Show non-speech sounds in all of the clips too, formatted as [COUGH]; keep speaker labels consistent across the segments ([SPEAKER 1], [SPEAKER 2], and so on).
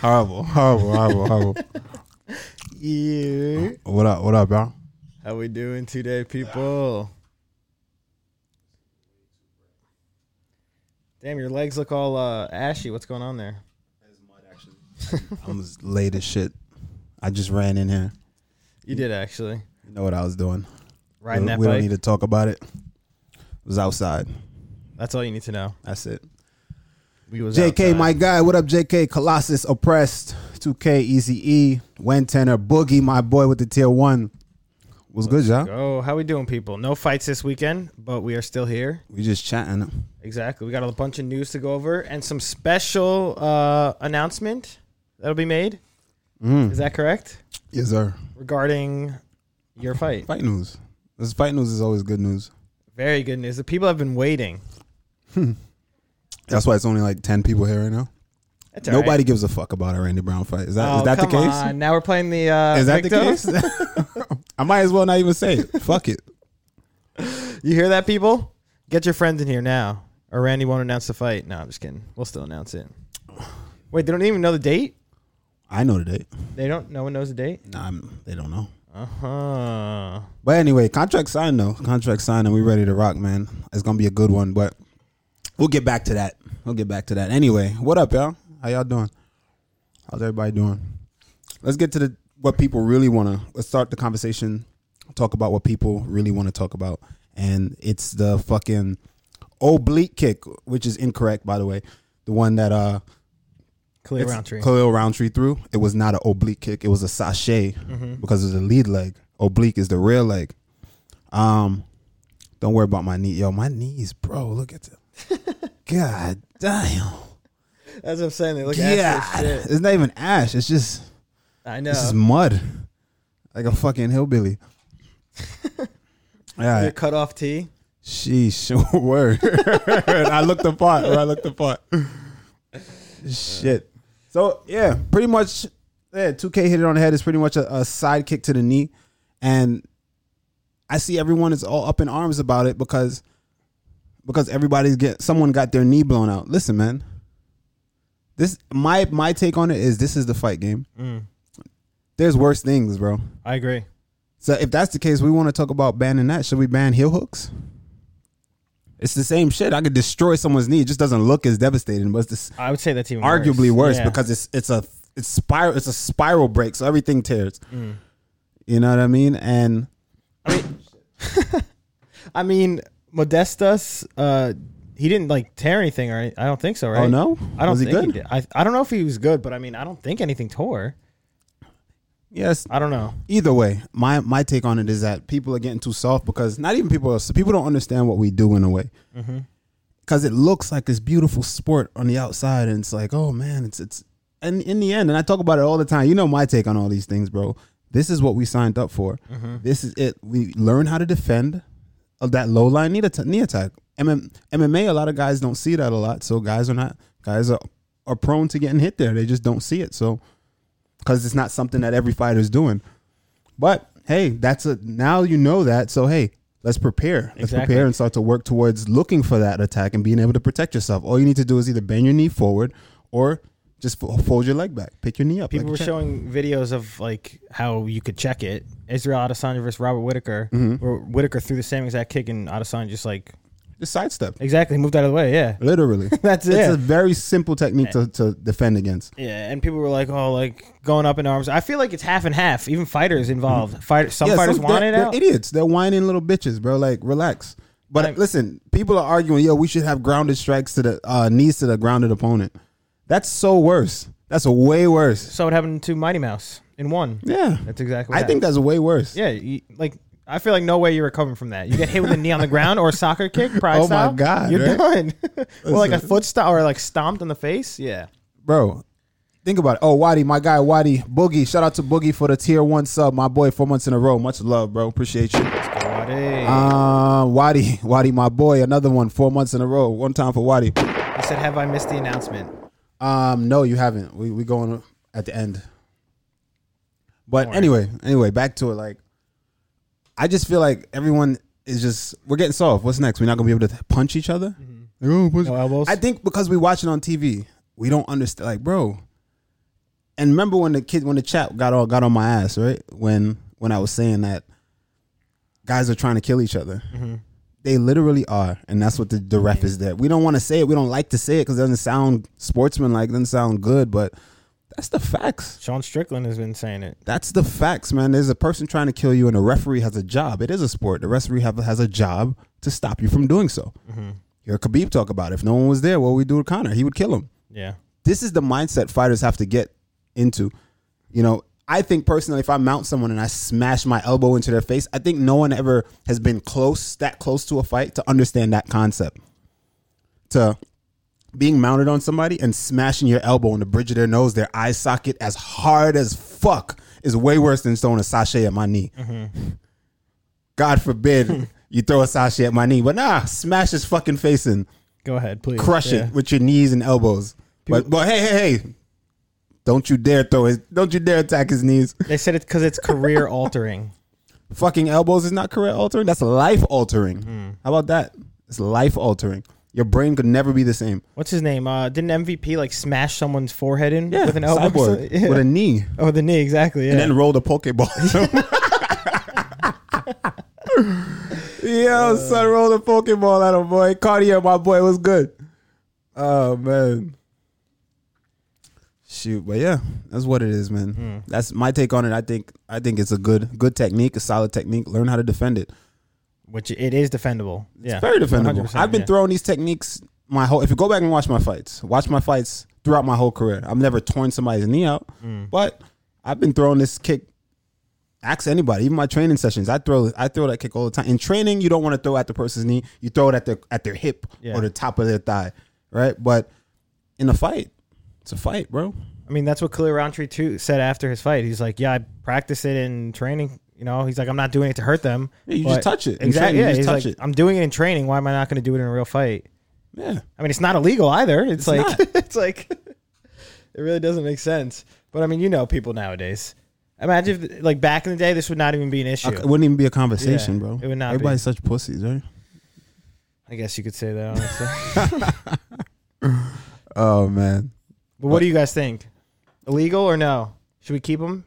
[SPEAKER 1] horrible, horrible, horrible, horrible.
[SPEAKER 2] Yeah.
[SPEAKER 1] What up? What up, y'all?
[SPEAKER 2] How we doing today, people? Damn, your legs look all uh, ashy. What's going on there?
[SPEAKER 1] I'm just late as shit. I just ran in here.
[SPEAKER 2] You did actually
[SPEAKER 1] You know what I was doing?
[SPEAKER 2] riding
[SPEAKER 1] we
[SPEAKER 2] that
[SPEAKER 1] we
[SPEAKER 2] bike.
[SPEAKER 1] don't need to talk about it. It was outside.
[SPEAKER 2] That's all you need to know.
[SPEAKER 1] That's it.
[SPEAKER 2] We was
[SPEAKER 1] JK,
[SPEAKER 2] outside.
[SPEAKER 1] my guy. What up, JK? Colossus, Oppressed, 2K, Easy E, Wen Tenor, Boogie, my boy with the tier one. Was good, y'all?
[SPEAKER 2] Oh, how we doing, people? No fights this weekend, but we are still here.
[SPEAKER 1] We just chatting.
[SPEAKER 2] Exactly. We got a bunch of news to go over and some special uh, announcement that'll be made.
[SPEAKER 1] Mm-hmm.
[SPEAKER 2] Is that correct?
[SPEAKER 1] Yes, sir.
[SPEAKER 2] Regarding your fight.
[SPEAKER 1] Fight news. This fight news is always good news.
[SPEAKER 2] Very good news. The people have been waiting.
[SPEAKER 1] That's why it's only like ten people here right now.
[SPEAKER 2] That's all right.
[SPEAKER 1] Nobody gives a fuck about a Randy Brown fight. Is that
[SPEAKER 2] Oh,
[SPEAKER 1] is that the
[SPEAKER 2] come
[SPEAKER 1] case?
[SPEAKER 2] on. Now we're playing the. Uh,
[SPEAKER 1] Is that the
[SPEAKER 2] victims.
[SPEAKER 1] case? [LAUGHS] I might as well not even say it. Fuck it.
[SPEAKER 2] You hear that, people? Get your friends in here now, or Randy won't announce the fight. No, I'm just kidding. We'll still announce it. Wait, they don't even know the date.
[SPEAKER 1] I know the date.
[SPEAKER 2] They don't. No one knows the date. Uh-huh.
[SPEAKER 1] Nah, I'm, they don't know.
[SPEAKER 2] Uh huh.
[SPEAKER 1] But anyway, contract signed though. Contract signed, and we ready to rock, man. It's gonna be a good one, but we'll get back to that. We'll get back to that. Anyway, what up, y'all? How y'all doing? How's everybody doing? Let's get to the what people really want to. Let's start the conversation. Talk about what people really want to talk about, and it's the fucking oblique kick, which is incorrect, by the way. The one that uh
[SPEAKER 2] Clear
[SPEAKER 1] It's
[SPEAKER 2] Roundtree.
[SPEAKER 1] Khalil Roundtree threw. It was not an oblique kick. It was a sachet
[SPEAKER 2] Mm-hmm.
[SPEAKER 1] because it was the lead leg. Oblique is the rear leg. Um, don't worry about my knee, yo. My knees, bro. Look at them.
[SPEAKER 2] [LAUGHS]
[SPEAKER 1] God damn.
[SPEAKER 2] That's what I'm saying. They look
[SPEAKER 1] Yeah,
[SPEAKER 2] at shit.
[SPEAKER 1] it's not even ash. It's just
[SPEAKER 2] I know.
[SPEAKER 1] it's just mud, like a fucking
[SPEAKER 2] [LAUGHS]
[SPEAKER 1] hillbilly. All
[SPEAKER 2] Your
[SPEAKER 1] right,
[SPEAKER 2] cut off tee.
[SPEAKER 1] sheesh. [LAUGHS] Word. I looked the part. I looked the part. Shit. So yeah, pretty much. Yeah, 2K hit it on the head. It's pretty much a, a sidekick to the knee, and I see everyone is all up in arms about it because because everybody's get someone got their knee blown out. Listen, man. This my my take on it is this is the fight game. There's worse things, bro.
[SPEAKER 2] I agree.
[SPEAKER 1] So if that's the case, we want to talk about banning that. Should we ban heel hooks? It's the same shit. I could destroy someone's knee. It just doesn't look as devastating, but it's this
[SPEAKER 2] I would say that's even
[SPEAKER 1] arguably worse
[SPEAKER 2] Yeah.
[SPEAKER 1] because it's it's a it's spiral it's a spiral break, so everything tears. You know what I mean? And
[SPEAKER 2] I mean Modestus. Uh, he didn't like tear anything, or any- I don't think so, right?
[SPEAKER 1] oh no,
[SPEAKER 2] I don't
[SPEAKER 1] Was he
[SPEAKER 2] think
[SPEAKER 1] good?
[SPEAKER 2] he did. I I don't know if he was good, but I mean I don't think anything tore.
[SPEAKER 1] Yes.
[SPEAKER 2] I don't know.
[SPEAKER 1] Either way, my my take on it is that people are getting too soft because not even people are, so people don't understand what we do in a way. Because it looks like this beautiful sport on the outside, and it's like, oh man, it's it's. And in the end, and I talk about it all the time. You know my take on all these things, bro. This is what we signed up for. This is it. We learn how to defend of that low line knee, atta- knee attack. MM- MMA, a lot of guys don't see that a lot, so guys are not guys are are prone to getting hit there. They just don't see it. So because it's not something that every fighter's doing. But hey, that's a now you know that. So hey, let's prepare. Let's
[SPEAKER 2] Exactly.
[SPEAKER 1] prepare and start to work towards looking for that attack and being able to protect yourself. All you need to do is either bend your knee forward or just fo- fold your leg back, pick your knee up.
[SPEAKER 2] People
[SPEAKER 1] like a
[SPEAKER 2] were
[SPEAKER 1] check.
[SPEAKER 2] showing videos of like how you could check it. Israel Adesanya versus Robert Whitaker.
[SPEAKER 1] Mm-hmm.
[SPEAKER 2] Where Whitaker threw the same exact kick, and Adesanya just like
[SPEAKER 1] just sidestep.
[SPEAKER 2] exactly moved out of the way. Yeah,
[SPEAKER 1] Literally,
[SPEAKER 2] [LAUGHS] That's
[SPEAKER 1] It's
[SPEAKER 2] it.
[SPEAKER 1] a very simple technique to, to defend against.
[SPEAKER 2] yeah. And people were like, "Oh, like going up in arms." I feel like it's half and half. Even fighters involved. Fight some
[SPEAKER 1] Mm-hmm. Yeah,
[SPEAKER 2] fighters
[SPEAKER 1] some-
[SPEAKER 2] want
[SPEAKER 1] they're,
[SPEAKER 2] it
[SPEAKER 1] they're
[SPEAKER 2] out.
[SPEAKER 1] idiots. They're whining little bitches, bro. Like, relax. But
[SPEAKER 2] Like-
[SPEAKER 1] listen, people are arguing, yo, we should have grounded strikes to the uh, knees to the grounded opponent. That's so worse. That's way worse.
[SPEAKER 2] So it happened to Mighty Mouse in one.
[SPEAKER 1] Yeah.
[SPEAKER 2] That's exactly. What
[SPEAKER 1] I think
[SPEAKER 2] happened.
[SPEAKER 1] that's way worse.
[SPEAKER 2] Yeah, you, like I feel like no way you're recovering from that. You get hit with a knee on the ground or a soccer kick,
[SPEAKER 1] [LAUGHS]
[SPEAKER 2] pride
[SPEAKER 1] Oh my
[SPEAKER 2] style,
[SPEAKER 1] God,
[SPEAKER 2] you're
[SPEAKER 1] right?
[SPEAKER 2] done. [LAUGHS] or like a
[SPEAKER 1] Listen.
[SPEAKER 2] foot style, or like stomped on the face. Yeah.
[SPEAKER 1] Bro, think about it. Oh, Waddy, my guy, Waddy. Boogie. Shout out to Boogie for the tier one sub. My boy, four months in a row. Much love, bro. Appreciate you.
[SPEAKER 2] What a-
[SPEAKER 1] Uh, Waddy, Waddy, my boy. Another one, four months in a row. One time for Waddy.
[SPEAKER 2] I said, "Have I missed the announcement?"
[SPEAKER 1] Um, no, you haven't. We we going at the end. But anyway, anyway, back to it. Like, I just feel like everyone is just we're getting soft. What's next? We're not gonna be able to punch each other. Like, oh, what's-
[SPEAKER 2] No elbows?
[SPEAKER 1] I think because we watch it on TV, we don't understand. Like, bro, and remember when the kid when the chap got all got on my ass right when when I was saying that guys are trying to kill each other. They literally are, and that's what the, the ref is there. We don't want to say it. We don't like to say it because it doesn't sound sportsmanlike. Doesn't sound good, but that's the facts.
[SPEAKER 2] Sean Strickland has been saying it.
[SPEAKER 1] That's the facts, man. There's a person trying to kill you, and a referee has a job. It is a sport. The referee have, has a job to stop you from doing so. Hear Khabib talk about it. if no one was there, what would we do to Connor? He would kill him.
[SPEAKER 2] Yeah.
[SPEAKER 1] This is the mindset fighters have to get into. You know, I think personally, if I mount someone and I smash my elbow into their face, I think no one ever has been close that close to a fight to understand that concept. To being mounted on somebody and smashing your elbow on the bridge of their nose, their eye socket as hard as fuck is way worse than throwing a sachet at my knee. God forbid you throw a sachet at my knee, but nah, smash his fucking face in,
[SPEAKER 2] Go ahead, please.
[SPEAKER 1] crush
[SPEAKER 2] Yeah.
[SPEAKER 1] it with your knees and elbows. But, but hey, hey, hey, don't you dare throw his, don't you dare attack his knees.
[SPEAKER 2] They said it's because it's career [LAUGHS] altering.
[SPEAKER 1] Fucking elbows is not career altering. That's life altering. How about that? It's life altering. Your brain could never be the same.
[SPEAKER 2] What's his name? Uh, didn't MVP like smash someone's forehead in with an elbow? or
[SPEAKER 1] Cyborg.
[SPEAKER 2] something? [LAUGHS] Yeah.
[SPEAKER 1] with a knee.
[SPEAKER 2] oh, the knee, exactly. Yeah.
[SPEAKER 1] and then roll the pokeball. Yo, son, roll the pokeball at him, boy. Cardio, my boy, was good. Oh man, shoot, but yeah, that's what it is, man. That's my take on it. I think I think it's a good good technique, a solid technique. Learn how to defend it.
[SPEAKER 2] Which it is defendable. Yeah.
[SPEAKER 1] Very defendable.
[SPEAKER 2] 100%,
[SPEAKER 1] I've been
[SPEAKER 2] yeah.
[SPEAKER 1] throwing these techniques my whole. If you go back and watch my fights, watch my fights throughout my whole career. I've never torn somebody's knee out,
[SPEAKER 2] Mm.
[SPEAKER 1] but I've been throwing this kick. Ask anybody, even my training sessions. I throw I throw that kick all the time. In training, you don't want to throw at the person's knee. You throw it at their at their hip
[SPEAKER 2] Yeah.
[SPEAKER 1] or the top of their thigh, right? But in a fight, it's a fight, bro.
[SPEAKER 2] I mean, that's what Khalil Roundtree too said after his fight. He's like, "Yeah, I practice it in training. You know, he's like, I'm not doing it to hurt them.
[SPEAKER 1] Yeah, you just
[SPEAKER 2] but-
[SPEAKER 1] touch it. In training,
[SPEAKER 2] Exactly.
[SPEAKER 1] you
[SPEAKER 2] Yeah,
[SPEAKER 1] just
[SPEAKER 2] he's
[SPEAKER 1] touch
[SPEAKER 2] like,
[SPEAKER 1] it.
[SPEAKER 2] I'm doing it in training. Why am I not going to do it in a real fight?
[SPEAKER 1] Yeah.
[SPEAKER 2] I mean, it's not illegal either. It's, like, [LAUGHS]
[SPEAKER 1] not.
[SPEAKER 2] it's like, it really doesn't make sense. But I mean, you know, people nowadays. Imagine if, like back in the day, this would not even be an issue.
[SPEAKER 1] It wouldn't even be a conversation,
[SPEAKER 2] Yeah,
[SPEAKER 1] bro.
[SPEAKER 2] it would not be.
[SPEAKER 1] Everybody's such pussies, right?
[SPEAKER 2] I guess you could say that. Honestly.
[SPEAKER 1] Oh man.
[SPEAKER 2] but what do you guys think? Illegal or no? Should we keep them?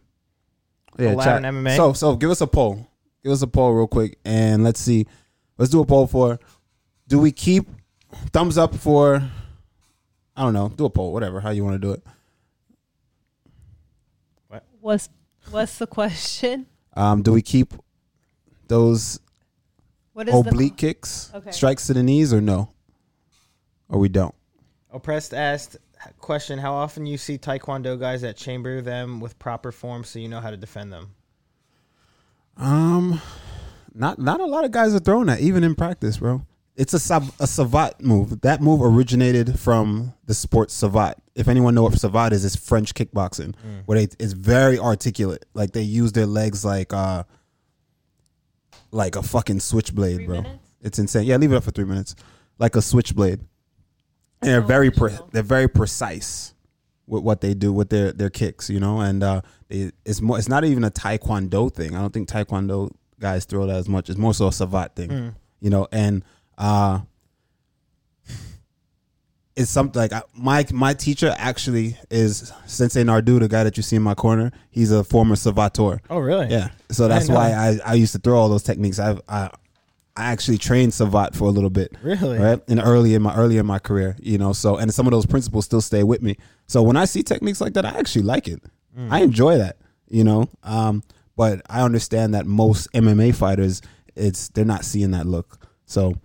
[SPEAKER 1] yeah,
[SPEAKER 2] allowed
[SPEAKER 1] chat.
[SPEAKER 2] in MMA?
[SPEAKER 1] So so give us a poll. Give us a poll real quick and let's see. Let's do a poll for do we keep thumbs up for I don't know, do a poll, whatever, how you want to do it.
[SPEAKER 3] What's what's the question?
[SPEAKER 1] Um, do we keep those
[SPEAKER 3] What is
[SPEAKER 1] oblique kicks,
[SPEAKER 3] Okay.
[SPEAKER 1] strikes to the knees, or no? Or we don't?
[SPEAKER 2] Oppressed asked question: How often you see Taekwondo guys that chamber them with proper form so you know how to defend them?
[SPEAKER 1] Um, not not a lot of guys are throwing that even in practice, bro. It's a sav- a savat move. That move originated from the sport savat. If anyone know what savat is, it's French kickboxing, where they, it's very articulate. Like they use their legs like uh like a fucking switchblade,
[SPEAKER 3] Three
[SPEAKER 1] bro.
[SPEAKER 3] minutes?
[SPEAKER 1] It's insane. Yeah, leave it up for three minutes, like a switchblade. And they're very pre-
[SPEAKER 3] original.
[SPEAKER 1] they're very precise with what they do with their their kicks, you know, and uh, they, it's more it's not even a taekwondo thing. I don't think taekwondo guys throw that as much. It's more so a savat thing, you know, and uh, it's something like I, my my teacher actually is Sensei Nardu, the guy that you see in my corner. He's a former savator.
[SPEAKER 2] Oh, really?
[SPEAKER 1] Yeah, so that's
[SPEAKER 2] know.
[SPEAKER 1] why I, I used to throw all those techniques. I've, I I actually trained Savat for a little bit.
[SPEAKER 2] Really?
[SPEAKER 1] Right? And early in my early in my career, you know, so and some of those principles still stay with me. So when I see techniques like that, I actually like it.
[SPEAKER 2] Mm.
[SPEAKER 1] I enjoy that, you know. Um, but I understand that most MMA fighters it's they're not seeing that look. So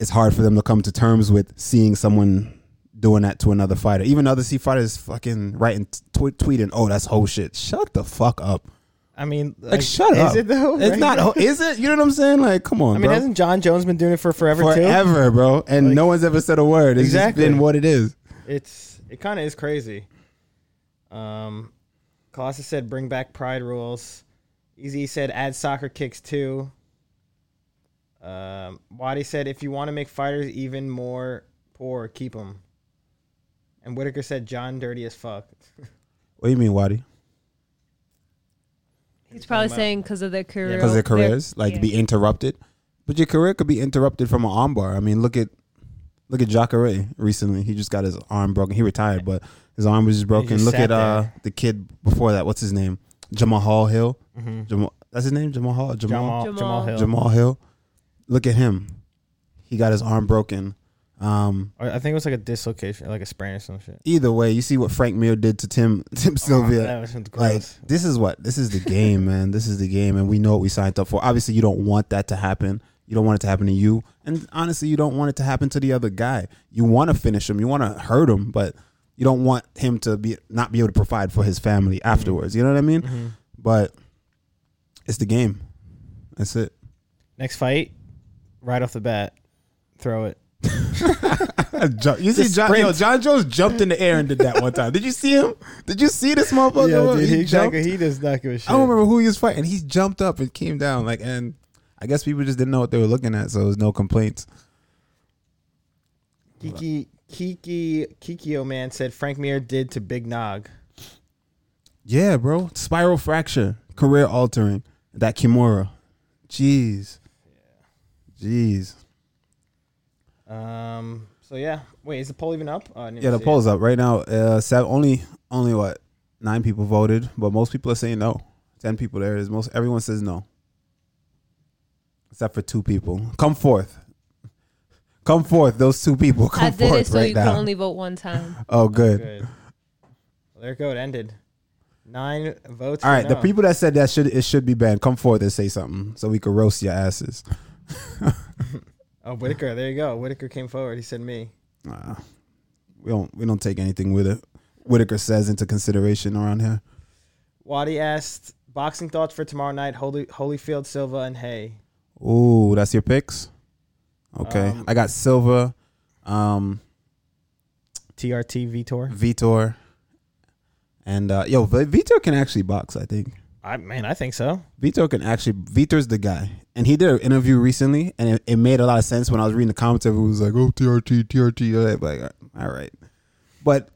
[SPEAKER 1] it's hard for them to come to terms with seeing someone doing that to another fighter. Even other C fighters fucking writing tw- tweeting, "Oh, that's whole shit." Shut the fuck up.
[SPEAKER 2] I mean,
[SPEAKER 1] Like, shut
[SPEAKER 2] is
[SPEAKER 1] up.
[SPEAKER 2] it though?
[SPEAKER 1] It's
[SPEAKER 2] Right?
[SPEAKER 1] not. ho- Is it? You know what I'm saying? Like, come on,
[SPEAKER 2] I mean,
[SPEAKER 1] bro.
[SPEAKER 2] hasn't John Jones been doing it for forever, too?
[SPEAKER 1] Forever, bro, and
[SPEAKER 2] Like-
[SPEAKER 1] no one's ever said a word. It's
[SPEAKER 2] Exactly.
[SPEAKER 1] just been what it is.
[SPEAKER 2] It's it kind of is crazy. Um, Colossus said, "Bring back pride rules." Easy said, "Add soccer kicks too." Um, Wadi said, "If you want to make fighters even more poor, keep them." And Whitaker said, "John dirty as fuck."
[SPEAKER 1] What do you mean, Wadi?
[SPEAKER 3] the? He's probably saying because of their career.
[SPEAKER 1] Because their careers like
[SPEAKER 3] yeah.
[SPEAKER 1] be interrupted, but your career could be interrupted from an armbar. I mean, look at Look at Jacare recently. He just got his arm broken. He retired, but his arm was just broken.
[SPEAKER 2] just
[SPEAKER 1] Look at
[SPEAKER 2] sat
[SPEAKER 1] uh
[SPEAKER 2] there.
[SPEAKER 1] the kid before that. What's his name? Jamal Hall Hill.
[SPEAKER 2] Mm-hmm.
[SPEAKER 1] Jamal, that's his name. Jamal Hall. Jamal.
[SPEAKER 2] Jamal, Jamal,
[SPEAKER 3] Jamal.
[SPEAKER 2] Hill.
[SPEAKER 1] Jamal Hill. Look at him. He got his arm broken. Um,
[SPEAKER 2] I I think it was like a dislocation, like a sprain or some shit.
[SPEAKER 1] either way, you see what Frank Mir did to Tim [LAUGHS] Tim Sylvia.
[SPEAKER 2] Oh, that was gross.
[SPEAKER 1] Like this is what this is the game, man. This is the game, and we know what we signed up for. Obviously, you don't want that to happen. You don't want it to happen to you, and honestly, you don't want it to happen to the other guy. You want to finish him, you want to hurt him, but you don't want him to be not be able to provide for his family afterwards. You know what I mean?
[SPEAKER 2] Mhm.
[SPEAKER 1] But it's the game. That's it.
[SPEAKER 2] Next fight, right off the bat, throw it.
[SPEAKER 1] Ju- you see,
[SPEAKER 2] Just
[SPEAKER 1] John,
[SPEAKER 2] sprint.
[SPEAKER 1] yo, John Jones jumped in the air and did that one time. Did you see him? Did you see [LAUGHS] this motherfucker? Oh, He
[SPEAKER 2] he,
[SPEAKER 1] jumped.
[SPEAKER 2] he does not give a shit.
[SPEAKER 1] I don't remember who he was fighting. He jumped up and came down like, and I guess people just didn't know what they were looking at, so it was no complaints.
[SPEAKER 2] Kiki Kiki Kikio man said Frank Mir did to Big Nog.
[SPEAKER 1] Yeah, bro, spiral fracture, career altering. That Kimura, jeez, jeez.
[SPEAKER 2] Um. So yeah. Wait, is the poll even up? Oh, I didn't
[SPEAKER 1] Yeah, the
[SPEAKER 2] see
[SPEAKER 1] poll's up right now. Uh, sev only, only what nine people voted, but most people are saying no. Ten people there is most. Everyone says no, except for two people. Come forth. Come forth, those two people. Come
[SPEAKER 3] I did
[SPEAKER 1] forth
[SPEAKER 3] it so
[SPEAKER 1] right
[SPEAKER 3] you
[SPEAKER 1] now.
[SPEAKER 3] could only vote one time.
[SPEAKER 1] oh,
[SPEAKER 2] it.
[SPEAKER 1] good.
[SPEAKER 2] Good. Well, there it go. It ended. Nine votes.
[SPEAKER 1] All
[SPEAKER 2] for
[SPEAKER 1] right, the
[SPEAKER 2] no.
[SPEAKER 1] people that said that should it should be banned, come forward and say something so we could roast your asses.
[SPEAKER 2] Oh, Whitaker. There you go. Whitaker came forward. He said me.
[SPEAKER 1] Nah, we don't we don't take anything with it. Whitaker says into consideration around here.
[SPEAKER 2] Waddy asked boxing thoughts for tomorrow night. Holy Holyfield, Silva, and Hay.
[SPEAKER 1] Ooh, that's your picks. Okay,
[SPEAKER 2] Um,
[SPEAKER 1] I got Silva, um,
[SPEAKER 2] TRT Vitor.
[SPEAKER 1] Vitor, and uh, yo, Vi- Vitor can actually box. I think
[SPEAKER 2] I man, I think so.
[SPEAKER 1] Vitor can actually. Vitor's the guy, and he did an interview recently, and it, it made a lot of sense when I was reading the comments. Everyone was like, "Oh, TRT, TRT," all right, like, uh, all right, but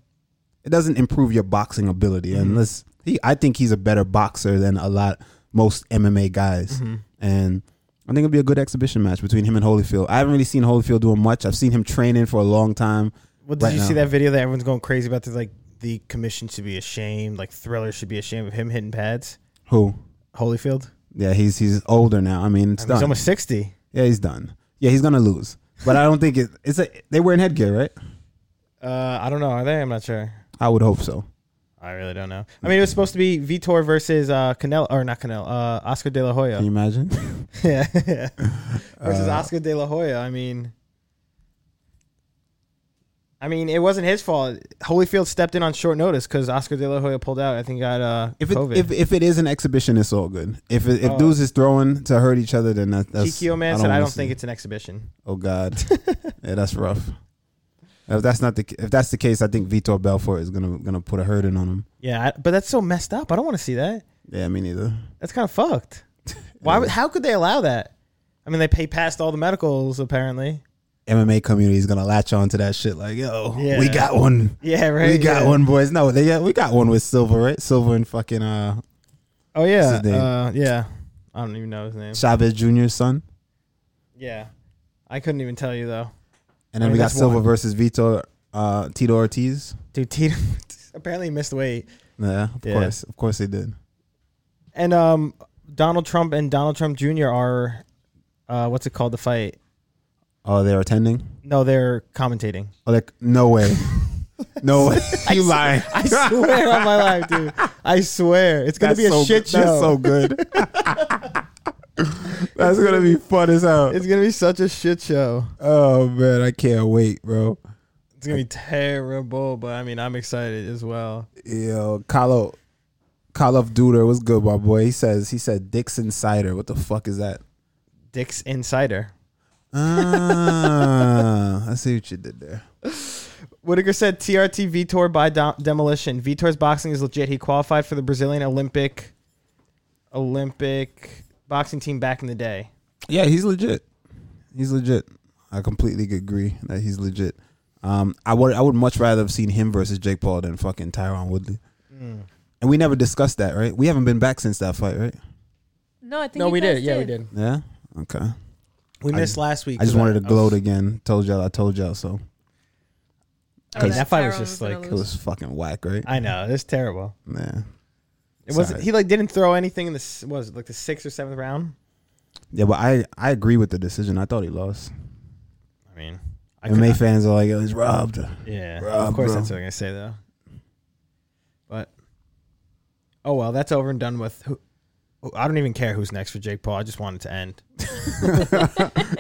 [SPEAKER 1] it doesn't improve your boxing ability
[SPEAKER 2] Mm-hmm.
[SPEAKER 1] unless he. I think he's a better boxer than a lot most MMA guys,
[SPEAKER 2] Mm-hmm.
[SPEAKER 1] and I think it'll be a good exhibition match between him and Holyfield. I haven't really seen Holyfield doing much. I've seen him training for a long time.
[SPEAKER 2] Well, did
[SPEAKER 1] Right
[SPEAKER 2] you see
[SPEAKER 1] now.
[SPEAKER 2] that video that everyone's going crazy about? There's like the commission should be ashamed. Like Thriller should be ashamed of him hitting pads.
[SPEAKER 1] Who?
[SPEAKER 2] Holyfield.
[SPEAKER 1] Yeah, he's he's older now. I mean, it's
[SPEAKER 2] I mean,
[SPEAKER 1] done.
[SPEAKER 2] he's almost sixty.
[SPEAKER 1] yeah, he's done. Yeah, he's gonna lose. But I don't think it, it's a. They wearing headgear, right?
[SPEAKER 2] Uh, I don't know. Are they? I'm not sure.
[SPEAKER 1] I would hope so.
[SPEAKER 2] I really don't know. I mean, it was supposed to be Vitor versus uh, Canelo, or not Canelo, uh, Oscar De La
[SPEAKER 1] Can
[SPEAKER 2] Hoya.
[SPEAKER 1] you imagine?
[SPEAKER 2] [LAUGHS]
[SPEAKER 1] [LAUGHS]
[SPEAKER 2] yeah, yeah. versus
[SPEAKER 1] Uh,
[SPEAKER 2] Oscar De La Hoya. I mean, I mean, it wasn't his fault. Holyfield stepped in on short notice because Oscar De La Hoya pulled out. I think got uh,
[SPEAKER 1] If it,
[SPEAKER 2] COVID.
[SPEAKER 1] if if it is an exhibition, it's all good. If it, if
[SPEAKER 2] Oh.
[SPEAKER 1] dudes is throwing to hurt each other, then that, that's.
[SPEAKER 2] Kikio man said, "I
[SPEAKER 1] wanna
[SPEAKER 2] don't think
[SPEAKER 1] see-
[SPEAKER 2] it's an exhibition."
[SPEAKER 1] Oh God,
[SPEAKER 2] [LAUGHS]
[SPEAKER 1] yeah, that's rough. If that's not the if that's the case, I think Vitor Belfort is gonna gonna put a hurting on him.
[SPEAKER 2] Yeah, I, but that's so messed up. I don't want to see that.
[SPEAKER 1] Yeah, me neither.
[SPEAKER 2] That's kind
[SPEAKER 1] [LAUGHS]
[SPEAKER 2] of fucked. Why? would- How could they allow that? I mean, they pay past all the medicals apparently.
[SPEAKER 1] MMA community is gonna latch on to that shit. Like, yo, we
[SPEAKER 2] Yeah.
[SPEAKER 1] got one.
[SPEAKER 2] Yeah, right.
[SPEAKER 1] we got
[SPEAKER 2] yeah.
[SPEAKER 1] one, boys. No, they got, we got one with Silver, right? Silver and fucking uh
[SPEAKER 2] Oh yeah,
[SPEAKER 1] What's his name?
[SPEAKER 2] uh, yeah. I don't even know his name.
[SPEAKER 1] Chavez Jr.'s son,
[SPEAKER 2] Yeah, I couldn't even tell you though.
[SPEAKER 1] and then
[SPEAKER 2] I mean,
[SPEAKER 1] we got
[SPEAKER 2] that's
[SPEAKER 1] Silver
[SPEAKER 2] one.
[SPEAKER 1] versus Vitor uh, Tito Ortiz.
[SPEAKER 2] Dude, Tito [LAUGHS] apparently missed weight,
[SPEAKER 1] Yeah, of
[SPEAKER 2] Yeah.
[SPEAKER 1] course, of course they did.
[SPEAKER 2] and um, Donald Trump and Donald Trump Jr. are, uh, what's it called? The fight?
[SPEAKER 1] Oh, they're attending.
[SPEAKER 2] No, they're commentating. [LAUGHS]
[SPEAKER 1] I'm Like, no way. No way. [LAUGHS] you lying.
[SPEAKER 2] I swear on my life, dude. I swear it's gonna
[SPEAKER 1] That's
[SPEAKER 2] be a
[SPEAKER 1] so
[SPEAKER 2] shit
[SPEAKER 1] good. That's so
[SPEAKER 2] show.
[SPEAKER 1] [LAUGHS] good. That's gonna be fun as hell.
[SPEAKER 2] [LAUGHS] it's gonna be such a shit show.
[SPEAKER 1] Oh man, I can't wait, bro.
[SPEAKER 2] It's [LAUGHS] gonna be terrible, but I mean, I'm excited as well.
[SPEAKER 1] Yo, Call Kalof Duder was good, my boy. He says he said Dixon cider. What the fuck is that?
[SPEAKER 2] Dick's Insider.
[SPEAKER 1] Ah, [LAUGHS] I see what you did there.
[SPEAKER 2] Whitaker said TRT Vitor by Dom- demolition. Vitor's boxing is legit. He qualified for the Brazilian Olympic Olympic boxing team back in the day.
[SPEAKER 1] Yeah, he's legit. He's legit. I completely agree that he's legit. Um, I would I would much rather have seen him versus Jake Paul than fucking Tyron Woodley.
[SPEAKER 2] Mm.
[SPEAKER 1] And we never discussed that, right? We haven't been back since that fight, right?
[SPEAKER 3] No, I think
[SPEAKER 2] No,
[SPEAKER 3] you
[SPEAKER 2] we
[SPEAKER 3] guys
[SPEAKER 2] did. Yeah, we did.
[SPEAKER 1] Yeah. Okay.
[SPEAKER 2] We
[SPEAKER 1] I-
[SPEAKER 2] missed last week.
[SPEAKER 1] I just
[SPEAKER 2] 'cause
[SPEAKER 1] wanted to
[SPEAKER 2] was-
[SPEAKER 1] gloat again. Told y'all, I told y'all. So
[SPEAKER 3] Oh,
[SPEAKER 2] that fight was
[SPEAKER 3] arrow
[SPEAKER 2] just
[SPEAKER 3] gonna
[SPEAKER 2] like-
[SPEAKER 1] it
[SPEAKER 3] lose.
[SPEAKER 1] was fucking whack, right?
[SPEAKER 2] I know it's terrible.
[SPEAKER 1] Man,
[SPEAKER 2] It wasn't.
[SPEAKER 1] Sorry.
[SPEAKER 2] He like didn't throw anything in the s- what was it, like the sixth or seventh round.
[SPEAKER 1] yeah, but I I agree with the decision. I thought he lost.
[SPEAKER 2] I mean, I
[SPEAKER 1] MMA
[SPEAKER 2] could-
[SPEAKER 1] fans are like, oh, he's robbed.
[SPEAKER 2] Yeah,
[SPEAKER 1] Rob,
[SPEAKER 2] of course
[SPEAKER 1] bro.
[SPEAKER 2] that's what I'm gonna say though. But oh well, that's over and done with. Who, who- I don't even care who's next for Jake Paul. I just want it to end.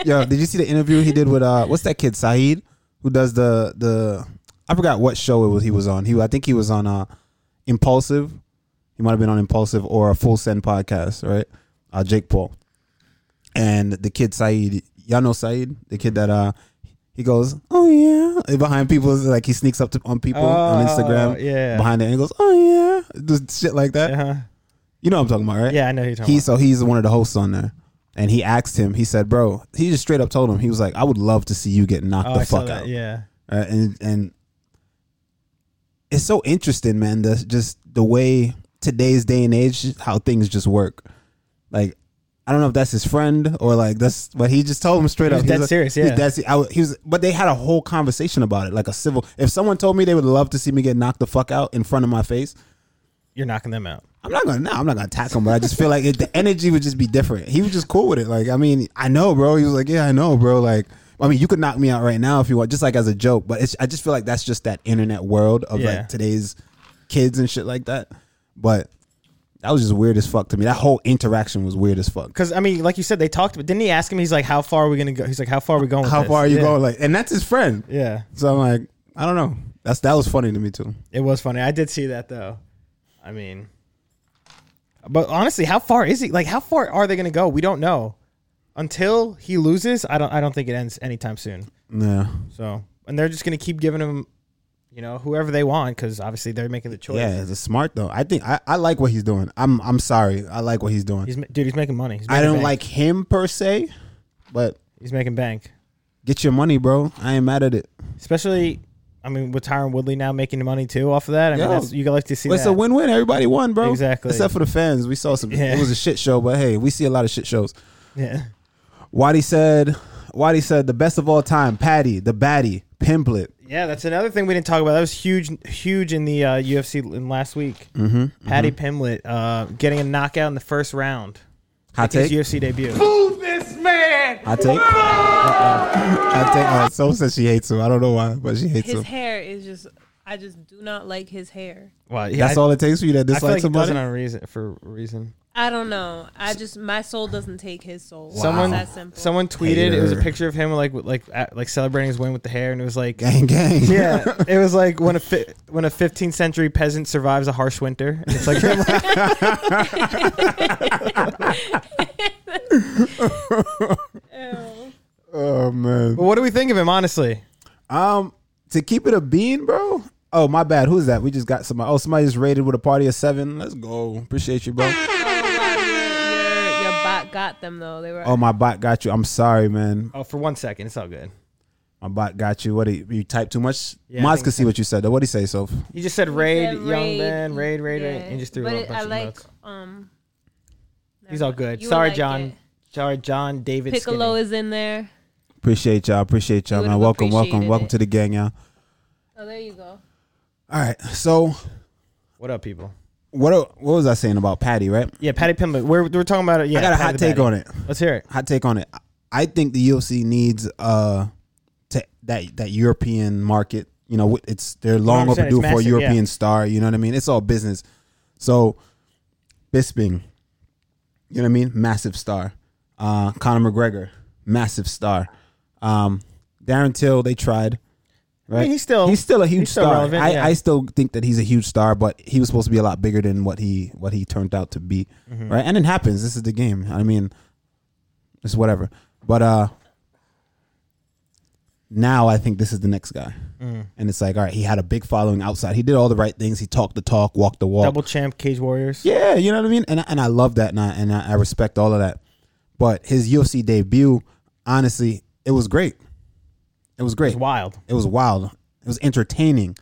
[SPEAKER 1] Yo, did you see the interview he did with uh what's that kid Saeed who does the the I forgot what show it was he was on. He I think he was on uh Impulsive. He might have been on Impulsive or a Full Send podcast, right? Uh Jake Paul. And the kid Saeed, y'all know Saeed, the kid that uh he goes, "Oh yeah," And behind people like he sneaks up to on people on
[SPEAKER 2] Oh,
[SPEAKER 1] Instagram
[SPEAKER 2] yeah.
[SPEAKER 1] behind it and he goes, "Oh yeah." Just shit like that.
[SPEAKER 2] Uh-huh.
[SPEAKER 1] You know what I'm talking about, right?
[SPEAKER 2] Yeah, I know who you're talking
[SPEAKER 1] He so he's one of the hosts on there. And he asked him, he said, Bro, he just straight up told him, he was like, I would love to see you get knocked
[SPEAKER 2] about.
[SPEAKER 1] the
[SPEAKER 2] Oh, I saw
[SPEAKER 1] fuck
[SPEAKER 2] that,
[SPEAKER 1] out.
[SPEAKER 2] Yeah,
[SPEAKER 1] Uh, and and it's so interesting, man, the just the way today's day and age how things just work. Like I don't know if that's his friend or like that's but he just told him straight
[SPEAKER 2] He
[SPEAKER 1] up.
[SPEAKER 2] was dead
[SPEAKER 1] like-
[SPEAKER 2] serious,
[SPEAKER 1] he was
[SPEAKER 2] yeah.
[SPEAKER 1] dead se- I was- he was, but they had a whole conversation about it, like a civil. If someone told me they would love to see me get knocked the fuck out in front of my face,
[SPEAKER 2] you're knocking them out.
[SPEAKER 1] I'm not gonna. No, I'm not gonna attack him. But I just feel like it, the energy would just be different. He was just cool with it. Like, I mean, I know, bro. He was like, yeah, I know, bro. Like, I mean, you could knock me out right now if you want, just like as a joke. But it's, I just feel like that's just that internet world of
[SPEAKER 2] Yeah.
[SPEAKER 1] like today's kids and shit like that. But that was just weird as fuck to me. That whole interaction was weird as fuck.
[SPEAKER 2] Because I mean, like you said, they talked. But didn't he ask him? He's like, "How far are we gonna go?" He's like, "How far are we going?" with
[SPEAKER 1] How
[SPEAKER 2] this?"
[SPEAKER 1] far are you
[SPEAKER 2] Yeah.
[SPEAKER 1] going? Like, and that's his friend.
[SPEAKER 2] Yeah,
[SPEAKER 1] So I'm like, I don't know. That's that was funny to me too.
[SPEAKER 2] it was funny. I did see that though. I mean, but honestly, how far is he? Like, how far are they gonna go? We don't know. Until he loses, I don't. I don't think it ends anytime soon.
[SPEAKER 1] Yeah,
[SPEAKER 2] So, and they're just gonna keep giving him, you know, whoever they want because obviously they're making the choice.
[SPEAKER 1] yeah. It's smart though. I think I, I like what he's doing. I'm I'm sorry. I like what he's doing.
[SPEAKER 2] He's ma- dude. He's making money. He's
[SPEAKER 1] I
[SPEAKER 2] making
[SPEAKER 1] don't
[SPEAKER 2] bank.
[SPEAKER 1] like him per se, but
[SPEAKER 2] He's making bank,
[SPEAKER 1] get your money, bro. I ain't mad at it.
[SPEAKER 2] especially. I mean, with Tyron Woodley now making money too off of that. I
[SPEAKER 1] Yo.
[SPEAKER 2] mean, that's, you like to see
[SPEAKER 1] Well, it's
[SPEAKER 2] that.
[SPEAKER 1] a win-win. Everybody won, bro.
[SPEAKER 2] Exactly.
[SPEAKER 1] Except for the fans, we saw some.
[SPEAKER 2] Yeah.
[SPEAKER 1] It was a shit show, but hey, we see a lot of shit shows.
[SPEAKER 2] [LAUGHS] yeah.
[SPEAKER 1] Waddy said, Waddy said, the best of all time, Patty, the baddie, Pimplet.
[SPEAKER 2] Yeah, that's another thing we didn't talk about. That was huge, huge in the uh, UFC in last week. Mm-hmm, Patty Pimlet uh, getting a knockout in the first round.
[SPEAKER 1] Hot
[SPEAKER 2] His
[SPEAKER 1] take.
[SPEAKER 2] UFC debut.
[SPEAKER 1] Hot take. Hot take. Uh, so says she hates him. I don't know why, but she hates
[SPEAKER 3] His
[SPEAKER 1] him.
[SPEAKER 3] hair is just. I just do not like his hair.
[SPEAKER 2] Wow, yeah,
[SPEAKER 1] That's
[SPEAKER 2] I,
[SPEAKER 1] all it takes for you to
[SPEAKER 2] I feel
[SPEAKER 1] dislike
[SPEAKER 2] like it
[SPEAKER 1] somebody.
[SPEAKER 2] doesn't on reason for a reason.
[SPEAKER 3] I don't know. I just my soul doesn't take his soul.
[SPEAKER 2] Someone,
[SPEAKER 3] It's that simple.
[SPEAKER 2] someone tweeted it was a
[SPEAKER 1] Hater.
[SPEAKER 2] picture of him like with- like at, like celebrating his win with the hair, and it was
[SPEAKER 1] [LAUGHS]
[SPEAKER 2] like.
[SPEAKER 1] Gang, gang.
[SPEAKER 2] [LAUGHS] Yeah, it was like when a fi- when a 15th century peasant survives a harsh winter. And it's like [LAUGHS] him.
[SPEAKER 3] Ew.
[SPEAKER 1] [LAUGHS] Oh man.
[SPEAKER 2] but what do we think of him, honestly?
[SPEAKER 1] Um, to keep it a bean, bro. Oh, my bad. Who's that? We just got somebody. Oh, somebody just rated with a party of seven. Let's go. Appreciate you, bro.
[SPEAKER 3] Oh, wow, your, your, your bot got them though. They were.
[SPEAKER 1] Oh, my bot got you. I'm sorry, man.
[SPEAKER 2] Oh, for one second, it's all good.
[SPEAKER 1] My bot got you. What do you, you type too much?
[SPEAKER 2] Yeah, I
[SPEAKER 1] Maz
[SPEAKER 2] think
[SPEAKER 1] can see what you said. though. What do you say, Soph?
[SPEAKER 2] He just said raid, young man, raid, raid, raid, and just threw a
[SPEAKER 3] but
[SPEAKER 2] little
[SPEAKER 3] it-
[SPEAKER 2] bunch
[SPEAKER 3] I
[SPEAKER 2] of
[SPEAKER 3] like
[SPEAKER 2] notes.
[SPEAKER 3] um.
[SPEAKER 2] He's
[SPEAKER 3] never
[SPEAKER 2] all
[SPEAKER 3] mind.
[SPEAKER 2] good.
[SPEAKER 3] You would
[SPEAKER 2] Sorry,
[SPEAKER 3] like
[SPEAKER 2] John.
[SPEAKER 3] it.
[SPEAKER 2] Sorry, John David.
[SPEAKER 3] Piccolo
[SPEAKER 2] Skinny.
[SPEAKER 3] is in there.
[SPEAKER 1] Appreciate y'all. Appreciate y'all,
[SPEAKER 3] You
[SPEAKER 1] man.
[SPEAKER 3] would've
[SPEAKER 1] Welcome, welcome,
[SPEAKER 3] appreciated
[SPEAKER 1] welcome
[SPEAKER 3] it.
[SPEAKER 1] to the gang, y'all.
[SPEAKER 3] Oh, there you go.
[SPEAKER 1] All right. So
[SPEAKER 2] What up, people?
[SPEAKER 1] what what was I saying about Patty? Right.
[SPEAKER 2] Yeah, Patty Pimlet. We're we're talking about it. Yeah,
[SPEAKER 1] I got a
[SPEAKER 2] Patty
[SPEAKER 1] hot
[SPEAKER 2] the
[SPEAKER 1] take
[SPEAKER 2] Batty.
[SPEAKER 1] on it.
[SPEAKER 2] Let's hear it.
[SPEAKER 1] Hot take on it. I think the UFC needs uh to, that that European market. You know, wh- it's they're long
[SPEAKER 2] 100%,
[SPEAKER 1] overdue
[SPEAKER 2] it's
[SPEAKER 1] for a
[SPEAKER 2] massive,
[SPEAKER 1] European
[SPEAKER 2] yeah.
[SPEAKER 1] star. You know what I mean? It's all business. So Bisping, you know what I mean? Massive star. Uh, Conor McGregor, massive star. Um, Darren Till, they tried. Right?
[SPEAKER 2] mean, he's still-
[SPEAKER 1] he's still a huge
[SPEAKER 2] he's still
[SPEAKER 1] star.
[SPEAKER 2] relevant,
[SPEAKER 1] I,
[SPEAKER 2] yeah.
[SPEAKER 1] I still think that he's a huge star, but he was supposed to be a lot bigger than what he what he turned out to be.
[SPEAKER 2] Mm-hmm.
[SPEAKER 1] Right? And it happens. This is the game. I mean, it's whatever. But uh now I think this is the next guy. And it's like, all right, he had a big following outside. He did all the right things. He talked the talk, walked the walk.
[SPEAKER 2] Double champ, Cage Warriors.
[SPEAKER 1] Oh. Yeah, you know what I mean? And I, and I love that and I, and I I respect all of that. But his UFC debut, honestly, it was great. It was great.
[SPEAKER 2] It's wild.
[SPEAKER 1] It was wild. It was entertaining.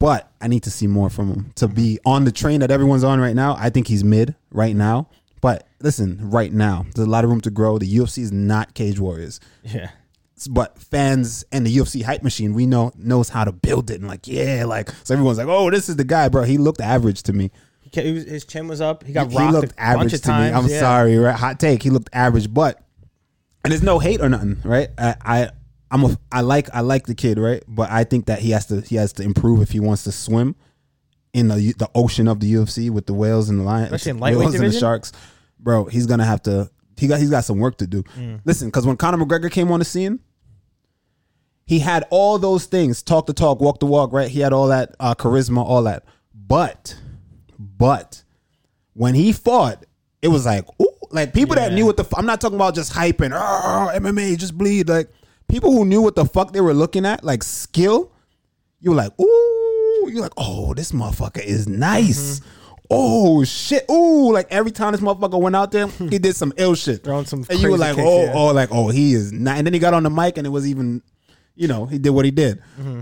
[SPEAKER 1] But I need to see more from him to be on the train that everyone's on right now. I think he's mid right now. But listen, right now, there's a lot of room to grow. The UFC is not Cage Warriors.
[SPEAKER 2] Yeah.
[SPEAKER 1] It's- But fans and the UFC hype machine, we know knows how to build it and like, yeah, like so everyone's like, Oh, this is the guy, bro. He looked average to me.
[SPEAKER 2] He, ca- he was, his chin was up. He got
[SPEAKER 1] he
[SPEAKER 2] rocked
[SPEAKER 1] looked
[SPEAKER 2] a bunch
[SPEAKER 1] average
[SPEAKER 2] of
[SPEAKER 1] to me.
[SPEAKER 2] times.
[SPEAKER 1] I'm
[SPEAKER 2] yeah.
[SPEAKER 1] sorry, right? Hot take. He looked average, but and there's no hate or nothing, right? I, I I'm a I like I like the kid, right? But I think that he has to he has to improve if he wants to swim in the the ocean of the UFC with the whales and the lions,
[SPEAKER 2] Especially in lightweight
[SPEAKER 1] whales and the
[SPEAKER 2] division?
[SPEAKER 1] sharks, bro. He's gonna have to. He got he's got some work to do.
[SPEAKER 2] Mm.
[SPEAKER 1] Listen, because when Conor McGregor came on the scene. He had all those things, talk the talk, walk the walk, right? He had all that uh, charisma, all that. But, but when he fought, it was like, ooh, like people that
[SPEAKER 2] Yeah.
[SPEAKER 1] knew what the. F- I'm not talking about just hyping, "Ah, MMA, just bleed. Like people who knew what the fuck they were looking at, like skill. You were like, ooh, you're like, oh, this motherfucker is nice.
[SPEAKER 2] Mm-hmm.
[SPEAKER 1] Oh shit! Ooh, like every time this motherfucker went out there, he did some ill shit,
[SPEAKER 2] Throwing some
[SPEAKER 1] and you were
[SPEAKER 2] crazy
[SPEAKER 1] like,
[SPEAKER 2] kicks,
[SPEAKER 1] oh,
[SPEAKER 2] yeah.
[SPEAKER 1] oh, like oh, he is. Not, and then he got on the mic, and it was even, you know, he did what he did
[SPEAKER 2] Mm-hmm.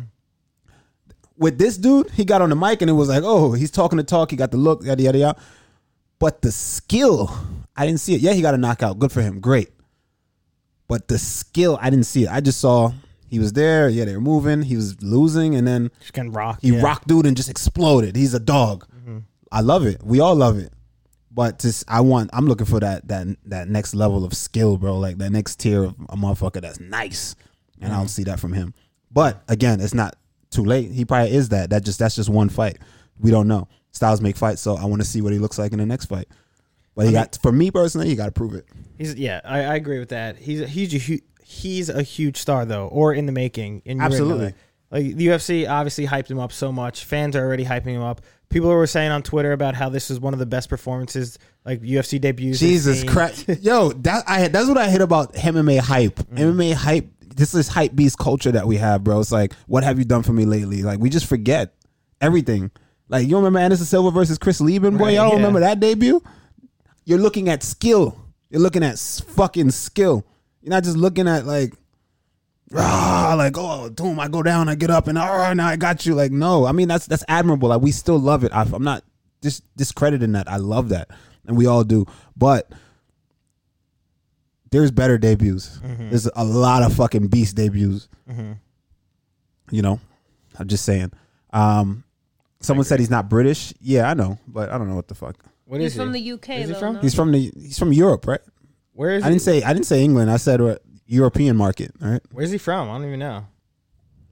[SPEAKER 1] with this dude, he got on the mic and it was like, oh, he's talking the talk. He got the look, yada yada yada. But the skill, I didn't see it. Yeah, he got a knockout. Good for him. Great. But the skill, I didn't see it. I just saw he was there. Yeah, they were moving. He was losing, and then
[SPEAKER 2] Just getting rocked.
[SPEAKER 1] he
[SPEAKER 2] yeah.
[SPEAKER 1] rocked dude and just exploded. He's a dog. I love it. We all love it. But just I want. I'm looking for that that that next level of skill, bro. Like that next tier of a motherfucker that's nice, and I don't see that from him. But again, it's not too late. He probably is that. That just that's just one fight. We don't know. Styles make fights, so I want to see what he looks like in the next fight. But he got for me personally, he got to prove it.
[SPEAKER 2] He's yeah, I, I agree with that. He's a huge hu- he's a huge star though, or in the making. And you already know
[SPEAKER 1] Absolutely.
[SPEAKER 2] that. Like the UFC obviously hyped him up so much. Fans are already hyping him up. People were saying on Twitter about how this is one of the best performances, like UFC debuts. they've
[SPEAKER 1] Jesus
[SPEAKER 2] seen.
[SPEAKER 1] Christ, [LAUGHS] yo, that I that's what I hit about MMA hype. MMA hype. This is hype beast culture that we have, bro. It's like, what have you done for me lately? Like, we just forget everything. Like, you remember Anderson Silva versus Chris Lieben, boy?
[SPEAKER 2] Right,
[SPEAKER 1] Y'all don't
[SPEAKER 2] yeah.
[SPEAKER 1] remember that debut? You're looking at skill. You're looking at s- fucking skill. You're not just looking at like, ah, like oh, boom, I go down, I get up, and all right, now I got you. Like, no, I mean that's that's admirable. Like we still love it. I, I'm not dis- discrediting that. I love that, and we all do. But there's better debuts.
[SPEAKER 2] Mm-hmm.
[SPEAKER 1] There's a lot of fucking beast debuts. You know, I'm just saying. Um, someone said he's not British. Yeah, I know, but I don't know what the fuck.
[SPEAKER 2] What
[SPEAKER 3] He's
[SPEAKER 2] is
[SPEAKER 3] from
[SPEAKER 2] he?
[SPEAKER 3] the UK.
[SPEAKER 2] Is he
[SPEAKER 3] though,
[SPEAKER 2] from?
[SPEAKER 3] no?
[SPEAKER 1] He's from the he's from Europe, right?
[SPEAKER 2] Where is
[SPEAKER 1] I
[SPEAKER 2] he?
[SPEAKER 1] didn't say I didn't say England. I said uh, European market, right?
[SPEAKER 2] Where's he from? I don't even know.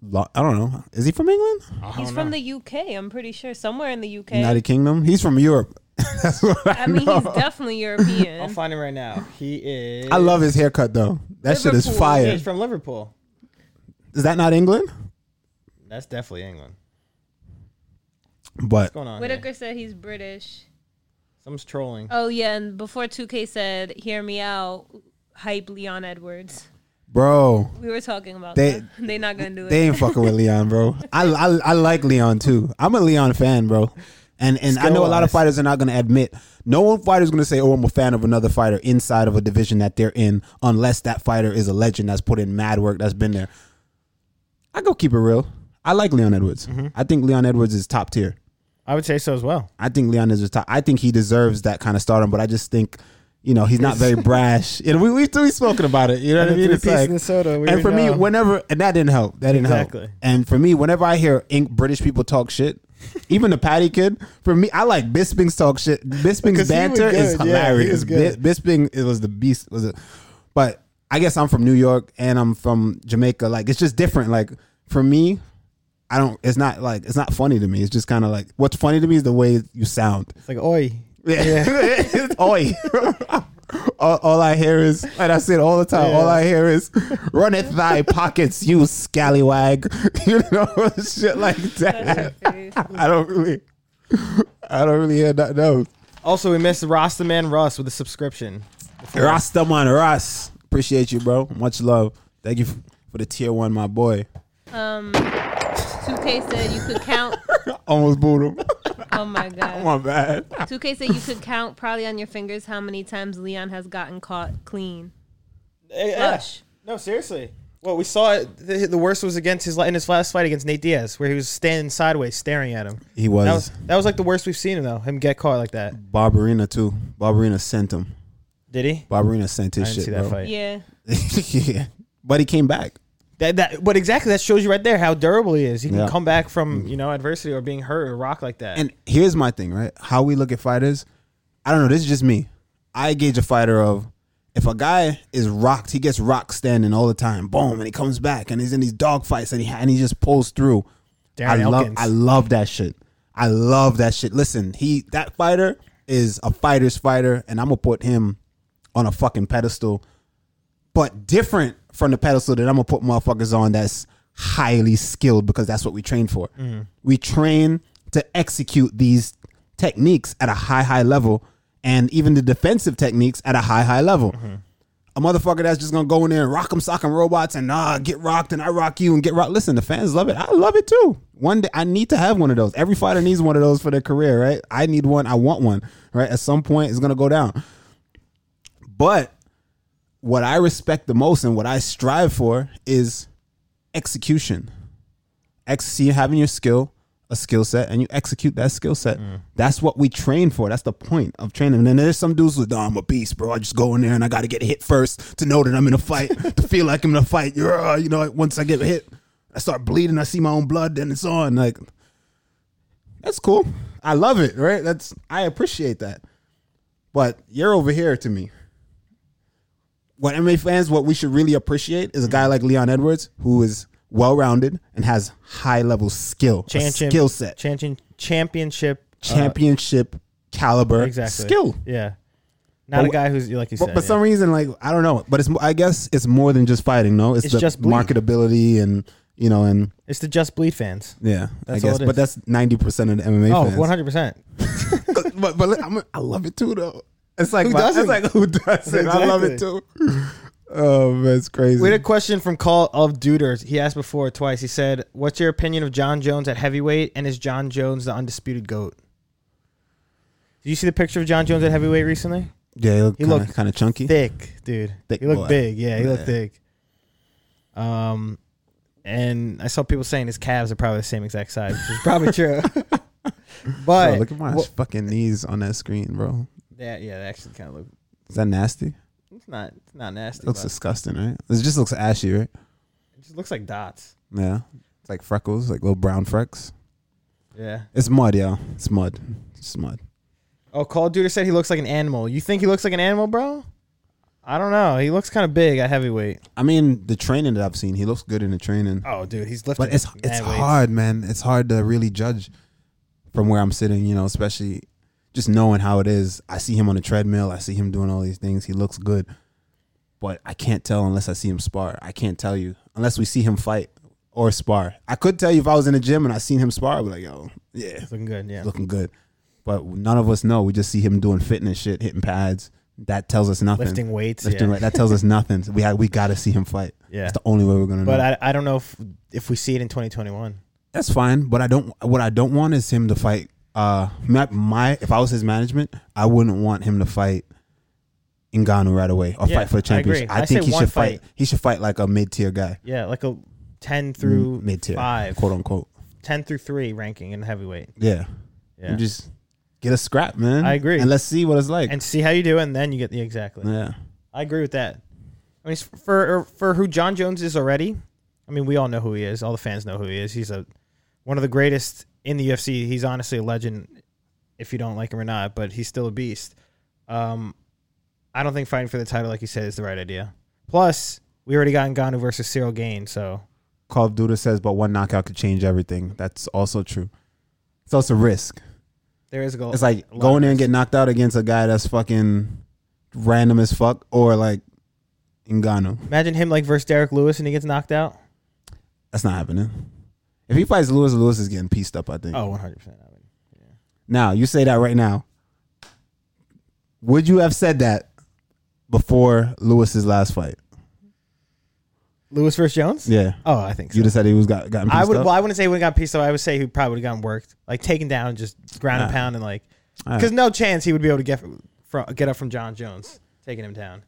[SPEAKER 1] Lo- I don't know. Is he from England?
[SPEAKER 2] I
[SPEAKER 3] He's
[SPEAKER 2] don't know.
[SPEAKER 3] from the UK. I'm pretty sure somewhere in the UK.
[SPEAKER 1] United Kingdom. He's from Europe. [LAUGHS] That's what I,
[SPEAKER 3] I
[SPEAKER 2] [LAUGHS]
[SPEAKER 3] mean,
[SPEAKER 1] know.
[SPEAKER 3] he's definitely
[SPEAKER 2] I'll
[SPEAKER 3] European.
[SPEAKER 2] find him right now. He is.
[SPEAKER 1] I love his haircut though. That shit is
[SPEAKER 3] Liverpool.
[SPEAKER 2] Yeah,
[SPEAKER 1] fire.
[SPEAKER 2] he's from Liverpool.
[SPEAKER 1] Is that not England?
[SPEAKER 2] That's definitely England.
[SPEAKER 1] But
[SPEAKER 2] What's going on? Here?
[SPEAKER 3] Whitaker said he's British.
[SPEAKER 2] Someone's trolling.
[SPEAKER 3] Oh yeah, and before 2K said, "Hear me out." Hype Leon Edwards.
[SPEAKER 1] bro,
[SPEAKER 3] We were talking about
[SPEAKER 1] They-
[SPEAKER 3] that. [LAUGHS] They're not gonna do it.
[SPEAKER 1] they ain't fucking with Leon, bro. I, I I like Leon too. I'm a Leon fan, bro. And and I know a lot of
[SPEAKER 2] Skill-wise.
[SPEAKER 1] fighters are not gonna admit. No one fighter is gonna say, "Oh, I'm a fan of another fighter inside of a division that they're in," unless that fighter is a legend that's put in mad work that's been there. I go keep it real. I like Leon Edwards. I think Leon Edwards is top tier.
[SPEAKER 2] I would say so as well.
[SPEAKER 1] I think Leon is retired. I think he deserves that kind of stardom, but I just think, you know, he's not very brash. You know, we we we spoken about it. You know what I mean? It's like,
[SPEAKER 2] soda.
[SPEAKER 1] and for me, whenever and that didn't help. That didn't help.
[SPEAKER 2] Exactly.
[SPEAKER 1] And for me, whenever I hear Ink British people talk shit, even the Patty kid, for me, I like Bisping's talk shit. Bisping's
[SPEAKER 2] Because he was
[SPEAKER 1] banter is
[SPEAKER 2] good. Yeah, he
[SPEAKER 1] hilarious.
[SPEAKER 2] was good.
[SPEAKER 1] Bi- Bisping it was the beast. Was it? But I guess I'm from New York and I'm from Jamaica. Like it's just different. Like for me. I don't. It's not like it's not funny to me. It's just kind of like what's funny to me is the way you sound.
[SPEAKER 2] it's like oi.
[SPEAKER 1] Yeah. [LAUGHS] It's Oi. [LAUGHS] all, all I hear is, and I say it all the time, all
[SPEAKER 2] Yeah.
[SPEAKER 1] I hear is, runneth thy pockets, you scallywag. [LAUGHS] You know, shit like that. I don't really, I don't really hear that. No.
[SPEAKER 2] Also, we missed Rastaman Russ with a subscription.
[SPEAKER 1] Rastaman Ross. Appreciate you, bro. Much love. Thank you f- for the tier one, my boy.
[SPEAKER 3] um, 2K said you could count. [LAUGHS]
[SPEAKER 1] Almost booed him.
[SPEAKER 3] Oh my god.
[SPEAKER 1] [LAUGHS] My bad.
[SPEAKER 3] 2K said you could count probably on your fingers how many times Leon has gotten caught clean.
[SPEAKER 2] Eh, eh.
[SPEAKER 3] Flush.
[SPEAKER 2] No, seriously. Well, we saw it. The, the worst was against his in his last fight against Nate Diaz, where he was standing sideways staring at him.
[SPEAKER 1] He was,
[SPEAKER 2] That was that was like the worst we've seen him though. Him get caught like that.
[SPEAKER 1] Barbarina too. Barbarina sent him.
[SPEAKER 2] Did he?
[SPEAKER 1] Barbarina sent
[SPEAKER 2] I
[SPEAKER 1] his
[SPEAKER 2] didn't
[SPEAKER 1] shit,
[SPEAKER 2] see that
[SPEAKER 1] bro.
[SPEAKER 2] fight.
[SPEAKER 3] Yeah.
[SPEAKER 1] [LAUGHS] yeah. But he came back.
[SPEAKER 2] That, that, but exactly, that shows you right there how durable he is. He can
[SPEAKER 1] Yeah.
[SPEAKER 2] come back from you know adversity or being hurt or rock like that.
[SPEAKER 1] And here's my thing, right? How we look at fighters, I don't know. This is just me. I gauge a fighter of if a guy is rocked, he gets rocked standing all the time, boom, and he comes back and he's in these dog fights and he and he just pulls through.
[SPEAKER 2] Darren
[SPEAKER 1] I love,
[SPEAKER 2] Elkins.
[SPEAKER 1] I love that shit. I love that shit. Listen, he that fighter is a fighter's fighter, and I'm gonna put him on a fucking pedestal, but different from the pedestal that I'm gonna put motherfuckers on that's highly skilled because that's what we train for. We train to execute these techniques at a high, high level, and even the defensive techniques at a high, high level. A motherfucker that's just gonna go in there and rock 'em, sock 'em robots, and nah, get rocked, and I rock you, and get rocked. Listen, the fans love it. I love it too. One day, I need to have one of those. Every fighter needs one of those for their career, right? I need one. I want one, right? At some point, it's gonna go down. But what I respect the most and what I strive for is execution. Ex- having your skill, a skill set, and you execute that skill set. That's what we train for. That's the point of training. And then there's some dudes with, oh, I'm a beast, bro. I just go in there and I got to get hit first to know that I'm in a fight, to feel like I'm in a fight. Yeah, you know, once I get hit, I start bleeding. I see my own blood, then it's on. Like, that's cool. I love it, right? That's I appreciate that. But you're over here to me what MMA fans, what we should really appreciate is a guy like Leon Edwards, who is well rounded and has high level skill, a
[SPEAKER 2] Champion-
[SPEAKER 1] skill set,
[SPEAKER 2] champion, championship, uh,
[SPEAKER 1] championship caliber
[SPEAKER 2] exactly
[SPEAKER 1] skill.
[SPEAKER 2] Yeah, not a
[SPEAKER 1] wh-
[SPEAKER 2] guy who's like you said.
[SPEAKER 1] But for
[SPEAKER 2] yeah.
[SPEAKER 1] some reason, like I don't know, but it's mo- I guess it's more than just fighting. No, it's,
[SPEAKER 2] It's
[SPEAKER 1] the
[SPEAKER 2] just bleed.
[SPEAKER 1] marketability and you know and
[SPEAKER 2] it's the Just Bleed fans.
[SPEAKER 1] yeah,
[SPEAKER 2] That's
[SPEAKER 1] I guess.
[SPEAKER 2] all it
[SPEAKER 1] But
[SPEAKER 2] is.
[SPEAKER 1] that's ninety percent of the MMA
[SPEAKER 2] Oh,
[SPEAKER 1] fans.
[SPEAKER 2] 100 percent.
[SPEAKER 1] but but look, I'm, I love it too though. It's like
[SPEAKER 2] Who
[SPEAKER 1] my-
[SPEAKER 2] doesn't?
[SPEAKER 1] It's like who doesn't? I love it too. Oh, man, it's crazy.
[SPEAKER 2] We had a question from Call of Duders. He asked before twice. He said, "What's your opinion of John Jones at heavyweight, and is John Jones the undisputed goat?" Did you see the picture of John Jones at heavyweight recently?
[SPEAKER 1] yeah,
[SPEAKER 2] He
[SPEAKER 1] he looked
[SPEAKER 2] looked
[SPEAKER 1] kind of chunky.
[SPEAKER 2] Thick, dude.
[SPEAKER 1] Thick
[SPEAKER 2] he looked
[SPEAKER 1] boy.
[SPEAKER 2] big. Yeah, he looked
[SPEAKER 1] Yeah.
[SPEAKER 2] thick. Um, and I saw people saying his calves are probably the same exact size, which is
[SPEAKER 1] [LAUGHS]
[SPEAKER 2] probably true. but
[SPEAKER 1] Bro, look at my
[SPEAKER 2] wha-
[SPEAKER 1] fucking knees on that screen, bro.
[SPEAKER 2] yeah, yeah, they actually kind of look.
[SPEAKER 1] Is that nasty?
[SPEAKER 2] It's not, it's not nasty.
[SPEAKER 1] looks
[SPEAKER 2] but
[SPEAKER 1] disgusting, right? It just looks ashy, right?
[SPEAKER 2] it just looks like dots.
[SPEAKER 1] Yeah. It's like freckles, like little brown frecks.
[SPEAKER 2] Yeah.
[SPEAKER 1] It's mud, yeah. It's mud. It's mud.
[SPEAKER 2] Oh, Call of Duty said he looks like an animal. You think he looks like an animal, bro? I don't know. He looks kind of big at heavyweight.
[SPEAKER 1] I mean, the training that I've seen, he looks good in the training.
[SPEAKER 2] Oh, dude, he's lifting.
[SPEAKER 1] But it's it's
[SPEAKER 2] mad weights.
[SPEAKER 1] hard, man. It's hard to really judge from where I'm sitting, you know, especially just knowing how it is. I see him on the treadmill, I see him doing all these things. He looks good. But I can't tell unless I see him spar. I can't tell you unless we see him fight or spar. I could tell you if I was in the gym and I seen him spar, I'd be like, yo, yeah,
[SPEAKER 2] It's looking good. Yeah.
[SPEAKER 1] looking good. But none of us know. We just see him doing fitness shit, hitting pads. That tells us nothing.
[SPEAKER 2] Lifting weights.
[SPEAKER 1] Lifting
[SPEAKER 2] yeah.
[SPEAKER 1] weight- That tells us nothing. So we ha- we gotta see him fight.
[SPEAKER 2] Yeah.
[SPEAKER 1] It's the only way we're gonna know.
[SPEAKER 2] But I, I don't know if if we see it in 2021.
[SPEAKER 1] That's fine, but I don't. What I don't want is him to fight. Uh, my, my if I was his management, I wouldn't want him to fight Ngannou right away or
[SPEAKER 2] Yeah,
[SPEAKER 1] fight for
[SPEAKER 2] I
[SPEAKER 1] the championship.
[SPEAKER 2] agree.
[SPEAKER 1] I,
[SPEAKER 2] I
[SPEAKER 1] think
[SPEAKER 2] say
[SPEAKER 1] he
[SPEAKER 2] one
[SPEAKER 1] should fight.
[SPEAKER 2] fight.
[SPEAKER 1] He should fight like a mid tier guy,
[SPEAKER 2] Yeah, like a 10 through
[SPEAKER 1] Mm, mid tier,
[SPEAKER 2] five,
[SPEAKER 1] quote unquote.
[SPEAKER 2] 10 through three ranking in heavyweight.
[SPEAKER 1] Yeah,
[SPEAKER 2] Yeah.
[SPEAKER 1] And just get a scrap, man.
[SPEAKER 2] I agree.
[SPEAKER 1] and let's see what it's like.
[SPEAKER 2] and see how you do, and then you get the exactly.
[SPEAKER 1] yeah,
[SPEAKER 2] I agree with that. I mean, s- for er, for who John Jones is already, I mean, we all know who he is. All the fans know who he is. He's a one of the greatest in the UFC. He's honestly a legend, if you don't like him or not. But he's still a beast. Um, I don't think fighting for the title, like you said, is the right idea. Plus, we already got Ngannou versus Cyril Gain, so
[SPEAKER 1] Call of Duty says, but one knockout could change everything. That's also true. So it's a risk.
[SPEAKER 2] there is a goal.
[SPEAKER 1] It's like
[SPEAKER 2] a lot
[SPEAKER 1] going
[SPEAKER 2] of
[SPEAKER 1] there and
[SPEAKER 2] risk.
[SPEAKER 1] get knocked out against a guy that's fucking random as fuck, or like Ngannou.
[SPEAKER 2] Imagine him like versus Derek Lewis, and he gets knocked out.
[SPEAKER 1] That's not happening. If he fights Lewis, Lewis is getting pieced up. I think.
[SPEAKER 2] Oh, 100. percent I mean,
[SPEAKER 1] Now you say that right now. Would you have said that before Lewis's last fight?
[SPEAKER 2] Lewis versus Jones.
[SPEAKER 1] Yeah,
[SPEAKER 2] Oh, I think so.
[SPEAKER 1] you just said he was got gotten. Pieced
[SPEAKER 2] I would.
[SPEAKER 1] Up?
[SPEAKER 2] Well, I wouldn't say he would have got pieced up. I would say he probably would have gotten worked, like taken down, just ground and
[SPEAKER 1] Nah.
[SPEAKER 2] pound, and like
[SPEAKER 1] All right.
[SPEAKER 2] because no chance he would be able to get from, get up from John Jones taking him down.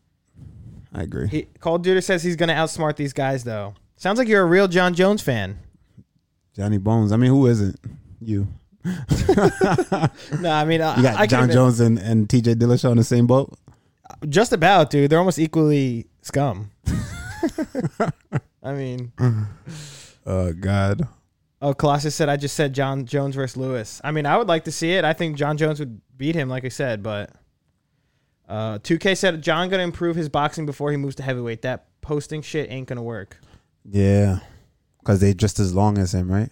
[SPEAKER 1] I agree.
[SPEAKER 2] He, Call of Duty says he's going to outsmart these guys, though. Sounds like you're a real John Jones fan.
[SPEAKER 1] Johnny Bones. I mean, who isn't you?
[SPEAKER 2] No, I mean, I,
[SPEAKER 1] You got
[SPEAKER 2] I could've
[SPEAKER 1] John
[SPEAKER 2] been-
[SPEAKER 1] Jones and, and T.J. Dillashaw on the same boat.
[SPEAKER 2] Just about, dude. They're almost equally
[SPEAKER 1] [LAUGHS]
[SPEAKER 2] scum. I mean,
[SPEAKER 1] Oh God.
[SPEAKER 2] oh, Colossus said I just said John Jones versus Lewis. I mean, I would like to see it. I think John Jones would beat him, like I said, but uh, 2K said John gonna improve his boxing before he moves to heavyweight. That posting shit ain't gonna work.
[SPEAKER 1] Yeah, because they just as long as him, [LAUGHS] right?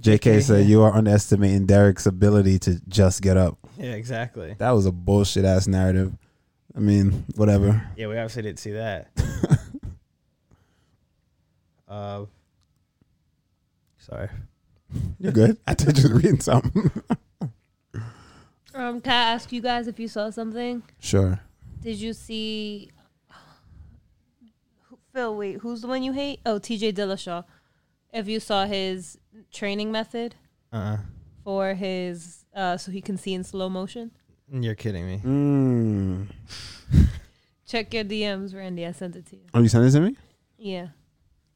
[SPEAKER 1] JK said you are underestimating Derek's ability to just get up.
[SPEAKER 2] Yeah, exactly.
[SPEAKER 1] That was a bullshit ass narrative. I mean, whatever.
[SPEAKER 2] Yeah, we obviously didn't
[SPEAKER 1] [LAUGHS]
[SPEAKER 2] see that. uh, sorry.
[SPEAKER 1] You're good. [LAUGHS] I thought you were reading something.
[SPEAKER 3] Um, can I ask you guys if you saw something?
[SPEAKER 1] [LAUGHS] sure.
[SPEAKER 3] Did you see Who- Phil? Wait, who's the one you hate? Oh, T.J. Dillashaw. If you saw his training method
[SPEAKER 2] Uh,
[SPEAKER 3] for his, uh, so he can see in slow motion.
[SPEAKER 2] you're kidding me.
[SPEAKER 1] Mm.
[SPEAKER 3] Check your DMs, Randy. I sent it to you.
[SPEAKER 1] Oh, you sent this to me?
[SPEAKER 3] Yeah,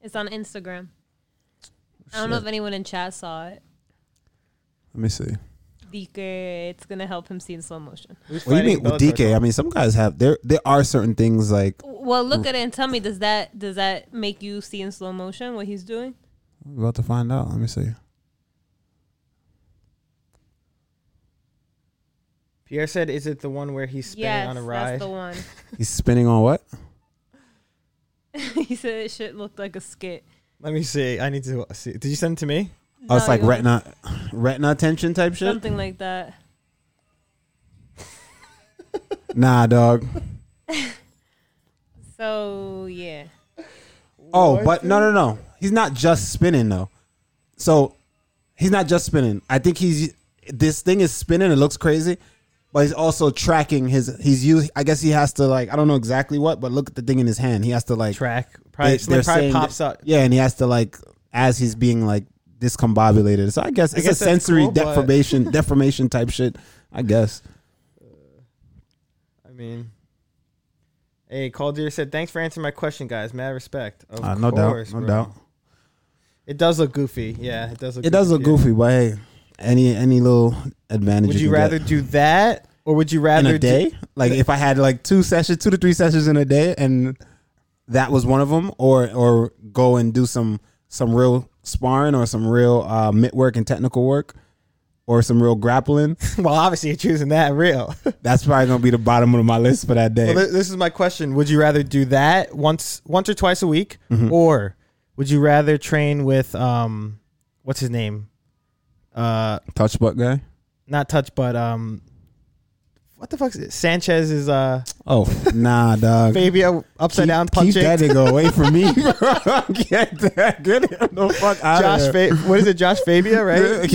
[SPEAKER 3] it's on Instagram. I don't know if anyone in chat saw it.
[SPEAKER 1] Let me see.
[SPEAKER 3] Deke, it's gonna help him see in slow motion.
[SPEAKER 2] Who's
[SPEAKER 1] Well, you
[SPEAKER 2] fighting
[SPEAKER 1] mean with
[SPEAKER 2] Bellator
[SPEAKER 1] DK? I mean, some guys have there. There are certain things like
[SPEAKER 3] Well, look at it and tell me does that does that make you see in slow motion what he's doing?
[SPEAKER 1] we're about to find out. Let me see.
[SPEAKER 2] Pierre said, "Is it the one where he's spinning
[SPEAKER 3] yes,
[SPEAKER 2] on a ride?"
[SPEAKER 3] that's
[SPEAKER 2] [LAUGHS]
[SPEAKER 3] the one. [LAUGHS]
[SPEAKER 1] He's spinning on what?
[SPEAKER 3] he said it shit looked like a skit.
[SPEAKER 2] Let me see. I need to see. Did you send it to me?
[SPEAKER 1] Oh, it's
[SPEAKER 3] No,
[SPEAKER 1] like
[SPEAKER 3] you-
[SPEAKER 1] retina, retina tension type shit.
[SPEAKER 3] something like that.
[SPEAKER 1] Nah, dog.
[SPEAKER 3] So yeah,
[SPEAKER 1] Oh, but no, no, no. He's not just spinning though. So he's not just spinning. I think he's this thing is spinning. It looks crazy, but he's also tracking his. He's using. I guess he has to like. I don't know exactly what, but look at the thing in his hand. He has to like.
[SPEAKER 2] Track
[SPEAKER 1] they-
[SPEAKER 2] probably. Slim
[SPEAKER 1] they're
[SPEAKER 2] probably
[SPEAKER 1] saying
[SPEAKER 2] pops
[SPEAKER 1] that-
[SPEAKER 2] up.
[SPEAKER 1] Yeah, and he has to like as he's being like discombobulated. So I guess it's
[SPEAKER 2] guess
[SPEAKER 1] a
[SPEAKER 2] that's
[SPEAKER 1] sensory
[SPEAKER 2] cool, but- [LAUGHS]
[SPEAKER 1] deprivation, deformation type shit. I guess.
[SPEAKER 2] I mean, hey, Call Deer said, "Thanks for answering my question, guys. Mad respect." Of
[SPEAKER 1] Uh, no
[SPEAKER 2] course,
[SPEAKER 1] doubt. No
[SPEAKER 2] bro.
[SPEAKER 1] doubt.
[SPEAKER 2] It does look goofy. Yeah, it does look.
[SPEAKER 1] It does look
[SPEAKER 2] yeah.
[SPEAKER 1] goofy, but hey, any any little advantage.
[SPEAKER 2] Would you,
[SPEAKER 1] can
[SPEAKER 2] rather
[SPEAKER 1] get.
[SPEAKER 2] do that, or would you rather
[SPEAKER 1] in a day?
[SPEAKER 2] Do,
[SPEAKER 1] like if I had like two sessions, two to three sessions in a day, and that was one of them, or or go and do some some real sparring or some real uh, mitt work and technical work, or some real
[SPEAKER 2] [LAUGHS]
[SPEAKER 1] grappling.
[SPEAKER 2] [LAUGHS] well, obviously you're choosing
[SPEAKER 1] [LAUGHS]
[SPEAKER 2] that real.
[SPEAKER 1] That's probably gonna be the bottom of my list for that day.
[SPEAKER 2] Well, th- this is my question: Would you rather do that once, once or twice a week,
[SPEAKER 1] Mm-hmm.
[SPEAKER 2] or would you rather train with um, what's his name? Uh,
[SPEAKER 1] Touch butt guy.
[SPEAKER 2] not touch, but um, what the fuck? Is it? Sanchez is uh
[SPEAKER 1] Oh nah, dog.
[SPEAKER 2] Fabio upside
[SPEAKER 1] Keep-
[SPEAKER 2] down
[SPEAKER 1] keep
[SPEAKER 2] punching
[SPEAKER 1] that nigga away from
[SPEAKER 2] [LAUGHS]
[SPEAKER 1] me. bro. [LAUGHS] get that, get him the fuck out
[SPEAKER 2] Josh.
[SPEAKER 1] of here.
[SPEAKER 2] Fa- what is it? Josh
[SPEAKER 1] [LAUGHS]
[SPEAKER 2] Fabia, right?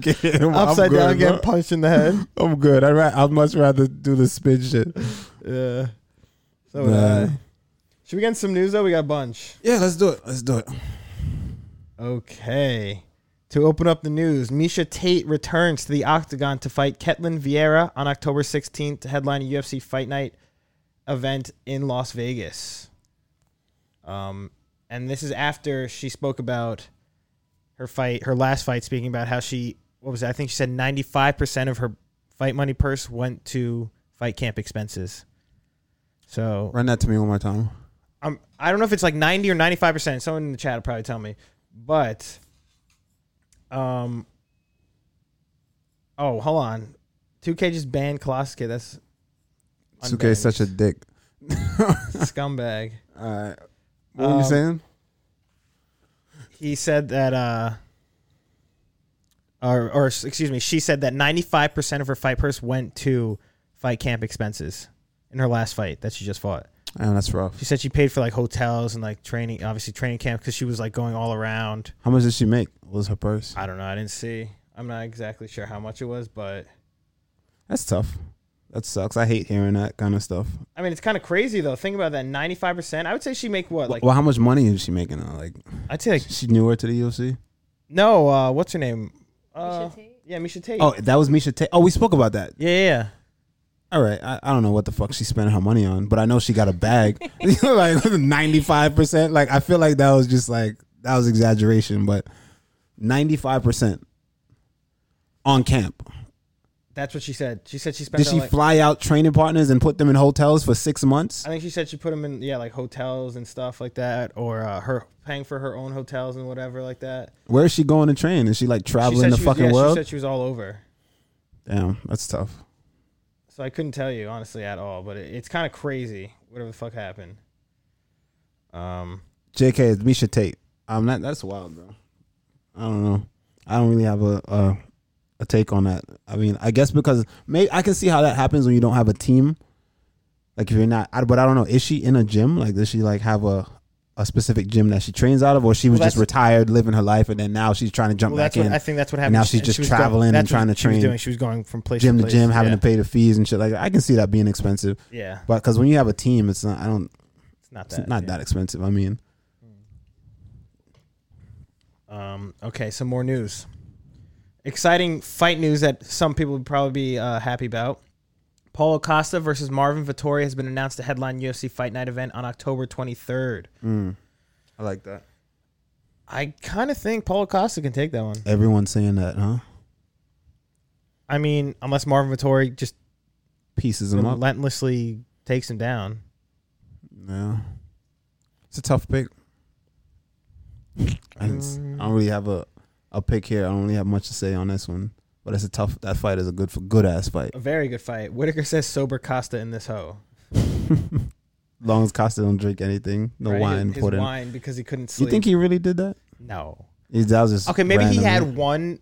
[SPEAKER 1] Get [LAUGHS] him. I'm
[SPEAKER 2] upside
[SPEAKER 1] good,
[SPEAKER 2] down,
[SPEAKER 1] bro.
[SPEAKER 2] getting punched in
[SPEAKER 1] [LAUGHS]
[SPEAKER 2] the head.
[SPEAKER 1] I'm good. I'd, ra- I'd much rather do the spin shit.
[SPEAKER 2] Yeah. So
[SPEAKER 1] Nah.
[SPEAKER 2] uh, should we get into some news though? We got a bunch.
[SPEAKER 1] Yeah, let's do it. Let's do it.
[SPEAKER 2] Okay. To open up the news, Misha Tate returns to the octagon to fight Ketlin Vieira on October 16th to headline a UFC Fight Night event in Las Vegas. Um, and this is after she spoke about her fight, her last fight, speaking about how she, what was it? I think she said 95% of her fight money purse went to fight camp expenses. So
[SPEAKER 1] Run that to me one more time.
[SPEAKER 2] I'm, I don't know if it's like 90 or 95%. Someone in the chat will probably tell me. But, um, oh, hold on. 2K just banned Colossus Kid. That's
[SPEAKER 1] Suke is such a [LAUGHS]
[SPEAKER 2] unbanned.
[SPEAKER 1] dick.
[SPEAKER 2] scumbag.
[SPEAKER 1] All right. What were you
[SPEAKER 2] Um,
[SPEAKER 1] saying?
[SPEAKER 2] He said that, uh, or, or excuse me, she said that 95% of her fight purse went to fight camp expenses in her last fight that she just fought.
[SPEAKER 1] Damn, that's rough.
[SPEAKER 2] She said she paid for like hotels and like training, obviously training camp because she was like going all around.
[SPEAKER 1] How much did she make? What was her purse?
[SPEAKER 2] I don't know. I didn't see. I'm not exactly sure how much it was, but
[SPEAKER 1] That's tough. That sucks. I hate hearing that kind of stuff.
[SPEAKER 2] I mean, it's kind of crazy though. Think about that. 95%. I would say she make what? Like,
[SPEAKER 1] well, how much money is she making? Now? Like,
[SPEAKER 2] I'd say like,
[SPEAKER 1] she newer to the UFC.
[SPEAKER 2] no, uh, what's her name? Uh,
[SPEAKER 3] Tate?
[SPEAKER 2] Yeah, Misha Tate.
[SPEAKER 1] Oh, that was Misha. Ta- oh, we oh, spoke about that.
[SPEAKER 2] Yeah, yeah, yeah.
[SPEAKER 1] all right, I, I don't know what the fuck she spent her money on, but I know she got a bag,
[SPEAKER 2] [LAUGHS]
[SPEAKER 1] [LAUGHS] like ninety five percent. Like I feel like that was just like that was exaggeration, but ninety five percent on camp.
[SPEAKER 2] That's what she said. She said she spent.
[SPEAKER 1] Did
[SPEAKER 2] it
[SPEAKER 1] she
[SPEAKER 2] on, like,
[SPEAKER 1] fly out training partners and put them in hotels for six months?
[SPEAKER 2] I think she said she put them in yeah like hotels and stuff like that, or uh, her paying for her own hotels and whatever like that.
[SPEAKER 1] Where is she going to train? Is she like
[SPEAKER 2] She
[SPEAKER 1] traveling
[SPEAKER 2] said
[SPEAKER 1] the
[SPEAKER 2] she was-
[SPEAKER 1] fucking
[SPEAKER 2] yeah, She
[SPEAKER 1] world?
[SPEAKER 2] said she was all over.
[SPEAKER 1] Damn, that's tough.
[SPEAKER 2] So I couldn't tell you honestly at all, but it, it's kind of crazy. Whatever the fuck happened. Um,
[SPEAKER 1] JK is Misha Tate. Um, that that's wild, bro. I don't know. I don't really have a a, a take on that. I mean, I guess because may I can see how that happens when you don't have a team. Like if you're not, I, but I don't know. Is she in a gym? Like does she like have a a specific gym that she trains out of, or she was
[SPEAKER 2] Well,
[SPEAKER 1] just
[SPEAKER 2] that's-
[SPEAKER 1] retired, living her life, and then now she's trying to jump
[SPEAKER 2] well,
[SPEAKER 1] back
[SPEAKER 2] that's what
[SPEAKER 1] in,
[SPEAKER 2] I think. That's what
[SPEAKER 1] And
[SPEAKER 2] happened.
[SPEAKER 1] now she's
[SPEAKER 2] She
[SPEAKER 1] just
[SPEAKER 2] was
[SPEAKER 1] traveling and
[SPEAKER 2] that's what
[SPEAKER 1] trying to
[SPEAKER 2] She was
[SPEAKER 1] train.
[SPEAKER 2] doing. She was going from place
[SPEAKER 1] gym
[SPEAKER 2] to
[SPEAKER 1] to
[SPEAKER 2] place.
[SPEAKER 1] gym, having
[SPEAKER 2] yeah.
[SPEAKER 1] to pay the fees and shit. Like that. I can see that being expensive,
[SPEAKER 2] Yeah,
[SPEAKER 1] but because when you have a team, it's not. I don't.
[SPEAKER 2] it's not
[SPEAKER 1] It's
[SPEAKER 2] that.
[SPEAKER 1] not that expensive. I mean,
[SPEAKER 2] that. Um, okay, some more news. Exciting fight news that some people would probably be uh, happy about. Paulo Costa versus Marvin Vittori has been announced to headline UFC Fight Night event on October 23rd.
[SPEAKER 1] I like that.
[SPEAKER 2] I kind of think Paulo Costa can take that one.
[SPEAKER 1] Everyone's saying that, huh?
[SPEAKER 2] I mean, unless Marvin Vittori just
[SPEAKER 1] Pieces them up.
[SPEAKER 2] relentlessly takes him down.
[SPEAKER 1] Yeah. It's a tough pick. I, didn't s- I don't really have a, a pick here. I don't really have much to say on this one. But it's a tough that fight is a good for good ass fight. [LAUGHS]
[SPEAKER 2] A very good fight. Whitaker says sober Costa in this hoe.
[SPEAKER 1] Long as Costa don't drink anything, no
[SPEAKER 2] Right?
[SPEAKER 1] wine
[SPEAKER 2] His, his
[SPEAKER 1] poured in.
[SPEAKER 2] wine because he couldn't
[SPEAKER 1] You
[SPEAKER 2] sleep.
[SPEAKER 1] think he really did that?
[SPEAKER 2] no.
[SPEAKER 1] He- That was just
[SPEAKER 2] Okay, maybe he
[SPEAKER 1] random,
[SPEAKER 2] had
[SPEAKER 1] right?
[SPEAKER 2] one.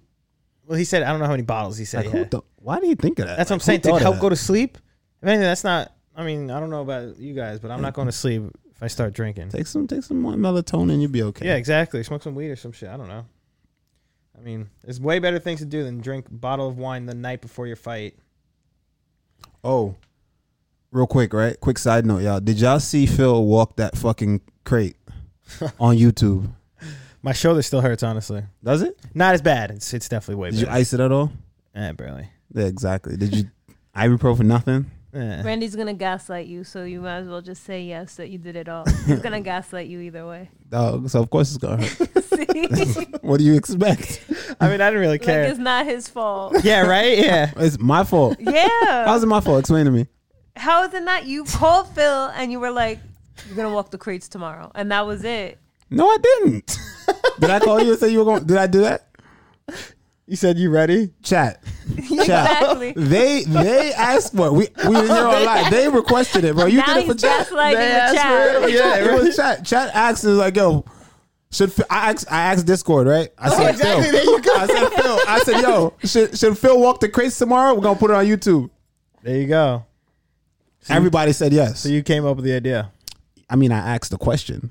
[SPEAKER 2] Well, he said I don't know how many bottles he said
[SPEAKER 1] Like,
[SPEAKER 2] he
[SPEAKER 1] who
[SPEAKER 2] had.
[SPEAKER 1] thought- why do you think of that?
[SPEAKER 2] That's what I'm saying to help go to sleep. If anything, that's not. I mean, I don't know about you guys, but I'm not going to sleep if I start drinking.
[SPEAKER 1] Take some, take some more melatonin, you'll be okay.
[SPEAKER 2] Yeah, exactly. Smoke some weed or some shit. I don't know. I mean, there's way better things to do than drink a bottle of wine the night before your fight.
[SPEAKER 1] Oh, real quick, right? Quick side note, y'all. Did y'all see Phil walk that fucking crate on YouTube?
[SPEAKER 2] My shoulder still hurts, honestly.
[SPEAKER 1] Does it?
[SPEAKER 2] Not as bad. It's it's definitely way
[SPEAKER 1] Did you
[SPEAKER 2] better.
[SPEAKER 1] ice it at all?
[SPEAKER 2] eh, barely.
[SPEAKER 1] Yeah, exactly. Did you [LAUGHS] ibuprofen nothing?
[SPEAKER 2] Eh.
[SPEAKER 3] Randy's gonna gaslight you, so you might as well just say yes that you did
[SPEAKER 1] [LAUGHS]
[SPEAKER 3] it all. He's gonna gaslight you either way. [LAUGHS]
[SPEAKER 1] Dog, so of course it's gonna hurt.
[SPEAKER 3] See,
[SPEAKER 1] [LAUGHS]
[SPEAKER 3] like
[SPEAKER 1] what do you expect?
[SPEAKER 2] I mean, I didn't really care.
[SPEAKER 3] it's not his fault.
[SPEAKER 2] [LAUGHS] yeah, right. Yeah.
[SPEAKER 1] It's my fault. [LAUGHS]
[SPEAKER 3] Yeah.
[SPEAKER 1] How's it my fault? Explain to me.
[SPEAKER 3] How is it not? You called Phil and you were like, "You're gonna walk the crates tomorrow," and that was it. [LAUGHS]
[SPEAKER 1] No, I didn't. did I call you and say you were going? Did I do that?
[SPEAKER 2] You said you ready?
[SPEAKER 1] Chat. [LAUGHS]
[SPEAKER 3] exactly.
[SPEAKER 1] They they asked for it. We we were here
[SPEAKER 3] [LAUGHS]
[SPEAKER 1] online. They requested it, bro. You
[SPEAKER 3] now
[SPEAKER 1] did it
[SPEAKER 3] he's
[SPEAKER 1] for chat.
[SPEAKER 3] gaslighting
[SPEAKER 2] They
[SPEAKER 3] the
[SPEAKER 2] asked
[SPEAKER 3] chat.
[SPEAKER 2] for it. Yeah,
[SPEAKER 1] it was chat. Chat asked and was like, yo, should Phil, I asked I asked Discord, right? I said
[SPEAKER 2] Oh, exactly.
[SPEAKER 1] Phil.
[SPEAKER 2] There you go.
[SPEAKER 1] I said Phil. I said, yo, should should Phil walk the crates tomorrow? We're gonna put it on YouTube.
[SPEAKER 2] There you go.
[SPEAKER 1] Everybody said yes.
[SPEAKER 2] So you came up with the idea.
[SPEAKER 1] I mean, I asked the question,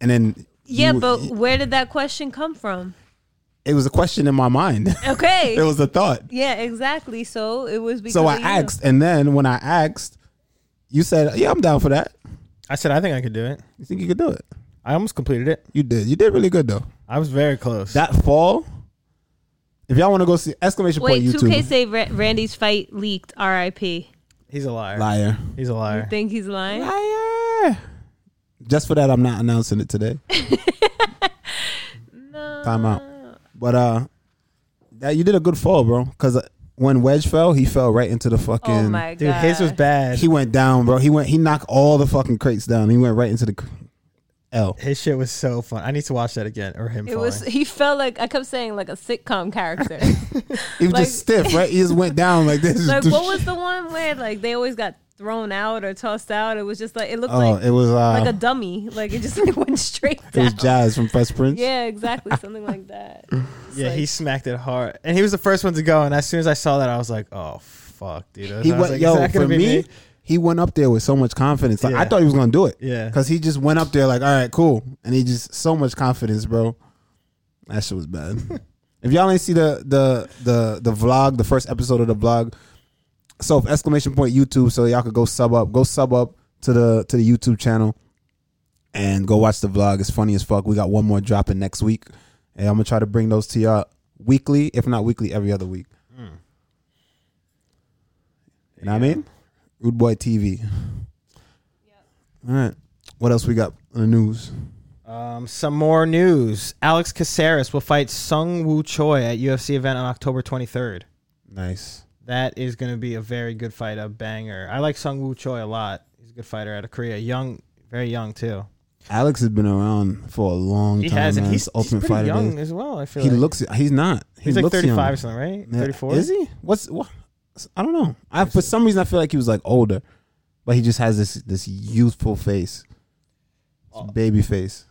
[SPEAKER 1] and then
[SPEAKER 3] Yeah,
[SPEAKER 1] you-
[SPEAKER 3] but where did that question come from?
[SPEAKER 1] it was a question in my mind. [LAUGHS]
[SPEAKER 3] Okay.
[SPEAKER 1] it was a thought.
[SPEAKER 3] yeah, exactly. So it was because
[SPEAKER 1] So I
[SPEAKER 3] of you.
[SPEAKER 1] asked, and then when I asked, you said, "Yeah, I'm down for that."
[SPEAKER 2] I said I think I could do it.
[SPEAKER 1] You think you could do it?
[SPEAKER 2] I almost completed it.
[SPEAKER 1] You did. You did really good though.
[SPEAKER 2] I was very close.
[SPEAKER 1] That fall, if y'all want to go see exclamation
[SPEAKER 3] Wait,
[SPEAKER 1] point
[SPEAKER 3] two K
[SPEAKER 1] YouTube
[SPEAKER 3] say Ra- Randy's fight leaked. R.I.P.
[SPEAKER 2] He's a liar.
[SPEAKER 1] liar
[SPEAKER 2] He's a liar.
[SPEAKER 3] Think he's lying?
[SPEAKER 1] liar. Just for that, I'm not announcing it today.
[SPEAKER 3] [LAUGHS] No.
[SPEAKER 1] Time out. But uh, that you did a good fall, bro. Because when Wedge fell, he fell right into the fucking.
[SPEAKER 3] Oh my
[SPEAKER 2] Dude,
[SPEAKER 3] god.
[SPEAKER 2] his was bad.
[SPEAKER 1] He went down, bro. He went. He knocked all the fucking crates down. He went right into the cr- L.
[SPEAKER 2] his shit was so fun. I need to watch that again or him.
[SPEAKER 3] It was. [LAUGHS] He felt like I kept saying like a
[SPEAKER 1] [LAUGHS]
[SPEAKER 3] sitcom character.
[SPEAKER 1] He was
[SPEAKER 3] Like-
[SPEAKER 1] just stiff, right? He just went down like this.
[SPEAKER 3] [LAUGHS] like what was the one where like they always got thrown out or tossed out? It was just like it looked
[SPEAKER 1] Oh,
[SPEAKER 3] like
[SPEAKER 1] it was uh,
[SPEAKER 3] like a dummy. Like it just
[SPEAKER 1] [LAUGHS]
[SPEAKER 3] went straight
[SPEAKER 1] it
[SPEAKER 3] down.
[SPEAKER 1] was Jazz from Fresh Prince.
[SPEAKER 3] yeah, exactly. Something
[SPEAKER 1] [LAUGHS]
[SPEAKER 3] like that. It's
[SPEAKER 2] yeah,
[SPEAKER 3] like-
[SPEAKER 2] he smacked it hard, and he was the first one to go. And as soon as I saw that, I was like, "Oh fuck, dude!" I was-
[SPEAKER 1] He
[SPEAKER 2] I was
[SPEAKER 1] went,
[SPEAKER 2] like, "Is
[SPEAKER 1] yo,
[SPEAKER 2] that gonna
[SPEAKER 1] for
[SPEAKER 2] be
[SPEAKER 1] me, he went up there with so much confidence. Like, I
[SPEAKER 2] Yeah.
[SPEAKER 1] thought he was gonna do it.
[SPEAKER 2] Yeah.
[SPEAKER 1] Cause he just went up there like, all right, cool. And he just so much confidence, bro. That shit was bad. if y'all ain't see the the the the vlog, the first episode of the vlog, so if exclamation point YouTube, so y'all could go sub up, go sub up to the to the YouTube channel and go watch the vlog. It's funny as fuck. We got one more dropping next week. And I'm gonna try to bring those to y'all weekly, if not weekly, every other week. You know what I mean? Rude Boy TV. All right. What else we got in the news?
[SPEAKER 2] Um, some more news. Alex Caceres will fight Sung Woo Choi at UFC event on October 23rd.
[SPEAKER 1] Nice.
[SPEAKER 2] That is going to be a very good fight, a banger. I like Sung Woo Choi a lot. He's a good fighter out of Korea. Young, very young too.
[SPEAKER 1] Alex has been around for a long
[SPEAKER 2] He
[SPEAKER 1] time.
[SPEAKER 2] has, and
[SPEAKER 1] man.
[SPEAKER 2] he's,
[SPEAKER 1] This
[SPEAKER 2] he's
[SPEAKER 1] Ultimate
[SPEAKER 2] pretty
[SPEAKER 1] Fighter
[SPEAKER 2] young
[SPEAKER 1] days.
[SPEAKER 2] as well. I feel
[SPEAKER 1] He
[SPEAKER 2] like.
[SPEAKER 1] looks. He's not. He
[SPEAKER 2] he's like
[SPEAKER 1] looks
[SPEAKER 2] 35
[SPEAKER 1] young.
[SPEAKER 2] or something, right?
[SPEAKER 1] Yeah.
[SPEAKER 2] 34.
[SPEAKER 1] Is he? What's what? I don't know. I for some reason I feel like he was like older, but he just has this this youthful face,
[SPEAKER 2] Oh.
[SPEAKER 1] This baby face.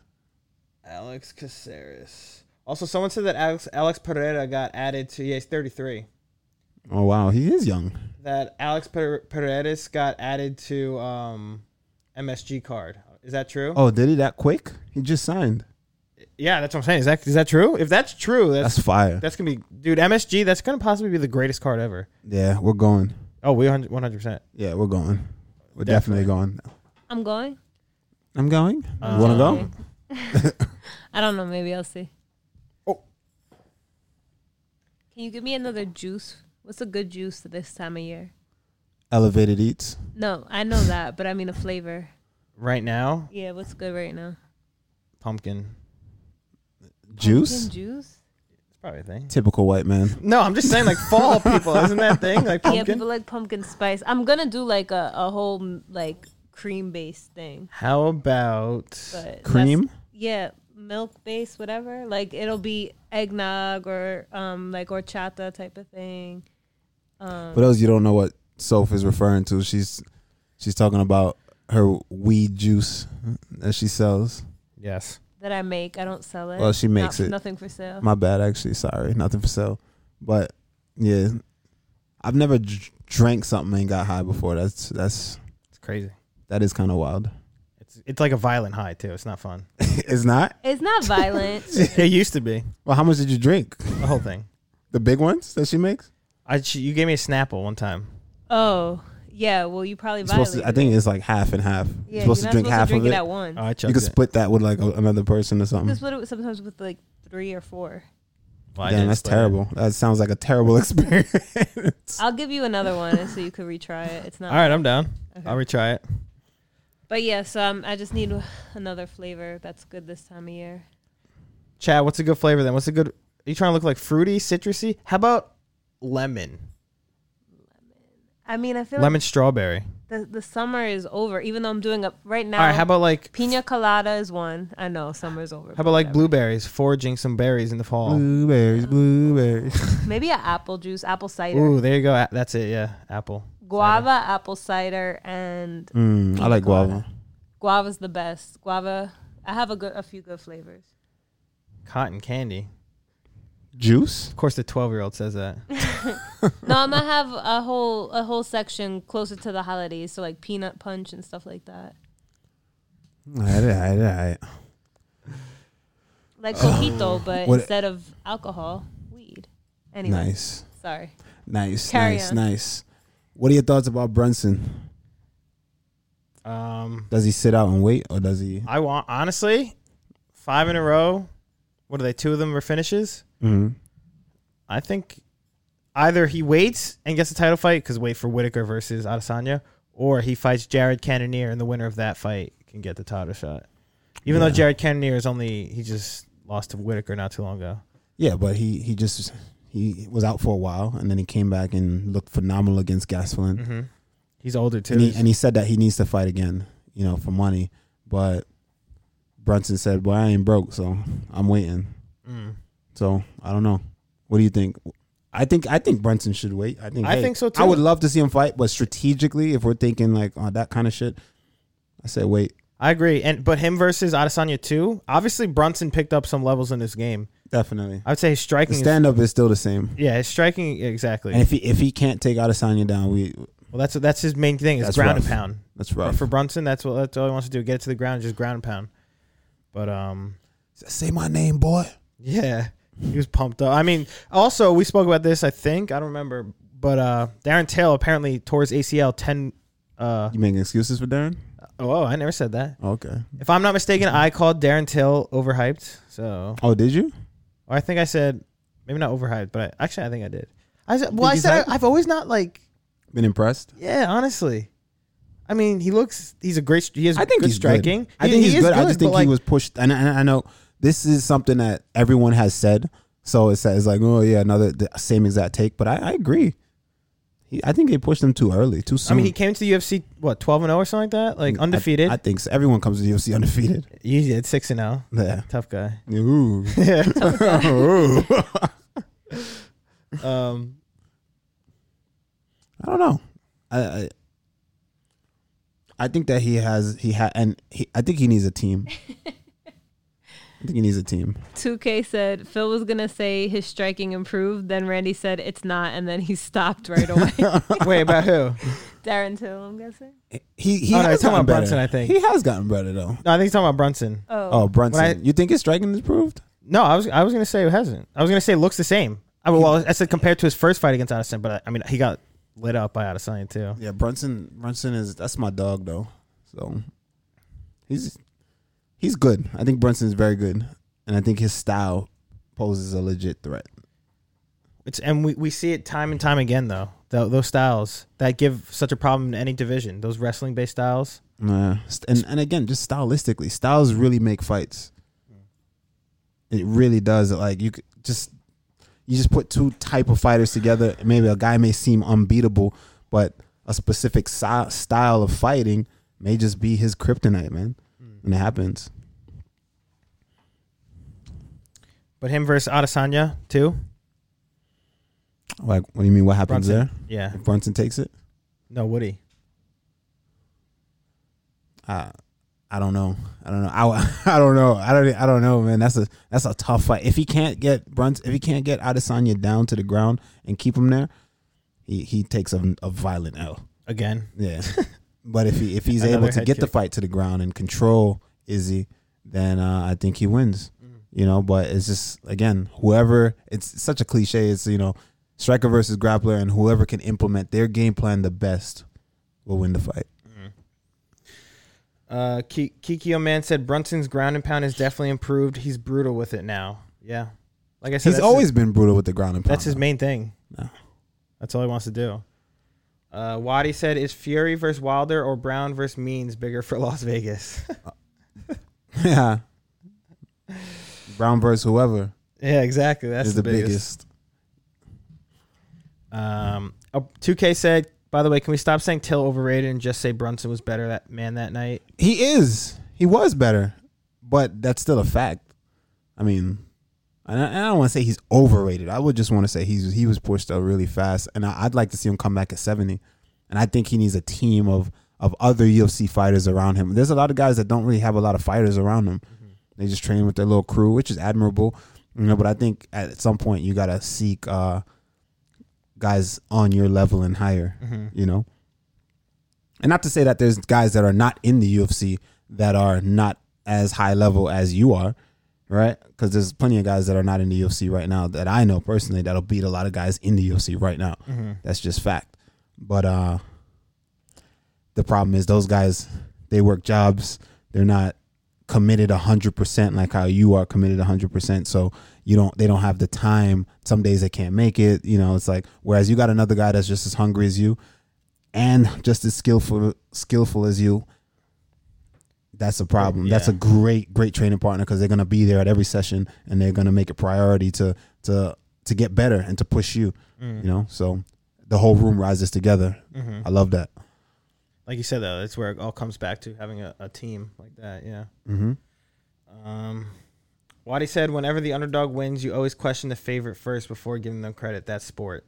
[SPEAKER 2] Alex Caceres. Also, someone said that Alex Alex Pereira got added to. Yeah, he's 33.
[SPEAKER 1] Oh wow, he is young.
[SPEAKER 2] That Alex per- Pereira got added to um, MSG card. Is that true?
[SPEAKER 1] Oh, did he that quick? He just signed.
[SPEAKER 2] Yeah, that's what I'm saying. Is that is that true? If that's true, that's
[SPEAKER 1] That's fire.
[SPEAKER 2] that's gonna be dude MSG. That's gonna possibly be the greatest card ever.
[SPEAKER 1] yeah, we're going.
[SPEAKER 2] Oh, we 100 percent.
[SPEAKER 1] Yeah, we're going. We're definitely, going.
[SPEAKER 3] I'm going.
[SPEAKER 1] I'm going. you want to
[SPEAKER 2] Um,
[SPEAKER 1] go? [LAUGHS]
[SPEAKER 3] I don't know. Maybe I'll see.
[SPEAKER 2] Oh.
[SPEAKER 3] Can you give me another juice? What's a good juice this time of year?
[SPEAKER 1] Elevated eats.
[SPEAKER 3] No, I know that, but I mean a flavor.
[SPEAKER 2] Right now,
[SPEAKER 3] Yeah, what's good right now?
[SPEAKER 2] pumpkin.
[SPEAKER 1] Juice.
[SPEAKER 3] Pumpkin juice?
[SPEAKER 2] It's probably a thing.
[SPEAKER 1] Typical white man.
[SPEAKER 2] No, I'm just saying like fall people. Isn't that a thing like
[SPEAKER 3] Yeah,
[SPEAKER 2] pumpkin?
[SPEAKER 3] people like pumpkin spice. I'm gonna do like a, a whole mm, like cream based thing,
[SPEAKER 2] How about
[SPEAKER 3] but that's-
[SPEAKER 1] Cream?
[SPEAKER 3] yeah, milk based, whatever. Like it'll be eggnog or um like horchata type of thing.
[SPEAKER 1] For those you don't know what Soph is referring to, she's she's talking about her weed juice that she sells.
[SPEAKER 2] yes?
[SPEAKER 3] that I make. I don't sell it.
[SPEAKER 1] Well, she makes
[SPEAKER 3] Not-
[SPEAKER 1] it.
[SPEAKER 3] Nothing for sale.
[SPEAKER 1] My bad, actually. Sorry, nothing for sale. But yeah, I've never dr- drank something and got high before. That's that's
[SPEAKER 2] It's crazy.
[SPEAKER 1] that is kind of wild. [LAUGHS]
[SPEAKER 2] It's it's like a violent high too. It's not
[SPEAKER 3] [LAUGHS]
[SPEAKER 2] fun.
[SPEAKER 1] it's not. [LAUGHS]
[SPEAKER 3] It's not violent.
[SPEAKER 2] it used to be
[SPEAKER 1] Well, how much did you drink?
[SPEAKER 2] the whole thing.
[SPEAKER 1] The big ones that she makes.
[SPEAKER 2] I sh- you gave me a Snapple one time.
[SPEAKER 3] oh, yeah. Well, you probably
[SPEAKER 1] You're supposed
[SPEAKER 3] violated.
[SPEAKER 1] to, I think it's like half and half.
[SPEAKER 3] yeah,
[SPEAKER 1] you're supposed
[SPEAKER 3] you're
[SPEAKER 1] to
[SPEAKER 3] not
[SPEAKER 1] drink
[SPEAKER 3] supposed
[SPEAKER 1] half
[SPEAKER 3] to
[SPEAKER 1] of
[SPEAKER 3] drink it
[SPEAKER 1] it. Um,
[SPEAKER 3] at once.
[SPEAKER 2] Oh, I chugged
[SPEAKER 1] you could
[SPEAKER 2] it.
[SPEAKER 1] split that with like a, another person or something.
[SPEAKER 3] That's what it was sometimes with like three or four.
[SPEAKER 2] Well, I
[SPEAKER 1] Damn,
[SPEAKER 2] didn't
[SPEAKER 1] that's
[SPEAKER 2] split it.
[SPEAKER 1] terrible. That sounds like a terrible [LAUGHS] experience.
[SPEAKER 3] I'll give you another one so you could retry it. It's not.
[SPEAKER 2] All right, I'm down. I'll retry it.
[SPEAKER 3] But yeah, so um, I just need another flavor that's good this time of year.
[SPEAKER 2] Chad, what's a good flavor then? What's a good? Are you trying to look like fruity, citrusy? How about lemon,
[SPEAKER 3] I mean, I feel
[SPEAKER 2] lemon strawberry?
[SPEAKER 3] like the, the summer is over, even though I'm doing a right now.
[SPEAKER 2] All right, how about like
[SPEAKER 3] pina colada is one. I know summer's over.
[SPEAKER 2] how about like blueberries? Foraging some berries in the
[SPEAKER 1] Oh.
[SPEAKER 2] fall.
[SPEAKER 1] Blueberries, blueberries.
[SPEAKER 3] Maybe an apple juice, apple cider,
[SPEAKER 2] Ooh, there you go. A- That's it. Yeah, apple.
[SPEAKER 3] guava, apple cider, and
[SPEAKER 1] [LAUGHS] Mm, I like guava.
[SPEAKER 3] guava's the best. Guava. I have a good, a few good flavors.
[SPEAKER 2] Cotton candy.
[SPEAKER 1] Juice?
[SPEAKER 2] Of course, the twelve-year-old says
[SPEAKER 3] [LAUGHS]
[SPEAKER 2] that.
[SPEAKER 3] No, I'm gonna have a whole a whole section closer to the holidays, so like peanut punch and stuff like that.
[SPEAKER 1] All right, all right, all right.
[SPEAKER 3] Like
[SPEAKER 1] [SIGHS]
[SPEAKER 3] coquito, but
[SPEAKER 1] What-
[SPEAKER 3] instead of alcohol, weed. Anyway,
[SPEAKER 1] Nice.
[SPEAKER 3] sorry.
[SPEAKER 1] Nice,
[SPEAKER 3] Carry
[SPEAKER 1] nice,
[SPEAKER 3] on.
[SPEAKER 1] nice. What are your thoughts about Brunson?
[SPEAKER 2] Um,
[SPEAKER 1] Does he sit out and wait, or does he?
[SPEAKER 2] I want honestly five in a row. What are they? Two of them were finishes.
[SPEAKER 1] Mhm.
[SPEAKER 2] I think either he waits and gets a title fight because wait for Whitaker versus Adesanya, or he fights Jared Cannonier and the winner of that fight can get the title shot. Even though Jared Cannonier is only he just lost to Whitaker not too long ago.
[SPEAKER 1] Yeah, but he he just he was out for a while, and then he came back and looked phenomenal against Gastelum.
[SPEAKER 2] He's older too.
[SPEAKER 1] and he and he said that he needs to fight again, you know, for money. But Brunson said, "Well, I ain't broke, so I'm waiting." Mm. So I don't know. What do you think? I think I think Brunson should wait. I think
[SPEAKER 2] I
[SPEAKER 1] hey,
[SPEAKER 2] think so, too.
[SPEAKER 1] I would love to see him fight, but strategically, if we're thinking like oh, that kind of shit, I say wait.
[SPEAKER 2] I agree. And but him versus Adesanya too. Obviously Brunson picked up some levels in this game.
[SPEAKER 1] Definitely,
[SPEAKER 2] I would say his
[SPEAKER 1] the
[SPEAKER 2] striking. is-
[SPEAKER 1] stand up is still the same.
[SPEAKER 2] yeah, his striking exactly.
[SPEAKER 1] And if he if he can't take Adesanya down, we
[SPEAKER 2] Well, that's that's his main thing is
[SPEAKER 1] That's
[SPEAKER 2] ground
[SPEAKER 1] rough.
[SPEAKER 2] and pound.
[SPEAKER 1] that's rough.
[SPEAKER 2] For Brunson, that's what that's all he wants to do: get to the ground, and just ground and pound. But um,
[SPEAKER 1] say my name, boy.
[SPEAKER 2] yeah, he was pumped up. I mean, also we spoke about this. I think I don't remember, but uh, Darren Till apparently tore his ACL ten. Uh,
[SPEAKER 1] You making excuses for Darren?
[SPEAKER 2] oh, I never said that.
[SPEAKER 1] Okay.
[SPEAKER 2] If I'm not mistaken, I called Darren Till overhyped. So,
[SPEAKER 1] Oh, did you?
[SPEAKER 2] or I think I said maybe not overhyped, but I, actually I think I did. I said,
[SPEAKER 1] Think
[SPEAKER 2] well, I
[SPEAKER 1] he's
[SPEAKER 2] said
[SPEAKER 1] hyped?
[SPEAKER 2] I, I've always not like
[SPEAKER 1] Been impressed?
[SPEAKER 2] Yeah, honestly. I mean, he looks. He's a great. He has.
[SPEAKER 1] I think
[SPEAKER 2] good
[SPEAKER 1] he's
[SPEAKER 2] striking.
[SPEAKER 1] Good. I
[SPEAKER 2] He-
[SPEAKER 1] think
[SPEAKER 2] he
[SPEAKER 1] he's
[SPEAKER 2] is
[SPEAKER 1] good. I just
[SPEAKER 2] but,
[SPEAKER 1] think
[SPEAKER 2] like,
[SPEAKER 1] he was pushed, and I, and I know this is something that everyone has said. So it's it's like, oh yeah, another the same exact take. But I, I agree. He, I think they pushed him too early, too
[SPEAKER 2] I
[SPEAKER 1] soon.
[SPEAKER 2] mean, he came to the UFC what twelve and zero or something like that, like undefeated.
[SPEAKER 1] I, I think so. everyone comes to the UFC
[SPEAKER 2] [LAUGHS]
[SPEAKER 1] undefeated.
[SPEAKER 2] Mm, he did six and oh. zero.
[SPEAKER 1] Yeah.
[SPEAKER 2] Tough [LAUGHS] guy.
[SPEAKER 1] Ooh. Ooh.
[SPEAKER 2] Um,
[SPEAKER 1] I don't know. I, I I think that he has he had and he, I think he needs a
[SPEAKER 2] [LAUGHS]
[SPEAKER 1] team. I think he needs a team.
[SPEAKER 3] 2K said Phil was gonna say his striking improved, then Randy said it's not, and then he [LAUGHS] stopped
[SPEAKER 1] [LAUGHS]
[SPEAKER 3] right away.
[SPEAKER 2] wait about who?
[SPEAKER 3] Darren Till, I'm guessing.
[SPEAKER 1] He he
[SPEAKER 2] Oh, no,
[SPEAKER 1] has
[SPEAKER 2] he's
[SPEAKER 1] gotten
[SPEAKER 2] talking about Brunson,
[SPEAKER 1] better.
[SPEAKER 2] I think.
[SPEAKER 1] he has gotten better though.
[SPEAKER 2] No, I think he's talking about Brunson.
[SPEAKER 3] Oh,
[SPEAKER 1] Oh, Brunson,
[SPEAKER 2] When I-
[SPEAKER 1] you think his striking is proved?
[SPEAKER 2] No, I was I was gonna say it hasn't. I was gonna say it looks the same. I well, I said compared to his first fight against Adesanya, but I, I mean he got lit up by Adesanya too.
[SPEAKER 1] Yeah, Brunson. Brunson is that's my dog though. So he's he's good. I think Brunson is very good, and I think his style poses a legit threat.
[SPEAKER 2] It's and we, we see it time and time again though. Tho- those styles that give such a problem to any division. Those wrestling based styles.
[SPEAKER 1] Nah. St- And and again, just stylistically, styles really make fights. It really does. Like you could just you just put two type of fighters together. and Maybe a guy may seem unbeatable, but a specific si- style of fighting may just be his kryptonite, man.
[SPEAKER 2] Hmm.
[SPEAKER 1] And it happens.
[SPEAKER 2] But him versus Adesanya too.
[SPEAKER 1] Like, what do you mean? What happens
[SPEAKER 2] Brunson.
[SPEAKER 1] there?
[SPEAKER 2] Yeah.
[SPEAKER 1] If Brunson takes it,
[SPEAKER 2] No, Woody.
[SPEAKER 1] I I don't know. I don't know. I, [LAUGHS] I don't know. I don't I don't know, man. That's a that's a tough fight. If he can't get Bruns, if he can't get Adesanya down to the ground and keep him there, he he takes a, a violent L.
[SPEAKER 2] Again.
[SPEAKER 1] Yeah. [LAUGHS] but if he if he's
[SPEAKER 2] Another
[SPEAKER 1] able to
[SPEAKER 2] head
[SPEAKER 1] get the
[SPEAKER 2] kick.
[SPEAKER 1] fight to the ground and control Izzy, then uh, I think he wins.
[SPEAKER 2] Mm.
[SPEAKER 1] You know, but it's just again, whoever it's such a cliche. It's you know, striker versus grappler, and whoever can implement their game plan the best will win the fight.
[SPEAKER 2] Uh, Ki- Kikio man said Brunson's ground and pound is definitely improved. He's brutal with it now. Yeah, like I said,
[SPEAKER 1] He's
[SPEAKER 2] that's
[SPEAKER 1] always been brutal with the ground and
[SPEAKER 2] his,
[SPEAKER 1] pound.
[SPEAKER 2] that's his main thing.
[SPEAKER 1] No.
[SPEAKER 2] That's all he wants to do. Uh, Wadi said, "Is Fury versus Wilder or Brown versus Means bigger for [LAUGHS] Las Vegas?"
[SPEAKER 1] [LAUGHS] Yeah. Brown versus whoever
[SPEAKER 2] yeah, exactly. That's
[SPEAKER 1] is
[SPEAKER 2] the,
[SPEAKER 1] the
[SPEAKER 2] biggest.
[SPEAKER 1] biggest.
[SPEAKER 2] Um, two K said, "By the way, can we stop saying Till overrated and just say Brunson was better that man that night?"
[SPEAKER 1] He is. He was better, but that's still a fact. I mean, and I, and I don't want to say he's overrated. I would just want to say he's he was pushed out really fast, and I, I'd like to see him come back at seventy. And I think he needs a team of of other UFC fighters around him. There's a lot of guys that don't really have a lot of fighters around them. They just train with their little crew, which is admirable, you know. But I think at some point you gotta seek uh, guys on your level and higher, you know. And not to say that there's guys that are not in the UFC that are not as high level as you are, right? Because there's plenty of guys that are not in the UFC right now that I know personally that'll beat a lot of guys in the UFC right now. That's just fact. But uh the problem is those guys they work jobs, they're not committed 100% like how you are committed 100% so you don't they don't have the time some days they can't make it you know it's like whereas you got another guy that's just as hungry as you and just as skillful skillful as you that's a problem that's a
[SPEAKER 2] Yeah.
[SPEAKER 1] great great training partner because they're going to be there at every session and they're going to make it priority to to to get better and to push you you know so the whole room rises together i love that
[SPEAKER 2] Like you said, though, that's where it all comes back to having a, a team like that. Yeah.
[SPEAKER 1] mm-hmm.
[SPEAKER 2] Um, Wadi said, "Whenever the underdog wins, you always question the favorite first before giving them credit. That's sport."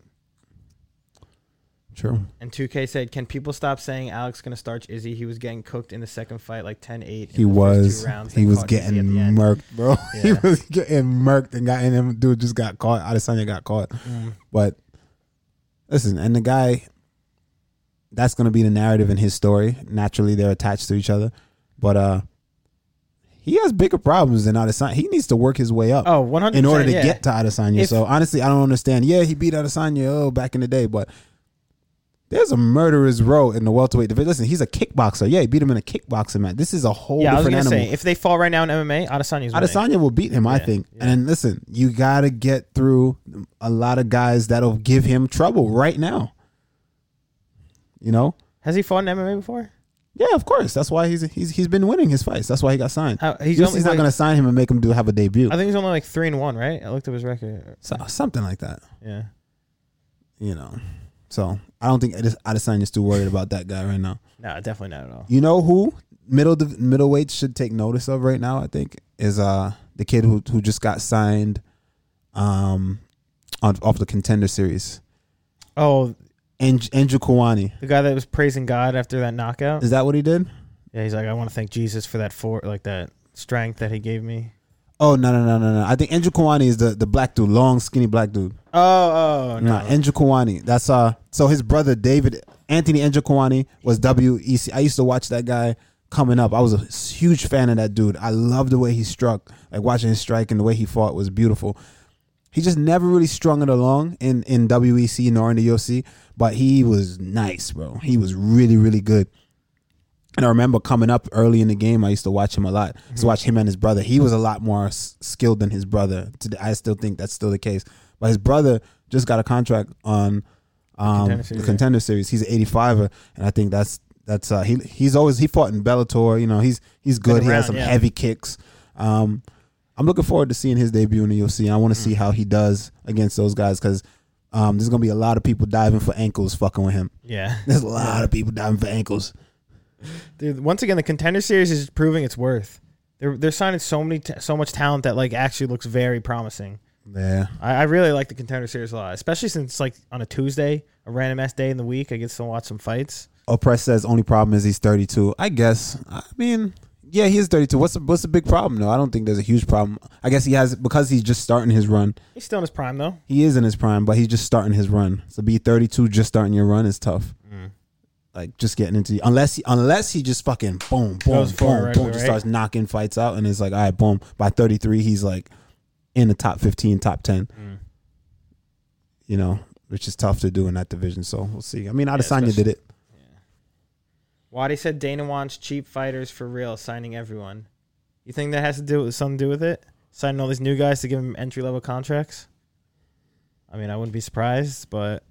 [SPEAKER 1] true
[SPEAKER 2] And 2K said, "Can people stop saying Alex gonna starch Izzy? He was getting cooked in the second fight, like 10-8. in
[SPEAKER 1] He
[SPEAKER 2] the first
[SPEAKER 1] was.
[SPEAKER 2] two rounds
[SPEAKER 1] He
[SPEAKER 2] and
[SPEAKER 1] was
[SPEAKER 2] caught Izzy
[SPEAKER 1] getting
[SPEAKER 2] at the end."
[SPEAKER 1] murked, bro. [LAUGHS] he
[SPEAKER 2] Yeah.
[SPEAKER 1] was getting murked and got and him dude just got caught. Adesanya got caught.
[SPEAKER 2] Mm.
[SPEAKER 1] But listen, and the guy that's gonna be the narrative in his story. Naturally they're attached to each other. But uh he has bigger problems than Adesanya. He needs to work his way up
[SPEAKER 2] Oh, 100.
[SPEAKER 1] in order to
[SPEAKER 2] yeah.
[SPEAKER 1] get to Adesanya.
[SPEAKER 2] If-
[SPEAKER 1] so honestly, I don't understand. Yeah, he beat Adesanya oh, back in the day, but there's a murderer's row in the welterweight division. Listen, he's a kickboxer. Yeah, he beat him in a kickboxing match. This is a whole
[SPEAKER 2] yeah, I was
[SPEAKER 1] different
[SPEAKER 2] gonna
[SPEAKER 1] animal.
[SPEAKER 2] say if they fall right now in MMA, Adesanya's winning.
[SPEAKER 1] Adesanya will beat him, I
[SPEAKER 2] Yeah,
[SPEAKER 1] think. And then, listen, you got to get through a lot of guys that'll give him trouble right now. You know?
[SPEAKER 2] Has he fought in MMA before?
[SPEAKER 1] Yeah, of course. That's why he's he's he's been winning his fights. That's why he got signed.
[SPEAKER 2] Uh, he's
[SPEAKER 1] UFC's
[SPEAKER 2] only
[SPEAKER 1] not
[SPEAKER 2] like-
[SPEAKER 1] going to sign him and make him do have a debut.
[SPEAKER 2] I think he's only like three and one, right? I looked up his record.
[SPEAKER 1] So, something like that.
[SPEAKER 2] Yeah.
[SPEAKER 1] You know. So I don't think Ades- Adesanya is too worried about that guy right now.
[SPEAKER 2] No, definitely not at all.
[SPEAKER 1] You know who middle div- middleweight should take notice of right now? I think is uh the kid who who just got signed, um, on, off the contender series.
[SPEAKER 2] Oh,
[SPEAKER 1] And Andrew Kawani.
[SPEAKER 2] the guy that was praising God after that knockout.
[SPEAKER 1] Is that what he did?
[SPEAKER 2] Yeah, he's like, I want to thank Jesus for that for like that strength that he gave me.
[SPEAKER 1] Oh no no no no no! I think Andrew Kawani is the, the black dude, long skinny black dude.
[SPEAKER 2] Oh, oh
[SPEAKER 1] No,
[SPEAKER 2] no.
[SPEAKER 1] Andrew Kawani. That's uh. So his brother David Anthony Andrew Kawani was WEC. I used to watch that guy coming up. I was a huge fan of that dude. I loved the way he struck. Like watching his strike and the way he fought was beautiful. He just never really strung it along in in WEC nor in the UFC, but he was nice, bro. He was really really good. And I remember coming up early in the game, I used to watch him a lot. I used
[SPEAKER 2] Mm-hmm.
[SPEAKER 1] to watch him and his brother. He was a lot more s- skilled than his brother. To the- I still think that's still the case. But his brother just got a contract on um,
[SPEAKER 2] Contender
[SPEAKER 1] the
[SPEAKER 2] Series,
[SPEAKER 1] contender series. He's an 85er, and I think that's that's uh, he. He's always he fought in Bellator. You know, he's he's good. He
[SPEAKER 2] around,
[SPEAKER 1] has some
[SPEAKER 2] yeah.
[SPEAKER 1] heavy kicks. Um, I'm looking forward to seeing his debut in the UFC. I
[SPEAKER 2] Mm-hmm.
[SPEAKER 1] want to see how he does against those guys because um, there's gonna be a lot of people diving for ankles, fucking with him.
[SPEAKER 2] Yeah.
[SPEAKER 1] There's a lot of people diving for ankles.
[SPEAKER 2] [LAUGHS] Dude, once again, the contender series is proving its worth. They're they're signing so many t- so much talent that like actually looks very promising.
[SPEAKER 1] Yeah.
[SPEAKER 2] I, I really like the contender series a lot, especially since like on a Tuesday, a random ass day in the week, I get to watch some fights.
[SPEAKER 1] Oppress says only problem is he's 32. I guess. I mean, yeah, he is 32. What's the, what's the big problem though? I don't think there's a huge problem. I guess he has because he's just starting his run.
[SPEAKER 2] He's still in his prime though.
[SPEAKER 1] He is in his prime, but he's just starting his run. So be 32 just starting your run is tough.
[SPEAKER 2] Mm.
[SPEAKER 1] Like just getting into unless he, unless he just fucking boom boom
[SPEAKER 2] Goes
[SPEAKER 1] boom
[SPEAKER 2] for it
[SPEAKER 1] boom
[SPEAKER 2] right away,
[SPEAKER 1] just
[SPEAKER 2] right?
[SPEAKER 1] starts knocking fights out and it's like all right boom by 33 he's like in the top 15 top 10
[SPEAKER 2] Mm.
[SPEAKER 1] you know which is tough to do in that division so we'll see I mean Adesanya
[SPEAKER 2] especially-
[SPEAKER 1] did it
[SPEAKER 2] Wadi said Dana wants cheap fighters for real, signing everyone. You think that has to do with something to do with it? Signing all these new guys to give them entry level contracts. I mean, I wouldn't be surprised, but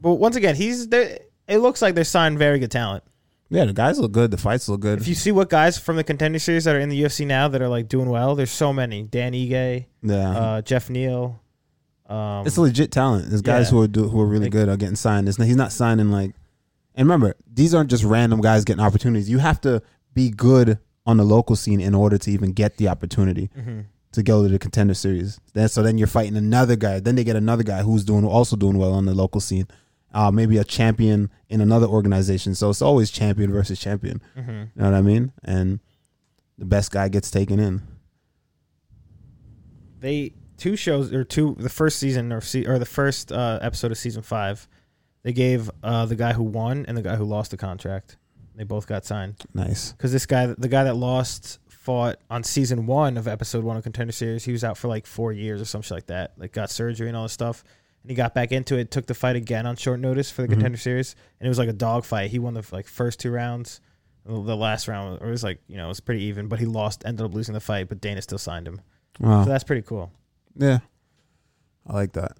[SPEAKER 2] but once again, he's there. It looks like they're signing very good talent.
[SPEAKER 1] yeah the guys look good the fights look good
[SPEAKER 2] If you see what guys from the contender series that are in the UFC now that are like doing well, there's so many. Dan Ige,
[SPEAKER 1] yeah
[SPEAKER 2] uh, Jeff Neal. Um,
[SPEAKER 1] Mm-hmm. It's legit talent. There's guys
[SPEAKER 2] Yeah.
[SPEAKER 1] who are do, who are really
[SPEAKER 2] Like-
[SPEAKER 1] good are getting signed. It's not, he's not signing like, and remember these aren't just random guys getting opportunities. You have to be good on the local scene in order to even get the opportunity
[SPEAKER 2] Mm-hmm.
[SPEAKER 1] to go to the contender series. Then so then you're fighting another guy. Then they get another guy who's doing also doing well on the local scene. Uh, maybe a champion in another organization. So it's always champion versus champion.
[SPEAKER 2] Mm-hmm.
[SPEAKER 1] You know what I mean? And the best guy gets taken in.
[SPEAKER 2] they two shows or two the first season or se- or the first uh, episode of season five, they gave uh, the guy who won and the guy who lost the contract. They both got signed
[SPEAKER 1] Nice.
[SPEAKER 2] because this guy, the guy that lost, fought on season one of episode one of Contender Series. He was out for like four years or some shit like that. Like got surgery and all this stuff. And he got back into it, took the fight again on short notice for the contender series, and it was like a dog fight. He won the like first two rounds, the the last round, or it was like you know it was pretty even, but he lost, ended up losing the fight, but Dana still signed him.
[SPEAKER 1] Wow.
[SPEAKER 2] So that's pretty cool.
[SPEAKER 1] Yeah. I like that.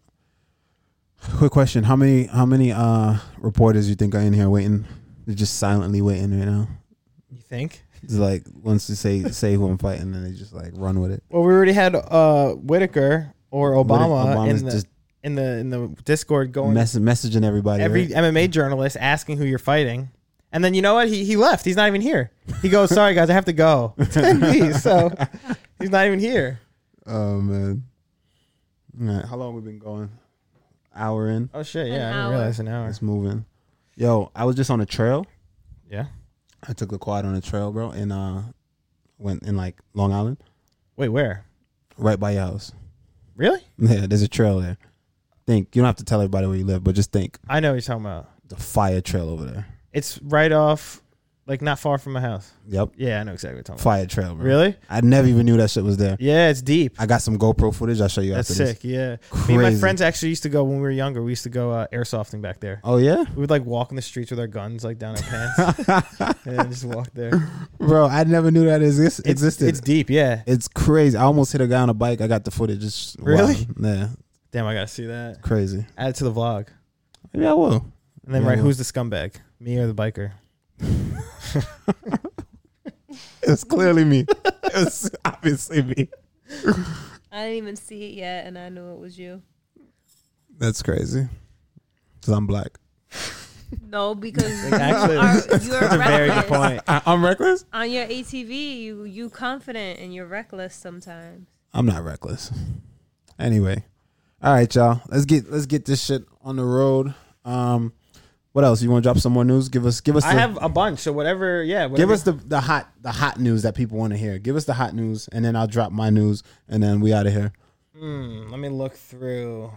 [SPEAKER 1] Quick question. How many how many uh reporters you think are in here waiting? They're just silently waiting right now.
[SPEAKER 2] You think?
[SPEAKER 1] It's like once you say say who I'm fighting then they just like run with it.
[SPEAKER 2] Well, we already had uh, Whitaker or Obama
[SPEAKER 1] Obama's
[SPEAKER 2] in the
[SPEAKER 1] just-
[SPEAKER 2] in the in the Discord going
[SPEAKER 1] Mess- messaging everybody.
[SPEAKER 2] every
[SPEAKER 1] right?
[SPEAKER 2] MMA journalist asking who you're fighting, and then you know what? He he left. He's not even here.
[SPEAKER 1] [LAUGHS]
[SPEAKER 2] He goes, "Sorry guys, I have to go." [LAUGHS] It's 10 so he's not even here.
[SPEAKER 1] Oh man. All right, how long we been going? Hour in.
[SPEAKER 2] Oh shit!
[SPEAKER 3] An
[SPEAKER 2] Yeah, I didn't
[SPEAKER 3] hour.
[SPEAKER 2] realize an hour.
[SPEAKER 1] It's moving. Yo, I was just on a trail.
[SPEAKER 2] Yeah.
[SPEAKER 1] I took the quad on a trail, bro, and uh went in like Long Island,
[SPEAKER 2] Wait, where?
[SPEAKER 1] right by your house.
[SPEAKER 2] Really?
[SPEAKER 1] [LAUGHS] Yeah, there's a trail there. Think you don't have to tell everybody where you live, but just think
[SPEAKER 2] I know what you're talking about.
[SPEAKER 1] the fire trail over there.
[SPEAKER 2] It's right off, like not far from my house.
[SPEAKER 1] Yep,
[SPEAKER 2] Yeah, I know exactly what you're talking
[SPEAKER 1] fire trail, bro.
[SPEAKER 2] about. Really?
[SPEAKER 1] I never even knew that shit was there.
[SPEAKER 2] Yeah, it's deep.
[SPEAKER 1] I got some GoPro footage. I'll show you
[SPEAKER 2] That's
[SPEAKER 1] after this.
[SPEAKER 2] sick. Yeah. Me and my
[SPEAKER 1] Crazy.
[SPEAKER 2] friends actually used to go when we were younger. We used to go uh, airsofting back there.
[SPEAKER 1] Oh yeah,
[SPEAKER 2] We would like walk in the streets with our guns like down our pants
[SPEAKER 1] [LAUGHS]
[SPEAKER 2] and just walk there.
[SPEAKER 1] bro. I never knew that exist-
[SPEAKER 2] It's,
[SPEAKER 1] existed.
[SPEAKER 2] It's
[SPEAKER 1] It's,
[SPEAKER 2] deep, yeah.
[SPEAKER 1] crazy. I almost hit a guy on a bike. I got the footage. It's wild.
[SPEAKER 2] Really?
[SPEAKER 1] Yeah,
[SPEAKER 2] Damn, I gotta see that.
[SPEAKER 1] crazy.
[SPEAKER 2] Add it to the vlog.
[SPEAKER 1] Maybe I will.
[SPEAKER 2] And then
[SPEAKER 1] Yeah,
[SPEAKER 2] right,
[SPEAKER 1] well.
[SPEAKER 2] who's the scumbag? Me or the biker?
[SPEAKER 1] It's clearly me. [LAUGHS] it's obviously me.
[SPEAKER 3] I didn't even see it yet, and I knew it was you.
[SPEAKER 1] That's crazy. Cause I'm black.
[SPEAKER 3] [LAUGHS] No, because you
[SPEAKER 1] [LAUGHS]
[SPEAKER 2] Actually,
[SPEAKER 3] are, you're [LAUGHS]
[SPEAKER 2] that's a very good
[SPEAKER 3] reckless.
[SPEAKER 2] point.
[SPEAKER 1] I, I'm reckless.
[SPEAKER 3] On your ATV, you you confident and you're reckless sometimes.
[SPEAKER 1] I'm not reckless. Anyway, all right, y'all. Let's get let's get this shit on the road. Um, what else? You want to drop some more news? Give us give us.
[SPEAKER 2] I
[SPEAKER 1] the,
[SPEAKER 2] have a bunch, so whatever. Yeah, whatever.
[SPEAKER 1] give us the the hot the hot news that people want to hear. Give us the hot news, and then I'll drop my news, and then we out of here.
[SPEAKER 2] Hmm, let me look through.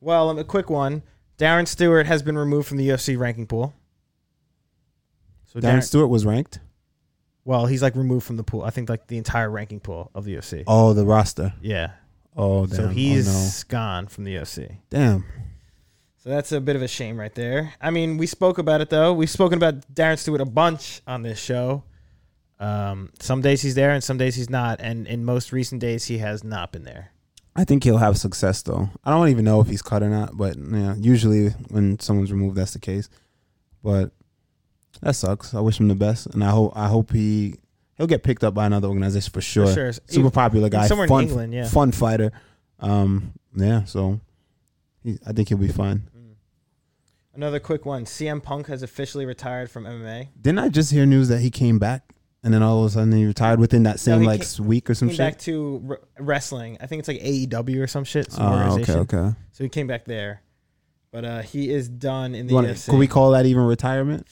[SPEAKER 2] Well, um, a quick one. Darren Stewart has been removed from the UFC ranking pool. So
[SPEAKER 1] Darren
[SPEAKER 2] Darren,
[SPEAKER 1] Stewart was ranked.
[SPEAKER 2] well, he's like removed from the pool. I think like the entire ranking pool of the UFC.
[SPEAKER 1] Oh, the roster.
[SPEAKER 2] Yeah.
[SPEAKER 1] Oh, damn.
[SPEAKER 2] So he's
[SPEAKER 1] Oh, no.
[SPEAKER 2] gone from the UFC.
[SPEAKER 1] damn.
[SPEAKER 2] So that's a bit of a shame right there. I mean, we spoke about it though. We've spoken about Darren Stewart a bunch on this show. Um, some days he's there and some days he's not. And in most recent days, he has not been there.
[SPEAKER 1] I think he'll have success though. I don't even know if he's cut or not, but yeah, usually when someone's removed, that's the case. But that sucks. I wish him the best, and I hope I hope he he'll get picked up by another organization for sure.
[SPEAKER 2] sure.
[SPEAKER 1] Super popular guy,
[SPEAKER 2] Somewhere in
[SPEAKER 1] fun,
[SPEAKER 2] England, yeah.
[SPEAKER 1] fun fighter. Um, yeah, so he, I think he'll be fine.
[SPEAKER 2] Another quick one. CM Punk has officially retired from MMA.
[SPEAKER 1] Didn't I just hear news that he came back, and then all of a sudden he retired within that same
[SPEAKER 2] he
[SPEAKER 1] like
[SPEAKER 2] ca-
[SPEAKER 1] week or some
[SPEAKER 2] Came back
[SPEAKER 1] shit?
[SPEAKER 2] to r- wrestling. I think it's like AEW or some shit. Some
[SPEAKER 1] Oh, okay,
[SPEAKER 2] organization.
[SPEAKER 1] okay.
[SPEAKER 2] So he came back there, but uh, he is done in the
[SPEAKER 1] You wanna,
[SPEAKER 2] UFC.
[SPEAKER 1] could we call that even
[SPEAKER 2] [LAUGHS]
[SPEAKER 1] retirement,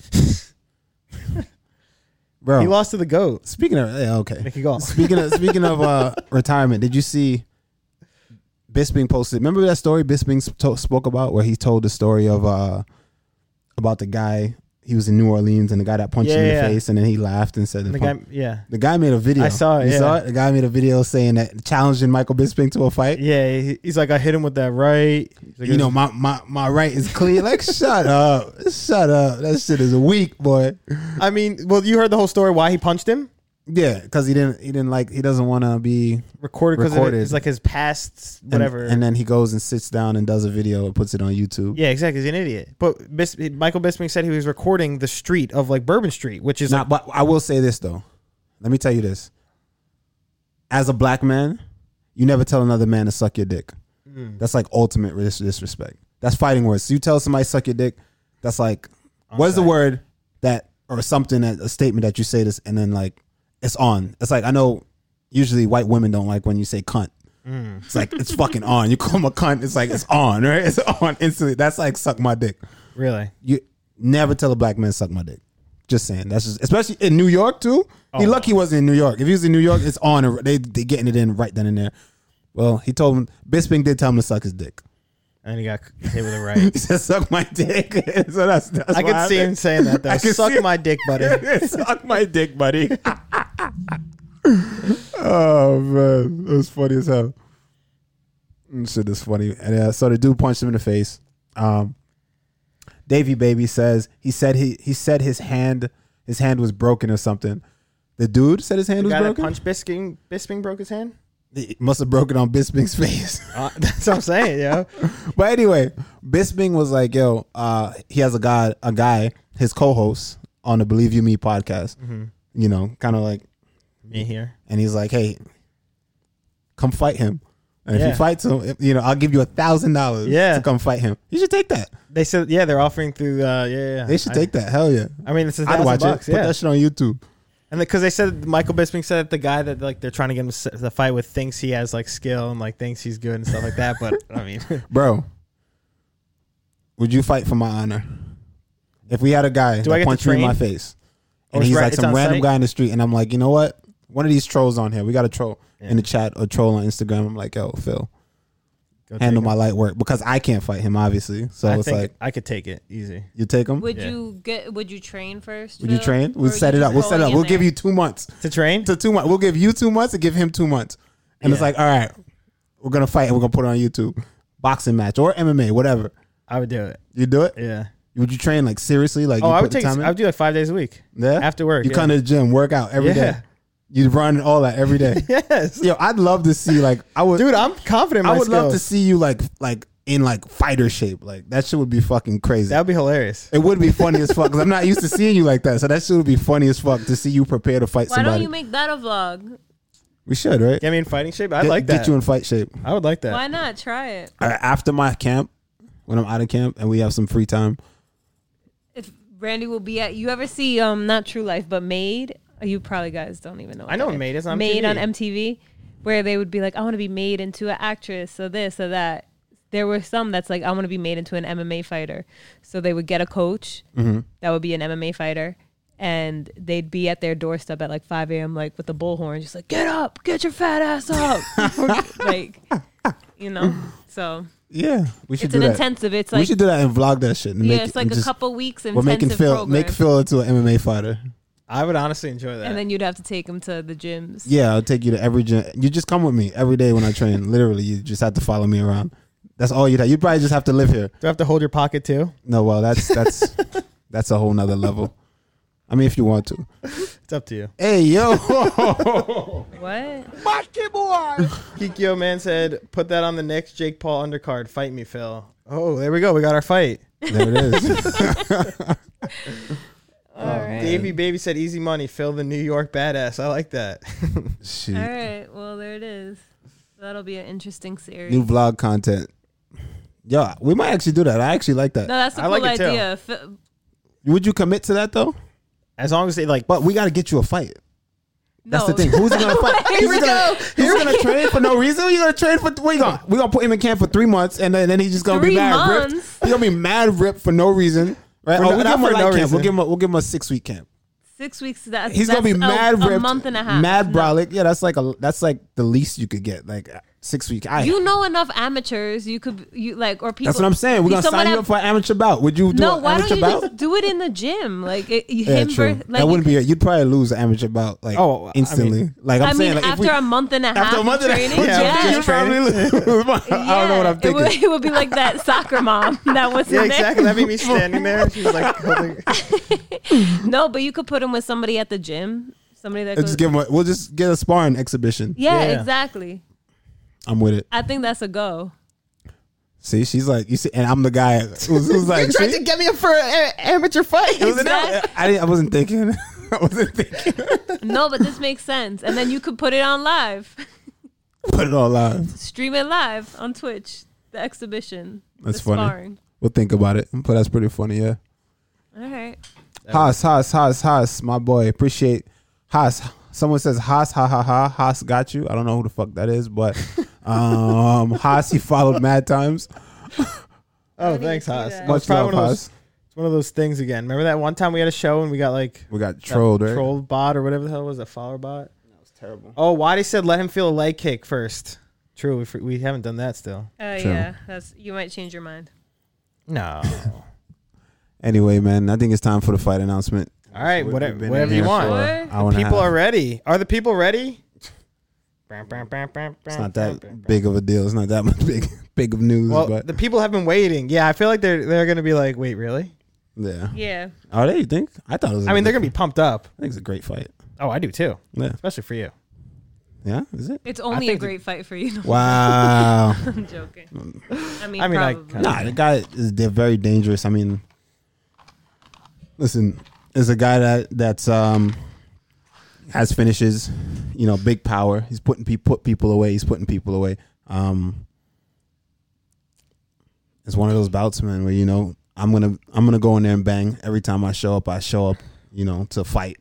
[SPEAKER 1] bro?
[SPEAKER 2] He lost to the goat,
[SPEAKER 1] Speaking of yeah,
[SPEAKER 2] [LAUGHS]
[SPEAKER 1] okay.
[SPEAKER 2] Mickey Gall.
[SPEAKER 1] Speaking of speaking of uh, retirement, did you see Bisping posted? Remember that story Bisping sp- to- spoke about, where he told the story of uh, about the guy he was in New Orleans and the guy that punched him in
[SPEAKER 2] Yeah,
[SPEAKER 1] the
[SPEAKER 2] yeah.
[SPEAKER 1] face, and then he laughed and said,
[SPEAKER 2] The guy, yeah,
[SPEAKER 1] the guy made a video.
[SPEAKER 2] I saw it,
[SPEAKER 1] You
[SPEAKER 2] yeah.
[SPEAKER 1] saw it. The guy made a video saying that challenging Michael Bisping to a fight.
[SPEAKER 2] yeah. he- He's like, I hit him with that right. He's like,
[SPEAKER 1] You know, my, my my right is clear.
[SPEAKER 2] [LAUGHS]
[SPEAKER 1] Like, shut up, shut up. That shit is weak, boy.
[SPEAKER 2] I mean, well, you heard the whole story why he punched him.
[SPEAKER 1] Yeah, because he didn't he didn't like he doesn't want to be
[SPEAKER 2] Recorded because
[SPEAKER 1] Recorded.
[SPEAKER 2] it's like his past
[SPEAKER 1] And-
[SPEAKER 2] whatever.
[SPEAKER 1] And, then he goes and sits down and does a video and puts it on YouTube.
[SPEAKER 2] yeah, exactly. He's an idiot. But Bis- Michael Bisping said he was recording the street of like Bourbon Street, which is
[SPEAKER 1] Now, but I will say this though. Let me tell you this. As a black man, you never tell another man to suck your dick.
[SPEAKER 2] Mm.
[SPEAKER 1] That's like ultimate dis- disrespect. That's fighting words. So you tell somebody suck your dick, that's like what is the word that or something that a statement that you say this and then like it's on. It's like I know usually white women don't like when you say cunt.
[SPEAKER 2] Mm.
[SPEAKER 1] It's like it's fucking on. You call them a cunt, it's like it's on, right? It's on instantly. That's like suck my dick.
[SPEAKER 2] like, really.
[SPEAKER 1] you never tell a black man suck my dick. Just saying. That's just especially in New York too.
[SPEAKER 2] Oh.
[SPEAKER 1] He lucky he wasn't in New York. If he was in New York, it's on. and They they getting it in right then and there. Well, he told him Bisping did tell him to suck his dick. [LAUGHS]
[SPEAKER 2] And he got hit with a right.
[SPEAKER 1] He said, "Suck my dick." [LAUGHS] so that's, that's
[SPEAKER 2] [LAUGHS] I
[SPEAKER 1] what
[SPEAKER 2] could see him
[SPEAKER 1] happened.
[SPEAKER 2] saying that
[SPEAKER 1] [LAUGHS]
[SPEAKER 2] though.
[SPEAKER 1] I could
[SPEAKER 2] Suck
[SPEAKER 1] see it.
[SPEAKER 2] my dick,
[SPEAKER 1] [LAUGHS]
[SPEAKER 2] buddy.
[SPEAKER 1] suck my dick, buddy. [LAUGHS] oh man, that was funny as hell. Mm, Shit is funny. And uh, so the dude punched him in the face. Um, Davy Baby says he said he he said his hand his hand was broken or something. The dude said his hand
[SPEAKER 2] The
[SPEAKER 1] was
[SPEAKER 2] guy that
[SPEAKER 1] broken.
[SPEAKER 2] punched Bisping, Bisping broke his hand.
[SPEAKER 1] He must have broken on Bisping's [LAUGHS] face.
[SPEAKER 2] [LAUGHS] Uh, that's what I'm saying, [LAUGHS] yo.
[SPEAKER 1] but anyway, Bisping was like, "Yo, uh, he has a guy, a guy, his co-host on the Believe You Me podcast.
[SPEAKER 2] Mm-hmm.
[SPEAKER 1] You know, kind of like
[SPEAKER 2] Me here.
[SPEAKER 1] and he's like, "Hey, come fight him." And if
[SPEAKER 2] Yeah.
[SPEAKER 1] he fights him, if- you know, I'll give you a thousand dollars
[SPEAKER 2] Yeah.
[SPEAKER 1] to come fight him. You should take that.
[SPEAKER 2] They said, yeah, they're offering through. Uh, yeah, yeah, yeah.
[SPEAKER 1] They should
[SPEAKER 2] I-
[SPEAKER 1] take that. Hell yeah,
[SPEAKER 2] I mean, it's a
[SPEAKER 1] I'd
[SPEAKER 2] thousand
[SPEAKER 1] watch
[SPEAKER 2] bucks,
[SPEAKER 1] it.
[SPEAKER 2] yeah.
[SPEAKER 1] Put that shit on YouTube.
[SPEAKER 2] And because they said Michael Bisping said that the guy that like they're trying to get him s- the fight with thinks he has like skill and like thinks he's good and stuff like that. But I mean, [LAUGHS]
[SPEAKER 1] bro. Would you fight for my honor? If we had a guy
[SPEAKER 2] Do I
[SPEAKER 1] that
[SPEAKER 2] get to
[SPEAKER 1] punched me in
[SPEAKER 2] train?
[SPEAKER 1] my face,
[SPEAKER 2] Oh,
[SPEAKER 1] and
[SPEAKER 2] it's
[SPEAKER 1] he's
[SPEAKER 2] right-
[SPEAKER 1] like
[SPEAKER 2] it's
[SPEAKER 1] some
[SPEAKER 2] on
[SPEAKER 1] random
[SPEAKER 2] site?
[SPEAKER 1] guy in the street, and I'm like, you know what? One of these trolls on here. We got a troll
[SPEAKER 2] Yeah.
[SPEAKER 1] in the chat or troll on Instagram. I'm like, yo, Phil,
[SPEAKER 2] go
[SPEAKER 1] handle
[SPEAKER 2] take
[SPEAKER 1] my
[SPEAKER 2] it.
[SPEAKER 1] light work because I can't fight him, obviously. So
[SPEAKER 2] I
[SPEAKER 1] it's
[SPEAKER 2] think
[SPEAKER 1] like
[SPEAKER 2] I could take it easy.
[SPEAKER 1] you take him.
[SPEAKER 3] Would
[SPEAKER 2] Yeah.
[SPEAKER 3] you get? Would you train first?
[SPEAKER 1] Would you
[SPEAKER 3] Phil?
[SPEAKER 1] train?
[SPEAKER 3] Or
[SPEAKER 1] We'll
[SPEAKER 3] are
[SPEAKER 1] set
[SPEAKER 3] you
[SPEAKER 1] it up.
[SPEAKER 3] just
[SPEAKER 1] We'll set it
[SPEAKER 3] going
[SPEAKER 1] up.
[SPEAKER 3] in
[SPEAKER 1] We'll give
[SPEAKER 3] there?
[SPEAKER 1] you two months
[SPEAKER 2] To train,
[SPEAKER 1] to two months. We'll give you two months and give him two months. And it's
[SPEAKER 2] Yeah.
[SPEAKER 1] like, all right, we're gonna fight and we're gonna put it on YouTube, boxing match or MMA, whatever.
[SPEAKER 2] I would do it.
[SPEAKER 1] You do it.
[SPEAKER 2] Yeah.
[SPEAKER 1] Would you train like seriously? Like,
[SPEAKER 2] Oh,
[SPEAKER 1] you
[SPEAKER 2] I
[SPEAKER 1] put
[SPEAKER 2] would
[SPEAKER 1] the
[SPEAKER 2] take.
[SPEAKER 1] time in?
[SPEAKER 2] I would do like five days a week.
[SPEAKER 1] Yeah.
[SPEAKER 2] After work,
[SPEAKER 1] You
[SPEAKER 2] yeah.
[SPEAKER 1] come to the gym, work out every day.
[SPEAKER 2] Yeah.
[SPEAKER 1] You run all that every day.
[SPEAKER 2] [LAUGHS] Yes,
[SPEAKER 1] Yo, I'd love to see like I would
[SPEAKER 2] dude, I'm confident. In my
[SPEAKER 1] I would love to
[SPEAKER 2] skills.
[SPEAKER 1] see you like like in like fighter shape. Like that shit would be fucking crazy.
[SPEAKER 2] That would be hilarious.
[SPEAKER 1] it would be funny as fuck because I'm not used to seeing you like that. So that shit would be funny as fuck to see you prepare to fight
[SPEAKER 3] Why
[SPEAKER 1] somebody.
[SPEAKER 3] don't you make that a vlog?
[SPEAKER 1] we should, right?
[SPEAKER 2] Get me in fighting shape. I
[SPEAKER 1] Get-
[SPEAKER 2] like
[SPEAKER 1] Get
[SPEAKER 2] that.
[SPEAKER 1] you in fight shape.
[SPEAKER 2] I would like that.
[SPEAKER 3] Why not try it?
[SPEAKER 1] All right, after my camp, when I'm out of camp and we have some free time,
[SPEAKER 3] If Brandy will be at you ever see um not True Life but Made? You probably guys don't even know. what
[SPEAKER 2] I know
[SPEAKER 3] that
[SPEAKER 2] Made, it's on
[SPEAKER 3] Made
[SPEAKER 2] MTV.
[SPEAKER 3] on MTV, where they would be like, I want to be made into an actress, so this, so that. There were some that's like, I want to be made into an MMA fighter. So they would get a coach
[SPEAKER 1] Mm-hmm.
[SPEAKER 3] that would be an MMA fighter, and they'd be at their doorstep at like 5 a.m. like with a bullhorn, just like, get up, get your fat
[SPEAKER 1] [LAUGHS]
[SPEAKER 3] ass up, [LAUGHS] like, you know. So
[SPEAKER 1] yeah, we should
[SPEAKER 3] it's
[SPEAKER 1] do
[SPEAKER 3] an
[SPEAKER 1] that.
[SPEAKER 3] intensive. It's
[SPEAKER 1] we
[SPEAKER 3] like
[SPEAKER 1] should do that and vlog that shit. And
[SPEAKER 3] yeah,
[SPEAKER 1] make
[SPEAKER 3] it's
[SPEAKER 1] it, and
[SPEAKER 3] like a
[SPEAKER 1] just-
[SPEAKER 3] couple weeks
[SPEAKER 1] We're
[SPEAKER 3] intensive
[SPEAKER 1] making Phil
[SPEAKER 3] program.
[SPEAKER 1] make Phil into an MMA fighter.
[SPEAKER 2] I would honestly enjoy that.
[SPEAKER 3] and then you'd have to take him to the gyms.
[SPEAKER 1] Yeah, I'll take you to every gym. You just come with me every day when I
[SPEAKER 3] [LAUGHS]
[SPEAKER 1] train. Literally, you just have to follow me around. That's all you'd have. You'd probably just have to live here.
[SPEAKER 2] Do I have to hold your pocket too?
[SPEAKER 1] No, well, that's
[SPEAKER 3] [LAUGHS]
[SPEAKER 1] that's that's a whole nother level. I mean, if you want to.
[SPEAKER 2] It's up to you.
[SPEAKER 1] Hey,
[SPEAKER 3] [LAUGHS]
[SPEAKER 1] yo,
[SPEAKER 3] What?
[SPEAKER 2] Kikyo Man said, put that on the next Jake Paul undercard. Fight me, Phil. Oh, there we go. We got our fight.
[SPEAKER 1] there it is.
[SPEAKER 3] All right.
[SPEAKER 2] Davey Baby said, easy money. Phil the New York badass. I like that.
[SPEAKER 1] Shit.
[SPEAKER 3] All right. Well, there it is. That'll be an interesting series.
[SPEAKER 1] New vlog content. Yo, we might actually do that. I actually like that.
[SPEAKER 3] No, that's a
[SPEAKER 2] I
[SPEAKER 3] cool
[SPEAKER 2] like it too.
[SPEAKER 3] idea. F-
[SPEAKER 1] Would you commit to that though?
[SPEAKER 2] As long as they like.
[SPEAKER 1] But we got to get you a fight. That's
[SPEAKER 3] no.
[SPEAKER 1] the thing. Who's he
[SPEAKER 3] [LAUGHS]
[SPEAKER 1] gonna fight?
[SPEAKER 3] Here
[SPEAKER 1] He's
[SPEAKER 3] we
[SPEAKER 1] gonna,
[SPEAKER 3] go.
[SPEAKER 1] he's
[SPEAKER 3] [LAUGHS]
[SPEAKER 1] gonna train for no reason. He's gonna train for we gonna we gonna put him in camp for three months, and then, then he's just gonna be
[SPEAKER 3] Three
[SPEAKER 1] mad
[SPEAKER 3] months?
[SPEAKER 1] ripped. He's gonna be mad ripped for no reason, right?
[SPEAKER 2] For
[SPEAKER 1] oh,
[SPEAKER 2] no-
[SPEAKER 1] we
[SPEAKER 2] not
[SPEAKER 1] give him a
[SPEAKER 2] for
[SPEAKER 1] light
[SPEAKER 2] no
[SPEAKER 1] camp.
[SPEAKER 2] reason.
[SPEAKER 1] We'll give him a, we'll give him a six week camp.
[SPEAKER 3] Six weeks. That's
[SPEAKER 1] He's gonna be
[SPEAKER 3] that's
[SPEAKER 1] mad
[SPEAKER 3] a,
[SPEAKER 1] ripped,
[SPEAKER 3] A month and a half.
[SPEAKER 1] mad
[SPEAKER 3] No.
[SPEAKER 1] brolic. Yeah, that's like a that's like the least you could get, like uh, six week. I,
[SPEAKER 3] You know enough amateurs. You could you like or people.
[SPEAKER 1] that's what I'm saying. We're
[SPEAKER 3] you-
[SPEAKER 1] gonna
[SPEAKER 3] someone
[SPEAKER 1] sign you
[SPEAKER 3] have-
[SPEAKER 1] up for an amateur bout. Would you do
[SPEAKER 3] No,
[SPEAKER 1] an
[SPEAKER 3] why
[SPEAKER 1] amateur
[SPEAKER 3] don't you
[SPEAKER 1] bout?
[SPEAKER 3] just do it in the gym? Like it,
[SPEAKER 1] yeah,
[SPEAKER 3] him
[SPEAKER 1] true.
[SPEAKER 3] versus- like
[SPEAKER 1] that wouldn't be. A, you'd probably lose an amateur bout like
[SPEAKER 2] Oh, I mean-
[SPEAKER 1] instantly. like I'm
[SPEAKER 3] I
[SPEAKER 1] saying,
[SPEAKER 3] mean,
[SPEAKER 1] like, if
[SPEAKER 3] after
[SPEAKER 1] we,
[SPEAKER 3] a month and a half
[SPEAKER 1] after a month
[SPEAKER 3] of
[SPEAKER 1] and a
[SPEAKER 3] training,
[SPEAKER 1] [LAUGHS] half,
[SPEAKER 2] yeah.
[SPEAKER 1] you'd probably [LAUGHS] lose. I don't know what I'm
[SPEAKER 3] It
[SPEAKER 1] thinking.
[SPEAKER 3] would, it would be like that soccer mom that was
[SPEAKER 2] yeah,
[SPEAKER 3] in there.
[SPEAKER 2] exactly. That'd be me standing there. She's [LAUGHS] like, holding-
[SPEAKER 3] No, but you could put him with somebody at the gym. Somebody that
[SPEAKER 1] And
[SPEAKER 3] goes.
[SPEAKER 1] just give him. A, we'll just get a sparring exhibition.
[SPEAKER 3] yeah,
[SPEAKER 2] Yeah.
[SPEAKER 3] exactly.
[SPEAKER 1] I'm with it.
[SPEAKER 3] I think that's a go.
[SPEAKER 1] See, she's like you see, and I'm the guy who's,
[SPEAKER 3] [LAUGHS]
[SPEAKER 1] who's like.
[SPEAKER 2] tried
[SPEAKER 1] see?
[SPEAKER 2] to get me up for an a- amateur fight.
[SPEAKER 1] It was an-
[SPEAKER 3] Exact-
[SPEAKER 1] I didn't. I wasn't thinking. [LAUGHS] I wasn't thinking.
[SPEAKER 3] No, but this makes sense. And then you could put it on live,
[SPEAKER 1] Put it all live.
[SPEAKER 3] stream it live on Twitch. The exhibition.
[SPEAKER 1] That's
[SPEAKER 3] the
[SPEAKER 1] funny.
[SPEAKER 3] Sparring.
[SPEAKER 1] We'll think about it. But that's pretty funny. Yeah.
[SPEAKER 3] All right.
[SPEAKER 1] Haas, Haas, Haas, Haas, my boy. Appreciate Haas. Someone says Haas, ha ha ha. Haas got you. I don't know who the fuck that is,
[SPEAKER 3] [LAUGHS]
[SPEAKER 1] but um, Haas, he followed mad times.
[SPEAKER 2] oh,
[SPEAKER 3] need to
[SPEAKER 2] thanks,
[SPEAKER 3] see
[SPEAKER 2] Haas.
[SPEAKER 3] that.
[SPEAKER 2] It's
[SPEAKER 1] Much
[SPEAKER 2] probably
[SPEAKER 1] love,
[SPEAKER 2] one of those-
[SPEAKER 1] Haas.
[SPEAKER 2] It's one of those things again. Remember that one time we had a show and we got like
[SPEAKER 1] We got
[SPEAKER 2] that
[SPEAKER 1] trolled, right?
[SPEAKER 2] troll bot or whatever the hell it was a follower bot.
[SPEAKER 1] That was terrible.
[SPEAKER 2] Oh, Waddy said let him feel a leg kick first. True, we, for- we haven't done that still.
[SPEAKER 3] Uh,
[SPEAKER 1] True.
[SPEAKER 3] yeah, that's you might change your mind.
[SPEAKER 2] [LAUGHS] No.
[SPEAKER 1] Anyway, man, I think it's time for the fight announcement.
[SPEAKER 2] All right,
[SPEAKER 1] We've
[SPEAKER 2] whatever,
[SPEAKER 1] been in
[SPEAKER 2] whatever you
[SPEAKER 1] here
[SPEAKER 2] want.
[SPEAKER 1] for
[SPEAKER 3] Sure.
[SPEAKER 1] an
[SPEAKER 3] The
[SPEAKER 1] hour and a
[SPEAKER 2] People
[SPEAKER 1] half.
[SPEAKER 2] are ready. Are the people ready?
[SPEAKER 1] It's not that big of a deal. It's not that [LAUGHS] much big big of news,
[SPEAKER 2] Well,
[SPEAKER 1] but
[SPEAKER 2] the people have been waiting. Yeah, I feel like they're they're gonna be like, wait, really?
[SPEAKER 1] yeah.
[SPEAKER 3] Yeah.
[SPEAKER 1] Are they? You think? I thought it was.
[SPEAKER 2] I mean, they're gonna be pumped up.
[SPEAKER 1] I think it's a great fight.
[SPEAKER 2] Oh, I do too,
[SPEAKER 1] Yeah.
[SPEAKER 2] especially for [LAUGHS] you.
[SPEAKER 1] Yeah. Is it?
[SPEAKER 3] It's only a
[SPEAKER 2] think the-
[SPEAKER 3] great fight for you. [LAUGHS]
[SPEAKER 2] [LAUGHS]
[SPEAKER 1] Wow.
[SPEAKER 3] I'm joking. I mean,
[SPEAKER 2] I mean, I
[SPEAKER 3] probably.
[SPEAKER 2] kinda-
[SPEAKER 1] Nah, the guy is they're very dangerous. I mean, listen, is a guy that that's um has finishes, you know, big power. He's putting pe- put people away. He's putting people away. Um, it's one of those bouts, man, where you know I'm gonna I'm gonna go in there and bang every time I show up. I show up, you know, to fight.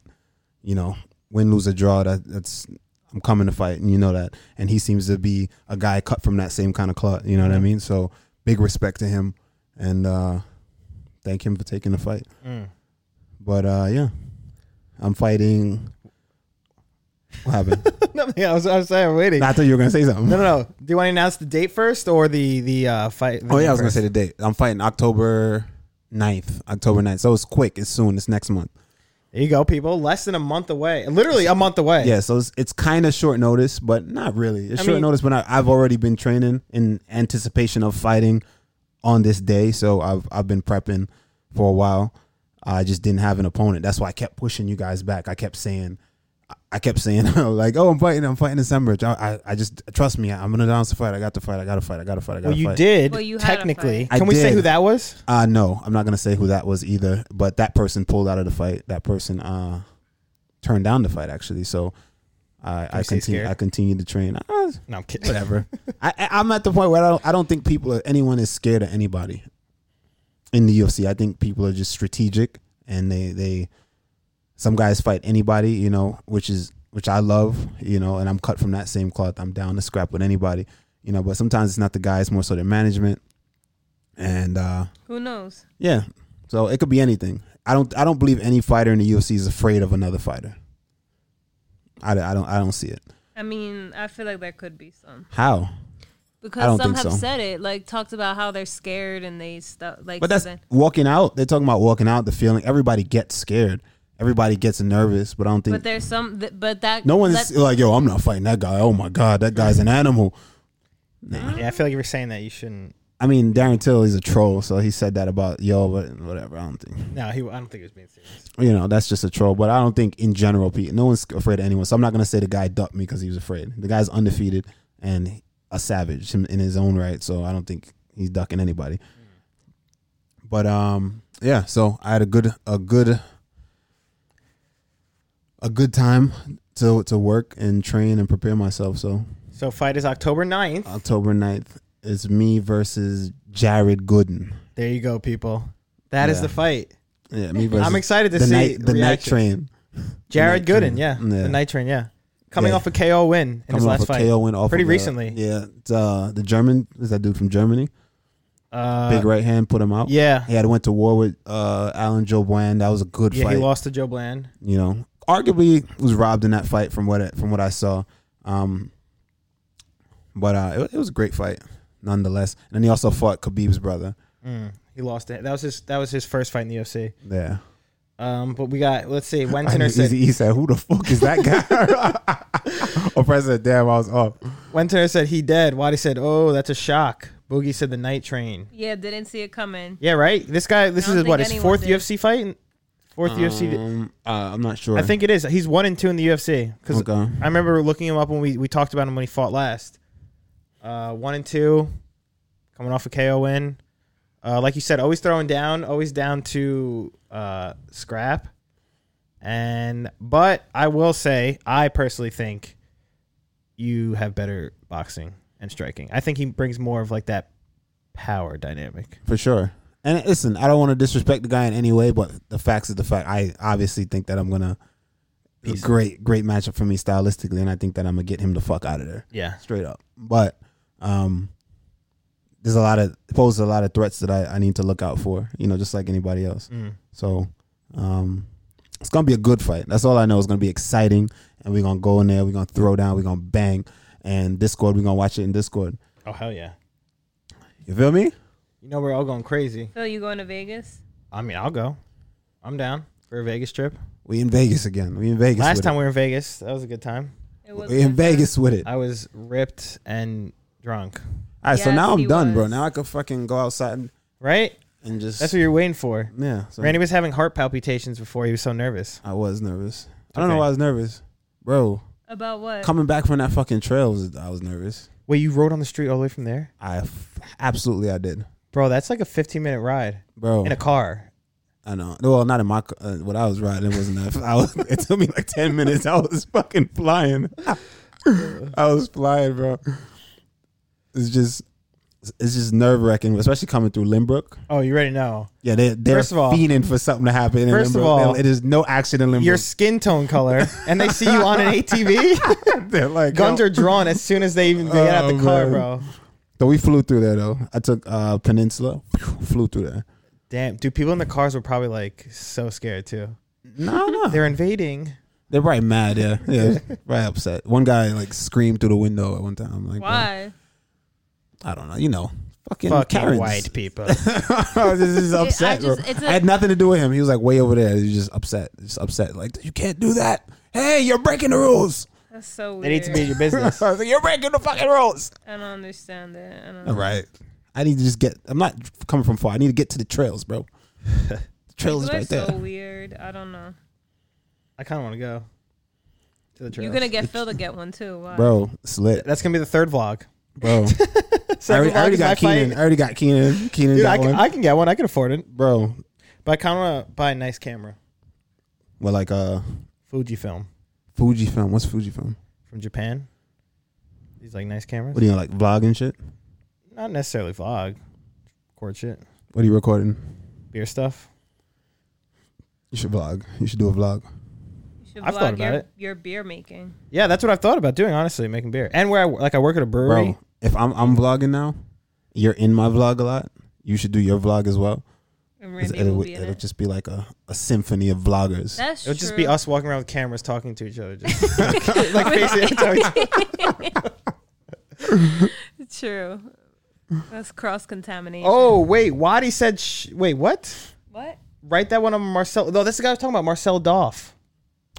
[SPEAKER 1] You know, win, lose, or draw. That that's I'm coming to fight, and you know that. And he seems to be a guy cut from that same kind of cloth. You know what I mean? So big respect to him, and uh, thank him for taking the fight.
[SPEAKER 2] Mm.
[SPEAKER 1] But uh, yeah, I'm fighting.
[SPEAKER 2] [LAUGHS]
[SPEAKER 1] What happened?
[SPEAKER 2] Nothing. I was, I was saying, I'm waiting.
[SPEAKER 1] I thought you were gonna say something.
[SPEAKER 2] No, no, no. Do you want to announce the date first or the the uh, fight?
[SPEAKER 1] Oh yeah, I was gonna
[SPEAKER 2] first?
[SPEAKER 1] say the date. I'm fighting October 9th. October 9th. So it's quick. It's soon. It's next month.
[SPEAKER 2] There you go, people. Less than a month away. Literally a month away.
[SPEAKER 1] Yeah. So it's, it's kind of short notice, but not really. It's
[SPEAKER 2] I
[SPEAKER 1] short
[SPEAKER 2] mean-
[SPEAKER 1] notice, but I, I've already been training in anticipation of fighting on this day. So I've I've been prepping for a while. I just didn't have an opponent. That's why I kept pushing you guys back. I kept saying, I- I kept saying [LAUGHS] like, "Oh, I'm fighting. I'm fighting in December. I, I, I just trust me. I'm gonna announce the fight. I got the fight. I got to fight. I got to fight. I got to
[SPEAKER 2] Well, you
[SPEAKER 1] fight."
[SPEAKER 2] did
[SPEAKER 3] Well, you had a
[SPEAKER 2] technically.
[SPEAKER 1] fight.
[SPEAKER 2] Can
[SPEAKER 1] I
[SPEAKER 2] we say
[SPEAKER 1] did.
[SPEAKER 2] who that was?
[SPEAKER 1] Uh no, I'm not gonna say who that was either. But that person pulled out of the fight. That person uh turned down the fight actually. So I
[SPEAKER 2] you
[SPEAKER 1] I
[SPEAKER 2] stay
[SPEAKER 1] continue
[SPEAKER 2] scared?
[SPEAKER 1] I continue to train. Uh,
[SPEAKER 2] No, I'm kidding. [LAUGHS]
[SPEAKER 1] whatever. I I- I'm at the point where I don't I don't think people are, anyone is scared of anybody in the UFC. I think people are just strategic and they they some guys fight anybody, you know, which is which I love, you know, and I'm cut from that same cloth. I'm down to scrap with anybody, you know, but sometimes it's not the guys, more so their management. And uh
[SPEAKER 3] Who knows?
[SPEAKER 1] yeah. So it could be anything. I don't I don't believe any fighter in the UFC is afraid of another fighter. I, I don't I don't see it.
[SPEAKER 3] I mean, I feel like there could be some
[SPEAKER 1] How?
[SPEAKER 3] because
[SPEAKER 1] don't
[SPEAKER 3] some
[SPEAKER 1] think
[SPEAKER 3] have
[SPEAKER 1] so.
[SPEAKER 3] said it, like talked about how they're scared and they stuff like.
[SPEAKER 1] But that's
[SPEAKER 3] so then-
[SPEAKER 1] walking out. They're talking about walking out, the feeling. Everybody gets scared. Everybody gets nervous, but I don't
[SPEAKER 3] but
[SPEAKER 1] think
[SPEAKER 3] there's some, th- but that
[SPEAKER 1] no one
[SPEAKER 3] let-
[SPEAKER 1] is like, yo, I'm not fighting that guy. Oh my god, that guy's an animal.
[SPEAKER 2] Yeah, I feel like if you're saying that, you shouldn't.
[SPEAKER 1] I mean, Darren Till is a troll, so he said that about yo, but whatever. I don't think
[SPEAKER 2] No, he. I don't think it was being serious.
[SPEAKER 1] you know that's just a troll. But I don't think in general, pe no one's afraid of anyone. So I'm not gonna say the guy ducked me because he was afraid. The guy's undefeated and a savage him in his own right. So I don't think he's ducking anybody. But um, yeah. So I had a good, a good, a good time to to work and train and prepare myself. So
[SPEAKER 2] So fight is October 9th.
[SPEAKER 1] October 9th is me versus Jared Gooden.
[SPEAKER 2] There you go, people. That is
[SPEAKER 1] Yeah.
[SPEAKER 2] the fight.
[SPEAKER 1] Yeah, me versus
[SPEAKER 2] I'm excited to
[SPEAKER 1] the
[SPEAKER 2] see
[SPEAKER 1] night, the night
[SPEAKER 2] reactions.
[SPEAKER 1] train.
[SPEAKER 2] Jared
[SPEAKER 1] Night
[SPEAKER 2] Gooden,
[SPEAKER 1] Train.
[SPEAKER 2] yeah.
[SPEAKER 1] Yeah.
[SPEAKER 2] the night train, yeah, coming
[SPEAKER 1] Yeah.
[SPEAKER 2] off a KO win in his
[SPEAKER 1] Coming off
[SPEAKER 2] last
[SPEAKER 1] a
[SPEAKER 2] fight.
[SPEAKER 1] KO win off
[SPEAKER 2] Pretty
[SPEAKER 1] of, uh,
[SPEAKER 2] recently.
[SPEAKER 1] yeah, it's, uh, the German is that dude from Germany.
[SPEAKER 2] Uh,
[SPEAKER 1] Big right hand put him out.
[SPEAKER 2] Yeah,
[SPEAKER 1] he had went to war with uh, Alan Joe Bland. That was a good
[SPEAKER 2] yeah,
[SPEAKER 1] fight.
[SPEAKER 2] he lost to Joe Bland.
[SPEAKER 1] You know, arguably was robbed in that fight from what it, from what I saw. Um, but uh, it, it was a great fight nonetheless. And then he also fought Khabib's brother.
[SPEAKER 2] Mm, he lost it. That was his. That was his first fight in the UFC.
[SPEAKER 1] Yeah,
[SPEAKER 2] Um, but we got.
[SPEAKER 1] [LAUGHS]
[SPEAKER 2] Let's see.
[SPEAKER 1] And
[SPEAKER 2] Wentner
[SPEAKER 1] he,
[SPEAKER 2] said.
[SPEAKER 1] he said, "Who the fuck is that guy?" [LAUGHS] oh, President, damn, I was off.
[SPEAKER 2] Wentner said he dead. Waddy said, "Oh, that's a shock." Boogie said the night train.
[SPEAKER 3] yeah, didn't see it coming.
[SPEAKER 2] Yeah, right. This guy. This
[SPEAKER 3] I don't
[SPEAKER 2] is what
[SPEAKER 3] think
[SPEAKER 2] his
[SPEAKER 3] anyone
[SPEAKER 2] fourth
[SPEAKER 3] did.
[SPEAKER 2] UFC fight. Fourth UFC.
[SPEAKER 1] Um, uh, I'm not sure.
[SPEAKER 2] I think it is. He's one and two in the UFC because
[SPEAKER 1] Okay.
[SPEAKER 2] I remember looking him up when we, we talked about him when he fought last. Uh, one and two, coming off a KO win. Uh, like you said, always throwing down, always down to uh, scrap. And but I will say, I personally think you have better boxing and striking. I think he brings more of like that power dynamic.
[SPEAKER 1] for sure. And listen, I don't want to disrespect the guy in any way, but the facts is the fact. I obviously think that I'm gonna a great, great matchup for me stylistically, and I think that I'm gonna get him the fuck out of there
[SPEAKER 2] Yeah,
[SPEAKER 1] straight up. But um, there's a lot of poses a lot of threats that I, I need to look out for. You know, just like anybody else. So um, it's gonna be a good fight. That's all I know. It's gonna be exciting, and we're gonna go in there. We're gonna throw down. We're gonna bang. And Discord, we're gonna watch it in Discord.
[SPEAKER 2] Oh hell yeah!
[SPEAKER 1] You feel me?
[SPEAKER 2] You know we're all going crazy.
[SPEAKER 3] Phil, you going to Vegas?
[SPEAKER 2] I mean, I'll go. I'm down for a Vegas trip.
[SPEAKER 1] We in Vegas again. We in Vegas.
[SPEAKER 2] Last
[SPEAKER 1] with it.
[SPEAKER 2] time we were in Vegas, that was a good time.
[SPEAKER 3] It
[SPEAKER 1] We in
[SPEAKER 3] good.
[SPEAKER 1] Vegas with it. All
[SPEAKER 2] I was ripped and drunk.
[SPEAKER 1] right, so
[SPEAKER 3] Yes,
[SPEAKER 1] now
[SPEAKER 3] he
[SPEAKER 1] I'm done, bro.
[SPEAKER 3] was.
[SPEAKER 1] Now I could fucking go outside and,
[SPEAKER 2] Right?
[SPEAKER 1] and just.
[SPEAKER 2] That's what you're waiting for.
[SPEAKER 1] yeah. So
[SPEAKER 2] Randy was having heart palpitations before he was so nervous.
[SPEAKER 1] I was nervous. I don't know
[SPEAKER 2] okay.
[SPEAKER 1] why I was nervous, bro.
[SPEAKER 3] about what?
[SPEAKER 1] Coming back from that fucking trail, was, I was nervous.
[SPEAKER 2] Wait, you rode on the street all the way from there?
[SPEAKER 1] I f- absolutely I did,
[SPEAKER 2] Bro, that's like a 15 minute ride
[SPEAKER 1] bro.
[SPEAKER 2] in a car.
[SPEAKER 1] I know. Well, not in my. c- Uh, what I was riding it wasn't that. I was, [LAUGHS] it took me like ten minutes. I was fucking flying. I was flying, bro. It's just, it's just nerve wracking, especially coming through Limbrook.
[SPEAKER 2] Oh, you already know.
[SPEAKER 1] Yeah, they, they're
[SPEAKER 2] First of all-
[SPEAKER 1] fiending for something to happen. In
[SPEAKER 2] First of
[SPEAKER 1] Limbrook.
[SPEAKER 2] all,
[SPEAKER 1] it is no action in Limburg.
[SPEAKER 2] Your skin tone color, and they see you on an [LAUGHS] ATV.
[SPEAKER 1] They're like,
[SPEAKER 2] Guns
[SPEAKER 1] yo.
[SPEAKER 2] are drawn as soon as they even get out
[SPEAKER 1] Oh,
[SPEAKER 2] the car,
[SPEAKER 1] man.
[SPEAKER 2] bro.
[SPEAKER 1] So we flew through there though. I took uh Peninsula, flew through there.
[SPEAKER 2] Damn, dude, people in the cars were probably like so scared too.
[SPEAKER 1] No, no, they're,
[SPEAKER 2] They're invading.
[SPEAKER 1] they're probably mad. Yeah,
[SPEAKER 2] [LAUGHS]
[SPEAKER 1] yeah, right upset. One guy like screamed through the window at one time. Like,
[SPEAKER 3] Why?
[SPEAKER 1] bro, I don't know. You know, fucking,
[SPEAKER 2] Fucking
[SPEAKER 1] Karens. [LAUGHS]
[SPEAKER 2] white [LAUGHS] people.
[SPEAKER 1] this
[SPEAKER 3] [LAUGHS]
[SPEAKER 1] is upset.
[SPEAKER 3] just-
[SPEAKER 1] bro.
[SPEAKER 3] it's a-
[SPEAKER 1] I had nothing to do with him. He was like way over there. He was just upset. Just upset. Like you can't do that. Hey, you're breaking the rules.
[SPEAKER 3] That's so weird.
[SPEAKER 2] they need to be in your business. [LAUGHS]
[SPEAKER 1] I was like, you're breaking the fucking rules.
[SPEAKER 3] I don't understand that. I don't
[SPEAKER 1] All right. I need to just get. I'm not coming from far. I need to get to the trails,
[SPEAKER 2] [LAUGHS]
[SPEAKER 1] bro. The trails is
[SPEAKER 3] People are
[SPEAKER 1] right
[SPEAKER 3] so
[SPEAKER 1] there.
[SPEAKER 3] weird. I don't know.
[SPEAKER 2] I kind of want to go. to the
[SPEAKER 3] You're
[SPEAKER 2] trails.
[SPEAKER 3] gonna get Phil to get one too. Wow.
[SPEAKER 1] bro. Slit,
[SPEAKER 2] That's gonna be the third vlog. [LAUGHS]
[SPEAKER 1] bro. I already, I already got Keenan. I already got Keenan. Keenan
[SPEAKER 2] Dude,
[SPEAKER 1] got
[SPEAKER 2] I can,
[SPEAKER 1] one,
[SPEAKER 2] I can get one. I can afford it,
[SPEAKER 1] bro.
[SPEAKER 2] but I kind of want to buy a nice camera.
[SPEAKER 1] Well, like uh,
[SPEAKER 2] Fujifilm
[SPEAKER 1] Fujifilm. What's Fujifilm?
[SPEAKER 2] from Japan. These like nice cameras.
[SPEAKER 1] What do you like vlogging shit?
[SPEAKER 2] Not necessarily vlog, record shit,
[SPEAKER 1] What are you recording?
[SPEAKER 2] beer stuff.
[SPEAKER 1] You should vlog. You should do a vlog.
[SPEAKER 3] You should
[SPEAKER 2] I've
[SPEAKER 3] vlog
[SPEAKER 2] thought about
[SPEAKER 3] your,
[SPEAKER 2] it.
[SPEAKER 3] your beer making.
[SPEAKER 2] Yeah, that's what I've thought about doing. Honestly, making beer. And where I wo- like, I work at a brewery.
[SPEAKER 1] Bro, if I'm I'm vlogging now, you're in my vlog a lot. You should do your vlog as well.
[SPEAKER 3] And
[SPEAKER 1] 'Cause
[SPEAKER 3] Randy
[SPEAKER 1] It'll,
[SPEAKER 3] will be in
[SPEAKER 1] it'll
[SPEAKER 3] it.
[SPEAKER 1] just be like a, a symphony of vloggers.
[SPEAKER 3] That's
[SPEAKER 2] It would
[SPEAKER 3] true.
[SPEAKER 2] just be us walking around with cameras talking to
[SPEAKER 1] [LAUGHS]
[SPEAKER 2] each other. Just [LAUGHS] like crazy. [LAUGHS] every time we talk.
[SPEAKER 3] True. That's cross contamination.
[SPEAKER 2] oh wait, Wadi said. Sh- wait, what?
[SPEAKER 3] What?
[SPEAKER 2] Write that one on Marcel. No, this is the guy I was talking about, Marcel Doff,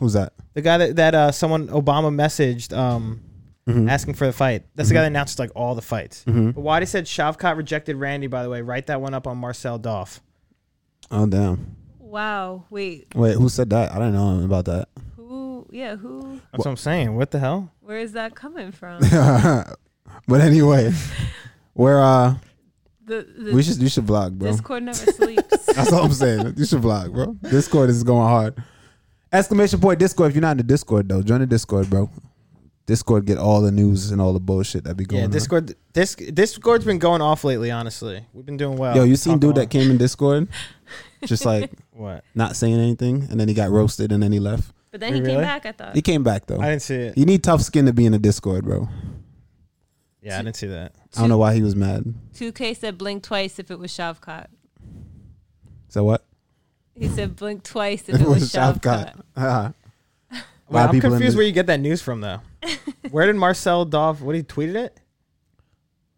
[SPEAKER 1] Who's that?
[SPEAKER 2] the guy that that uh, someone Obama messaged um,
[SPEAKER 1] Mm-hmm.
[SPEAKER 2] asking for the fight. That's the guy that announced like all the fights. But Wadi said Shavkat rejected Randy. By the way, write that one up on Marcel Doff.
[SPEAKER 1] Oh damn!
[SPEAKER 3] Wow. Wait.
[SPEAKER 1] Wait, who said that? I don't know about that.
[SPEAKER 3] Who? Yeah. Who?
[SPEAKER 2] That's what I'm saying. What the hell?
[SPEAKER 3] Where is that coming
[SPEAKER 1] [LAUGHS]
[SPEAKER 3] from?
[SPEAKER 1] but anyway, we're uh,
[SPEAKER 3] the the
[SPEAKER 1] we should you should vlog, bro.
[SPEAKER 3] Discord never
[SPEAKER 1] [LAUGHS]
[SPEAKER 3] sleeps.
[SPEAKER 1] That's all I'm saying. You should vlog, bro. Discord is going hard. Exclamation point Discord. If you're not in the Discord though, join the Discord, bro. Discord get all the news and all the bullshit that be going
[SPEAKER 2] Yeah,
[SPEAKER 1] on.
[SPEAKER 2] Discord. This Discord's been going off lately. Honestly, we've been doing well.
[SPEAKER 1] Yo, you seen
[SPEAKER 2] uh, Talk
[SPEAKER 1] dude
[SPEAKER 2] along.
[SPEAKER 1] that came in
[SPEAKER 2] [LAUGHS]
[SPEAKER 1] Discord, just like
[SPEAKER 2] what?
[SPEAKER 1] not saying anything, and then he got roasted, and then he left.
[SPEAKER 3] But then he
[SPEAKER 2] Really?
[SPEAKER 3] came back. I thought.
[SPEAKER 1] He came back though.
[SPEAKER 2] I didn't see it.
[SPEAKER 1] You need tough skin to be in the Discord, bro.
[SPEAKER 2] Yeah, I didn't see that.
[SPEAKER 1] I don't know why he was mad.
[SPEAKER 3] 2K said blink twice if it was Shavkat.
[SPEAKER 1] So what?
[SPEAKER 3] He said blink twice
[SPEAKER 1] [LAUGHS]
[SPEAKER 3] if it was Shavkat.
[SPEAKER 1] Uh-huh.
[SPEAKER 2] Well,
[SPEAKER 1] lot of
[SPEAKER 2] I'm
[SPEAKER 1] people in
[SPEAKER 2] confused
[SPEAKER 1] the-
[SPEAKER 2] where you get that news from, though. where did Marcel Dov? What he tweeted it?
[SPEAKER 1] [LAUGHS]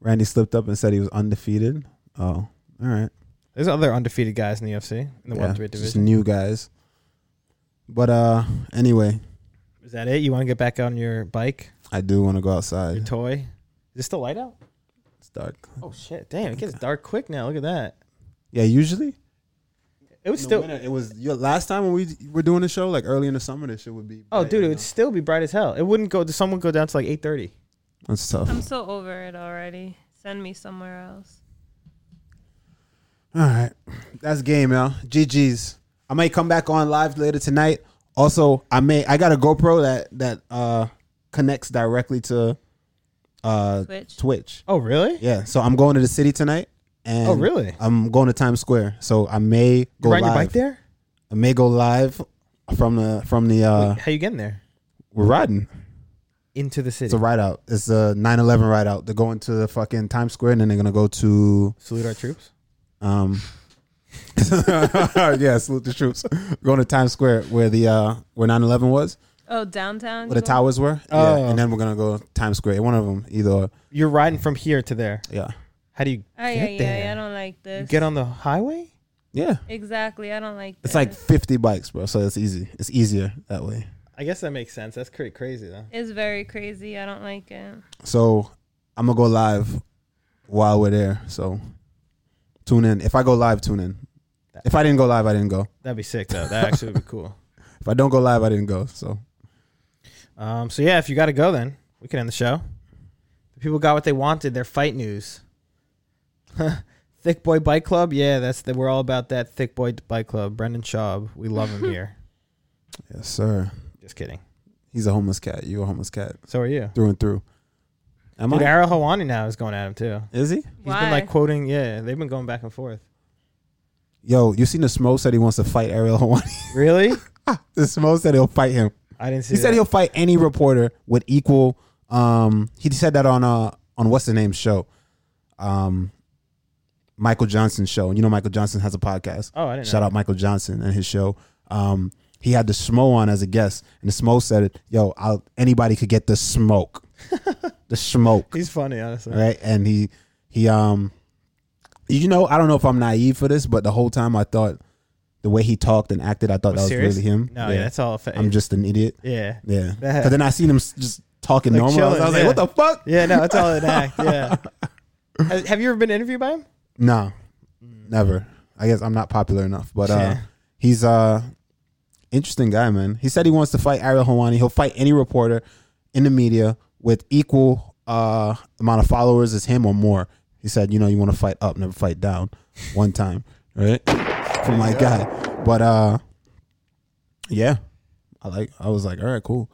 [SPEAKER 1] Randy slipped up and said he was undefeated. Oh, all right.
[SPEAKER 2] There's other undefeated guys in the UFC in the
[SPEAKER 1] Yeah,
[SPEAKER 2] welterweight
[SPEAKER 1] just
[SPEAKER 2] division.
[SPEAKER 1] new guys. But uh, anyway,
[SPEAKER 2] Is that it? You want to get back on your bike,
[SPEAKER 1] I do want to go
[SPEAKER 2] your
[SPEAKER 1] outside.
[SPEAKER 2] toy? Is it still light out?
[SPEAKER 1] It's dark.
[SPEAKER 2] Oh shit! Damn, it gets dark quick now. Look at that.
[SPEAKER 1] Yeah, usually
[SPEAKER 2] It would
[SPEAKER 1] in the
[SPEAKER 2] still.
[SPEAKER 1] winter, it was your last time when we were doing the show, like early in the summer. This shit would be.
[SPEAKER 2] Oh,
[SPEAKER 1] bright,
[SPEAKER 2] dude, it
[SPEAKER 1] you
[SPEAKER 2] would
[SPEAKER 1] know?
[SPEAKER 2] still be bright as hell. It wouldn't go. Some would go down to like eight thirty.
[SPEAKER 1] that's tough.
[SPEAKER 3] I'm so over it already. Send me somewhere else.
[SPEAKER 1] All right. That's game, y'all. GG's. I might come back on live later tonight. Also, I may I got a GoPro that that uh connects directly to uh
[SPEAKER 3] Twitch.
[SPEAKER 1] Twitch.
[SPEAKER 2] Oh really?
[SPEAKER 1] Yeah. So I'm going to the city tonight and
[SPEAKER 2] Oh, really?
[SPEAKER 1] I'm going to Times Square. So I may go
[SPEAKER 2] You riding
[SPEAKER 1] live.
[SPEAKER 2] your bike there?
[SPEAKER 1] I may go live from the from the uh
[SPEAKER 2] Wait, how you getting there?
[SPEAKER 1] we're riding.
[SPEAKER 2] Into the city.
[SPEAKER 1] It's a ride out. It's a 9/11 ride out. They're going to the fucking Times Square and then they're going to go to [LAUGHS]
[SPEAKER 2] Salute our troops.
[SPEAKER 1] Um, yeah, salute the troops. Going to Times Square where the uh, where 9/11 was,
[SPEAKER 3] Oh,
[SPEAKER 1] where the
[SPEAKER 3] downtown. you want-
[SPEAKER 1] towers were.
[SPEAKER 2] Oh.
[SPEAKER 1] Yeah, and then we're gonna go Times Square. One of them, either. Or.
[SPEAKER 2] You're riding from here to there.
[SPEAKER 1] Yeah,
[SPEAKER 2] How do you
[SPEAKER 3] Ay,
[SPEAKER 2] get
[SPEAKER 3] ay,
[SPEAKER 2] there?
[SPEAKER 3] ay, I don't like this.
[SPEAKER 2] you get on the highway?
[SPEAKER 1] yeah.
[SPEAKER 3] exactly. I don't like
[SPEAKER 1] It's
[SPEAKER 3] this.
[SPEAKER 1] like 50 bikes, bro. So it's easy. It's easier that way.
[SPEAKER 2] I guess that makes sense. That's pretty crazy though.
[SPEAKER 3] It's very crazy. I don't like it.
[SPEAKER 1] So I'm gonna go live while we're there. So tune in. If I go live, tune in. If I didn't go live, I didn't go.
[SPEAKER 2] That'd be sick though. That actually would be cool.
[SPEAKER 1] If I don't go live, I didn't go. So
[SPEAKER 2] Um, so yeah, if you got to go, then we can end the show. The people got what they wanted. Their fight news. [LAUGHS] Thick Boy Bike Club. Yeah, that's the, we're all about that. Thick Boy Bike Club. Brendan Schaub. We love
[SPEAKER 1] [LAUGHS]
[SPEAKER 2] him here.
[SPEAKER 1] yes, sir.
[SPEAKER 2] Just kidding.
[SPEAKER 1] He's a homeless cat. You a homeless cat
[SPEAKER 2] So are you.
[SPEAKER 1] through and through. Am
[SPEAKER 2] Dude,
[SPEAKER 1] I?
[SPEAKER 2] Ariel Hawani now is going at him too.
[SPEAKER 1] Is he?
[SPEAKER 2] He's
[SPEAKER 3] Why?
[SPEAKER 2] been like quoting. Yeah, they've been going back and forth.
[SPEAKER 1] Yo, you seen the Smo said he wants to fight Ariel Hawani. [LAUGHS]
[SPEAKER 2] Really?
[SPEAKER 1] the Smo said he'll fight him.
[SPEAKER 2] I didn't see.
[SPEAKER 1] He said
[SPEAKER 2] that.
[SPEAKER 1] he'll fight any reporter with equal. Um, he said that on uh on what's the name show, um, Michael Johnson's show. And you know Michael Johnson has a podcast.
[SPEAKER 2] Oh, I didn't.
[SPEAKER 1] Shout
[SPEAKER 2] know.
[SPEAKER 1] out Michael Johnson and his show. Um, he had the Smo on as a guest, and the Smo said, "Yo, I'll, anybody could get the smoke, [LAUGHS] the smoke."
[SPEAKER 2] He's funny, honestly.
[SPEAKER 1] right? And he he um you know, I don't know if I'm naive for this, but the whole time I thought the way he talked and acted, I thought that was
[SPEAKER 2] serious?
[SPEAKER 1] really him.
[SPEAKER 2] No, yeah, that's all. Fa-
[SPEAKER 1] I'm just an idiot.
[SPEAKER 2] yeah.
[SPEAKER 1] Yeah.
[SPEAKER 2] Yeah.
[SPEAKER 1] But then I seen him s- just talking
[SPEAKER 2] Like
[SPEAKER 1] normal. I was, I was
[SPEAKER 2] chilling,
[SPEAKER 1] like,
[SPEAKER 2] yeah.
[SPEAKER 1] what the fuck?
[SPEAKER 2] Yeah, no, it's all
[SPEAKER 1] [LAUGHS]
[SPEAKER 2] an act. Yeah. Has- have you ever been interviewed by him?
[SPEAKER 1] No. Never. I guess I'm not popular enough, but uh
[SPEAKER 2] Yeah.
[SPEAKER 1] he's uh interesting guy, man. He said he wants to fight Ariel Hawani. He'll fight any reporter in the media with equal uh, amount of followers as him or more. He said, you know, you want to fight up, never fight down. [LAUGHS] One time, right? [LAUGHS] From my guy. But uh, yeah, I like. I was like, all right, cool.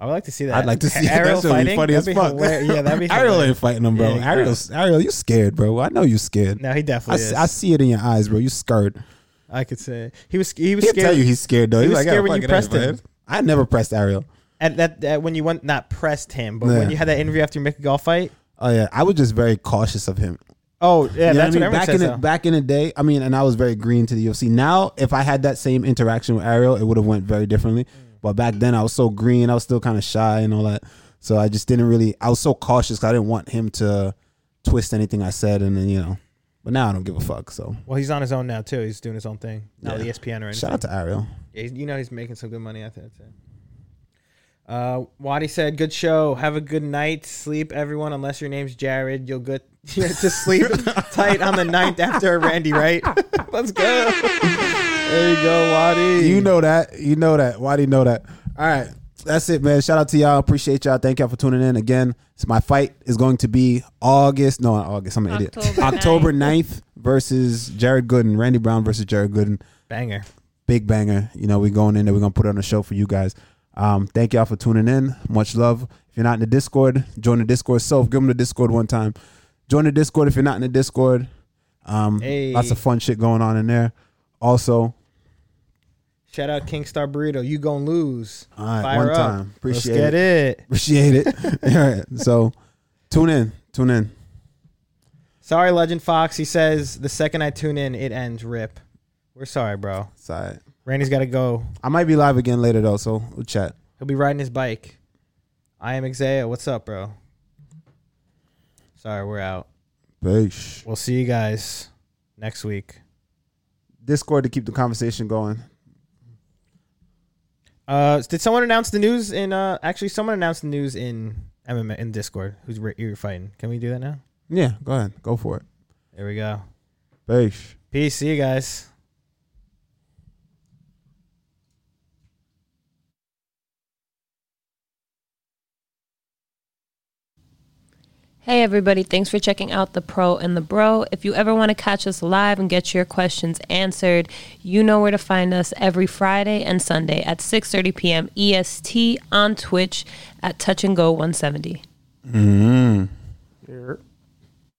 [SPEAKER 2] I would like to see that.
[SPEAKER 1] I'd
[SPEAKER 2] [LAUGHS]
[SPEAKER 1] like to see
[SPEAKER 2] Ariel
[SPEAKER 1] that. Shit would be
[SPEAKER 2] fighting.
[SPEAKER 1] funny
[SPEAKER 2] That'd
[SPEAKER 1] as
[SPEAKER 2] be
[SPEAKER 1] fuck.
[SPEAKER 2] hilar- Yeah, that'd be.
[SPEAKER 1] [LAUGHS] Ariel
[SPEAKER 2] hilarious.
[SPEAKER 1] ain't fighting him, bro.
[SPEAKER 2] Yeah,
[SPEAKER 1] Ariel, Ariel, you scared, bro. I know you scared.
[SPEAKER 2] No, he
[SPEAKER 1] I,
[SPEAKER 2] definitely
[SPEAKER 1] s-
[SPEAKER 2] is.
[SPEAKER 1] I see it in your eyes, bro. You scared.
[SPEAKER 2] I could say he was. He was
[SPEAKER 1] He'll
[SPEAKER 2] scared.
[SPEAKER 1] tell you he's scared though.
[SPEAKER 2] He
[SPEAKER 1] He's
[SPEAKER 2] was
[SPEAKER 1] like,
[SPEAKER 2] scared
[SPEAKER 1] "Oh,
[SPEAKER 2] when
[SPEAKER 1] fuck it,
[SPEAKER 2] you pressed
[SPEAKER 1] man."
[SPEAKER 2] him.
[SPEAKER 1] I never pressed Ariel.
[SPEAKER 2] at that, that when you went not pressed him, but
[SPEAKER 1] Yeah.
[SPEAKER 2] when you had that interview after you make a golf fight.
[SPEAKER 1] Oh yeah, I was just very cautious of him.
[SPEAKER 2] Oh yeah,
[SPEAKER 1] You know
[SPEAKER 2] that's what,
[SPEAKER 1] I mean?
[SPEAKER 2] everyone
[SPEAKER 1] back
[SPEAKER 2] says.
[SPEAKER 1] in
[SPEAKER 2] though.
[SPEAKER 1] the, back in the day. I mean, and I was very green to the UFC. Now, if I had that same interaction with Ariel, it would have went very
[SPEAKER 2] Mm.
[SPEAKER 1] differently. But back then, I was so green. I was still kind of shy and all that. So I just didn't really. I was so cautious 'cause I didn't want him to twist anything I said, and then you know. But now I don't give a fuck. So
[SPEAKER 2] well, he's on his own now too. He's doing his own thing. Not E
[SPEAKER 1] Yeah.
[SPEAKER 2] the ESPN or anything.
[SPEAKER 1] shout out to Ariel.
[SPEAKER 2] Yeah, he's- you know he's making some good money. I think. That's it. Uh, Wadi said, "Good show. Have a good night. Sleep, everyone. Unless your name's Jared, you'll get [LAUGHS] you're
[SPEAKER 1] [LAUGHS]
[SPEAKER 2] to sleep tight on the ninth after a Randy. Right? Let's go. There you go, Wadi.
[SPEAKER 1] You know that. You know that. Why do you know that? All right. That's it, man. Shout out to y'all. Appreciate y'all. Thank y'all for tuning in again. It's my fight is going to be August. No, not August. I'm an idiot.
[SPEAKER 3] October
[SPEAKER 1] October 9th versus Jared Gooden. Randy Brown versus Jared Gooden.
[SPEAKER 2] banger.
[SPEAKER 1] Big banger. You know, we're going in there. We're going to put on a show for you guys. Um, thank y'all for tuning in. Much love. If you're not in the Discord, join the Discord. So give them the Discord one time. Join the Discord if you're not in the Discord. Um,
[SPEAKER 2] Hey.
[SPEAKER 1] Lots of fun shit going on in there. Also,
[SPEAKER 2] Shout out Kingstar Burrito. You gonna lose.
[SPEAKER 1] all right,
[SPEAKER 2] Fire
[SPEAKER 1] one
[SPEAKER 2] up.
[SPEAKER 1] time. Appreciate
[SPEAKER 2] Let's get
[SPEAKER 1] it.
[SPEAKER 2] it.
[SPEAKER 1] Appreciate [LAUGHS] it. All right. So tune in. Tune in.
[SPEAKER 2] Sorry, Legend Fox. He says the second I tune in, it ends. Rip. We're sorry, bro.
[SPEAKER 1] It's all right.
[SPEAKER 2] Randy's got to go.
[SPEAKER 1] I might be live again later though, so we'll chat.
[SPEAKER 2] He'll be riding his bike. I am Xayo. What's up, bro? Sorry, we're out.
[SPEAKER 1] Peace.
[SPEAKER 2] We'll see you guys next week.
[SPEAKER 1] Discord to keep the conversation going.
[SPEAKER 2] Uh, did someone announce the news in? Uh, actually, someone announced the news in MMA in Discord. Who's re- you're fighting? Can we do that now?
[SPEAKER 1] Yeah, go ahead. Go for it.
[SPEAKER 2] There we go.
[SPEAKER 1] Peace.
[SPEAKER 2] Peace. See you guys.
[SPEAKER 3] Hey everybody, thanks for checking out The Pro and The Bro. If you ever want to catch us live and get your questions answered, you know where to find us every Friday and Sunday at 6:30 p.m. EST on Twitch at Touch and Go 170.
[SPEAKER 1] Mm.
[SPEAKER 2] Here.